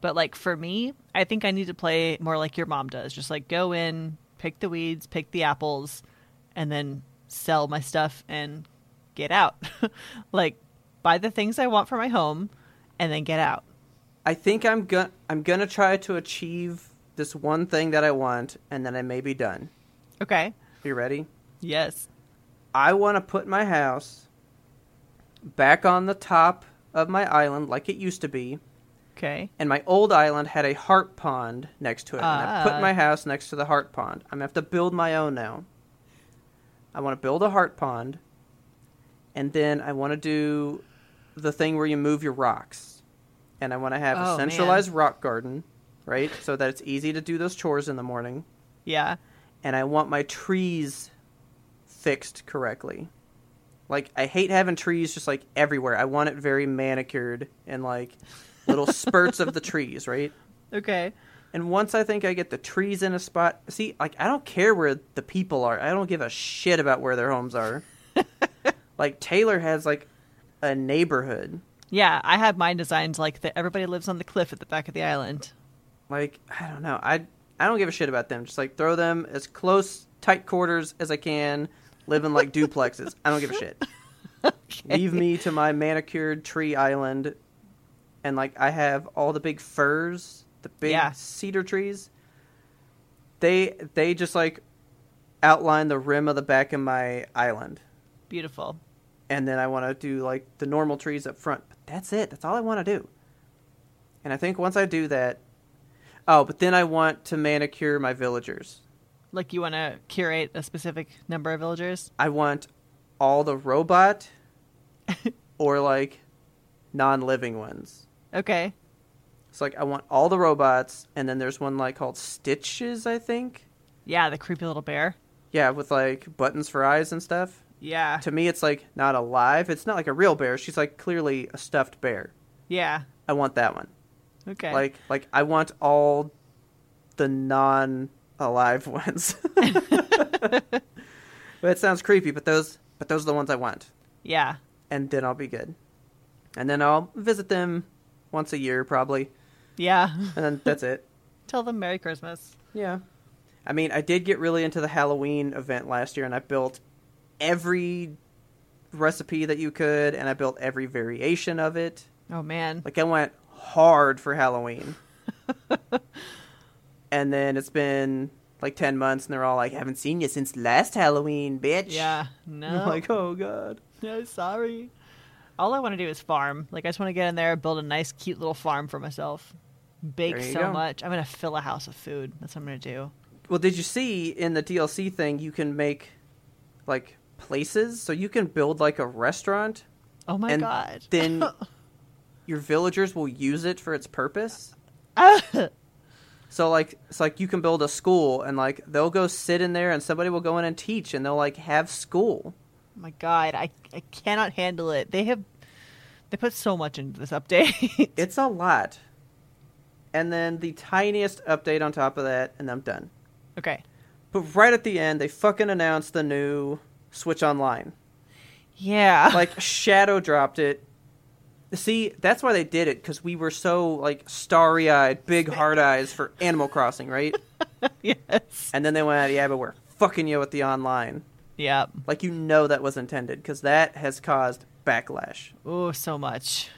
But like for me, I think I need to play more like your mom does. Just like go in, pick the weeds, pick the apples, and then sell my stuff and get out. [LAUGHS] like buy the things I want for my home and then get out. I think I'm gonna I'm gonna try to achieve this one thing that I want, and then I may be done. Okay. You ready? Yes. I want to put my house back on the top of my island like it used to be. Okay. And my old island had a heart pond next to it. and I Ah. put my house next to the heart pond. I'm going to have to build my own now. I want to build a heart pond. And then I want to do the thing where you move your rocks. And I want to have Oh, a centralized rock garden, right? So that it's easy to do those chores in the morning. Yeah. And I want my trees fixed correctly. Like I hate having trees just like everywhere. I want it very manicured and like little spurts of the trees, right? Okay. And once I think I get the trees in a spot, see, like I don't care where the people are. I don't give a shit about where their homes are. like Taylor has like a neighborhood. Yeah, I had mine designed like that everybody lives on the cliff at the back of the island. Like I don't know. I I don't give a shit about them. Just like throw them as close tight quarters as I can. Live in like duplexes. I don't give a shit. Leave me to my manicured tree island, and like I have all the big firs, the big Yeah. cedar trees. They they just like outline the rim of the back of my island, Beautiful. and then I want to do like the normal trees up front. But that's it. That's all I want to do. And I think once I do that, oh, but then I want to manicure my villagers. Like you want to curate a specific number of villagers? I want all the robot or like non-living ones. Okay. It's like I want all the robots, and then there's one like called Stitches, I think. Yeah, the creepy little bear. Yeah, with like buttons for eyes and stuff. Yeah. To me, it's like not alive. It's not like a real bear. She's like clearly a stuffed bear. Yeah. I want that one. Okay. Like like I want all the non alive [LAUGHS] ones. that sounds creepy, but those but those are the ones I want. yeah. And then I'll be good. And then I'll visit them once a year probably. Yeah. [LAUGHS] And then that's it. Tell them Merry Christmas. Yeah. I mean, I did get really into the Halloween event last year and I built every recipe that you could and I built every variation of it. Oh man. Like I went hard for Halloween. [LAUGHS] and then it's been like 10 months and they're all like, haven't seen you since last Halloween, bitch. yeah. And No. [LAUGHS] I'm like, oh, God. [LAUGHS] No, sorry. All I want to do is farm. Like I just want to get in there, build a nice, cute little farm for myself. Bake There you so go. much. I'm gonna fill a house with food. That's what I'm gonna do. Well, did you see in the DLC thing, you can make like places? So you can build like a restaurant Oh my and god. [LAUGHS] then your villagers will use it for its purpose. Oh So like it's like you can build a school and like they'll go sit in there and somebody will go in and teach and they'll like have school. Oh my god, I I cannot handle it. They have they put so much into this update. [LAUGHS] It's a lot. And then the tiniest update on top of that and I'm done. okay. But right at the end they fucking announced the new Switch Online. Yeah. Like shadow dropped it. See, that's why they did it cuz we were so like starry-eyed, big hard eyes for Animal Crossing, right? [LAUGHS] yes. And then they went, yeah, but we're fucking you with the online. Yep. Like, you know that was intended, because that has caused backlash. Oh, so much.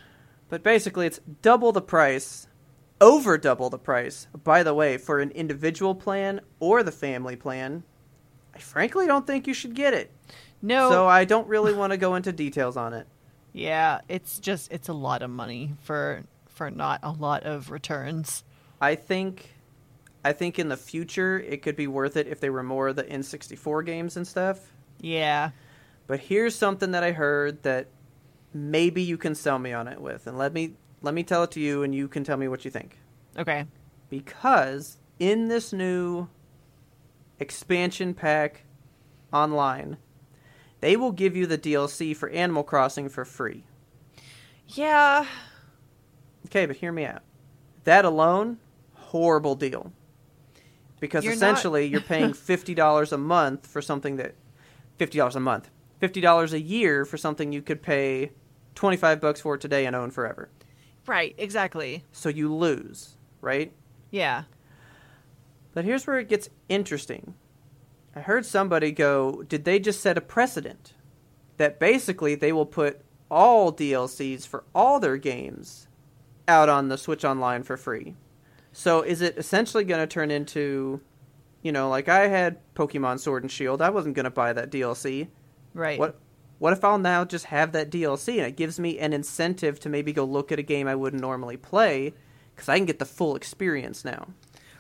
But basically, it's double the price, over double the price, by the way, for an individual plan or the family plan. I frankly don't think you should get it. No. So I don't really want to go into details on it. yeah, it's just it's a lot of money for for not a lot of returns. I think. I think in the future it could be worth it if they were more of the N64 games and stuff. Yeah. But here's something that I heard that maybe you can sell me on it with, and let me let me tell it to you, and you can tell me what you think. Okay. Because in this new expansion pack online, they will give you the DLC for Animal Crossing for free. Yeah. Okay, but hear me out. That alone, horrible deal. Because You're not- [LAUGHS] essentially you're paying fifty dollars a month for something that fifty dollars a month. Fifty dollars a year for something you could pay twenty five bucks for today and own forever. Right, exactly. So you lose, right? Yeah. But here's where it gets interesting. I heard somebody go, did they just set a precedent that basically they will put all DLCs for all their games out on the Switch Online for free? So is it essentially going to turn into, you know, like I had Pokemon Sword and Shield, I wasn't going to buy that DLC. Right. What what if I'll now just have that DLC and it gives me an incentive to maybe go look at a game I wouldn't normally play because I can get the full experience now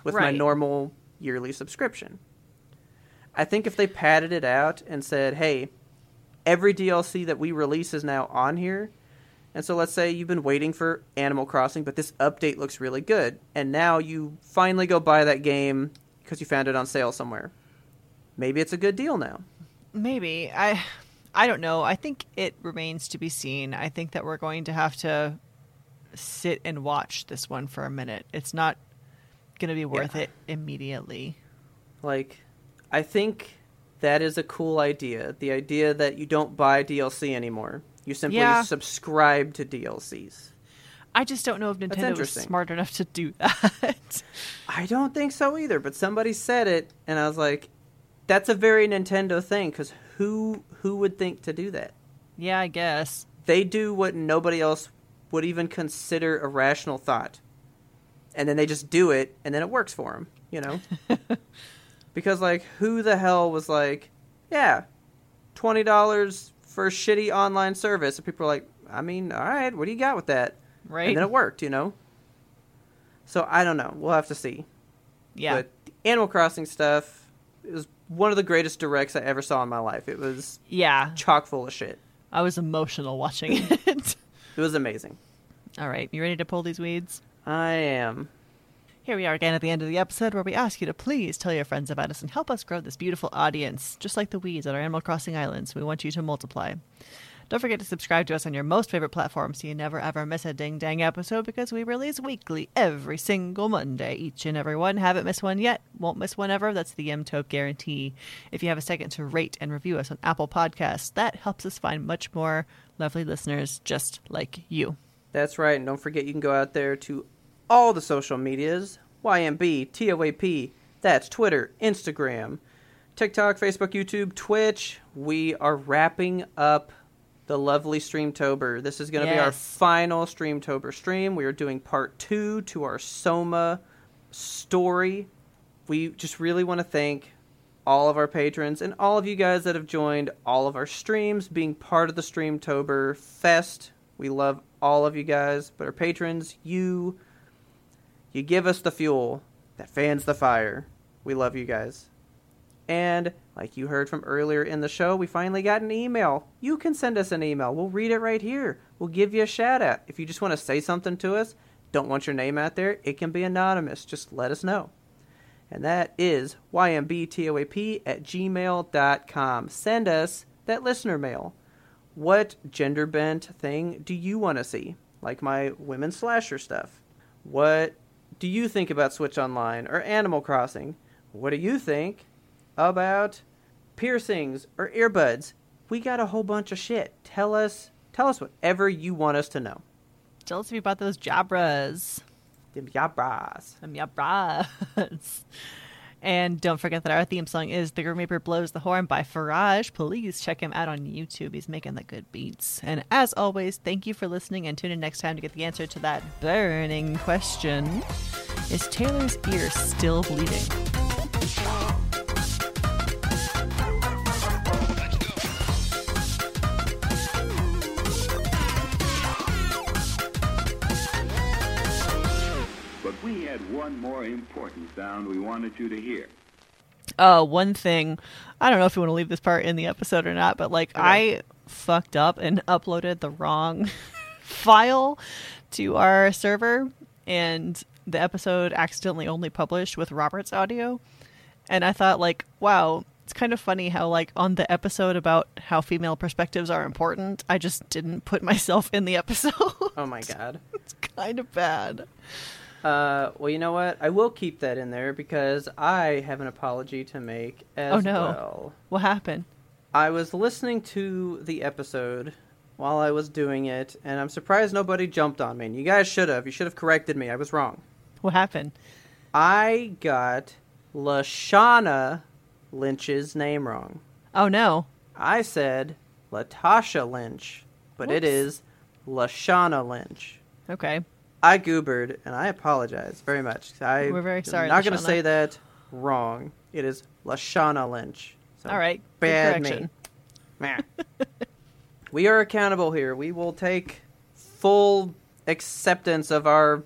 with my Right. normal yearly subscription. I think if they padded it out and said, "Hey, every DLC that we release is now on here." And so let's say you've been waiting for Animal Crossing, but this update looks really good, and now you finally go buy that game because you found it on sale somewhere. Maybe it's a good deal now. Maybe. I I don't know. I think it remains to be seen. I think that we're going to have to sit and watch this one for a minute. It's not going to be worth Yeah. it immediately. Like, I think that is a cool idea. The idea that you don't buy DLC anymore. You simply Yeah. subscribe to DLCs. I just don't know if Nintendo was interesting. smart enough to do [LAUGHS] that. I don't think so either, but somebody said it, and I was like, that's a very Nintendo thing, because who, who would think to do that? yeah, I guess. They do what nobody else would even consider a rational thought. And then they just do it, and then it works for them, [LAUGHS] you know? because like who the hell was like yeah $20 for shitty online service. And people are like, I mean, all right, what do you got with that? Right. And then it worked, you know? So I don't know. We'll have to see. yeah. But the Animal Crossing stuff is one of the greatest directs I ever saw in my life. It was yeah. chock full of shit. I was emotional watching [LAUGHS] it. It was amazing. All right. You ready to pull these weeds? I am. Here we are again at the end of the episode where we ask you to please tell your friends about us and help us grow this beautiful audience, just like the weeds at our Animal Crossing Islands. We want you to multiply. Don't forget to subscribe to us on your most favorite platform so you never ever miss a ding dang episode because we release weekly every single Monday, each and every one. Haven't missed one yet, won't miss one ever. That's the MTOPE guarantee. If you have a second to rate and review us on Apple Podcasts, that helps us find much more lovely listeners just like you. That's right. And don't forget, you can go out there to all the social medias YMB, TOAP. That's Twitter, Instagram, TikTok, Facebook, YouTube, Twitch. We are wrapping up the lovely Streamtober. This is going to be our Yes. final Streamtober stream. We are doing part two to our Soma story. We just really want to thank all of our patrons and all of you guys that have joined all of our streams, being part of the Streamtober Fest. We love all of you guys, but our patrons, you, you give us the fuel that fans the fire. We love you guys. And like you heard from earlier in the show, we finally got an email. You can send us an email. We'll read it right here. We'll give you a shout out. If you just want to say something to us, don't want your name out there, it can be anonymous. Just let us know. And that is ymbtoap at gmail.com. Send us that listener mail. What gender bent thing do you want to see? Like my women slasher stuff. What do you think about Switch Online or Animal Crossing? What do you think about piercings or earbuds? We got a whole bunch of shit. Tell us tell us whatever you want us to know. Tell us if you bought those Jabras. Them yabras. Um, yeah, bras. And don't forget that our theme song is The Grimreaper Blows the Horn by Faraj. Please check him out on YouTube. He's making the good beats. And as always, thank you for listening and tune in next time to get the answer to that burning question. Is Taylor's ear still bleeding? But we had one more important sound we wanted you to hear. uh one thing i don't know if you want to leave this part in the episode or not but like i fucked up and uploaded the wrong [LAUGHS] file to our server and the episode accidentally only published with robert's audio and i thought like wow it's kind of funny how like on the episode about how female perspectives are important i just didn't put [LAUGHS] myself in the episode Oh [LAUGHS] my god. it's kind of bad Uh, well, you know what? I will keep that in there because I have an apology to make as Oh, no. well. what happened I was listening to the episode while I was doing it, and I'm surprised nobody jumped on me. And you guys should have. You should have corrected me. I was wrong. what happened I got Lashana Lynch's name wrong. oh no I said Latasha Lynch, but it Whoops. is Lashana Lynch. okay I goobered, and I apologize very much. I We're very am sorry, Not going Lashana. to say that wrong. It is Lashana Lynch. So all right Good Oh. bad correction. me. [LAUGHS] Meh. we are accountable here. We will take full acceptance of our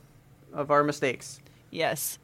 of our mistakes. Yes.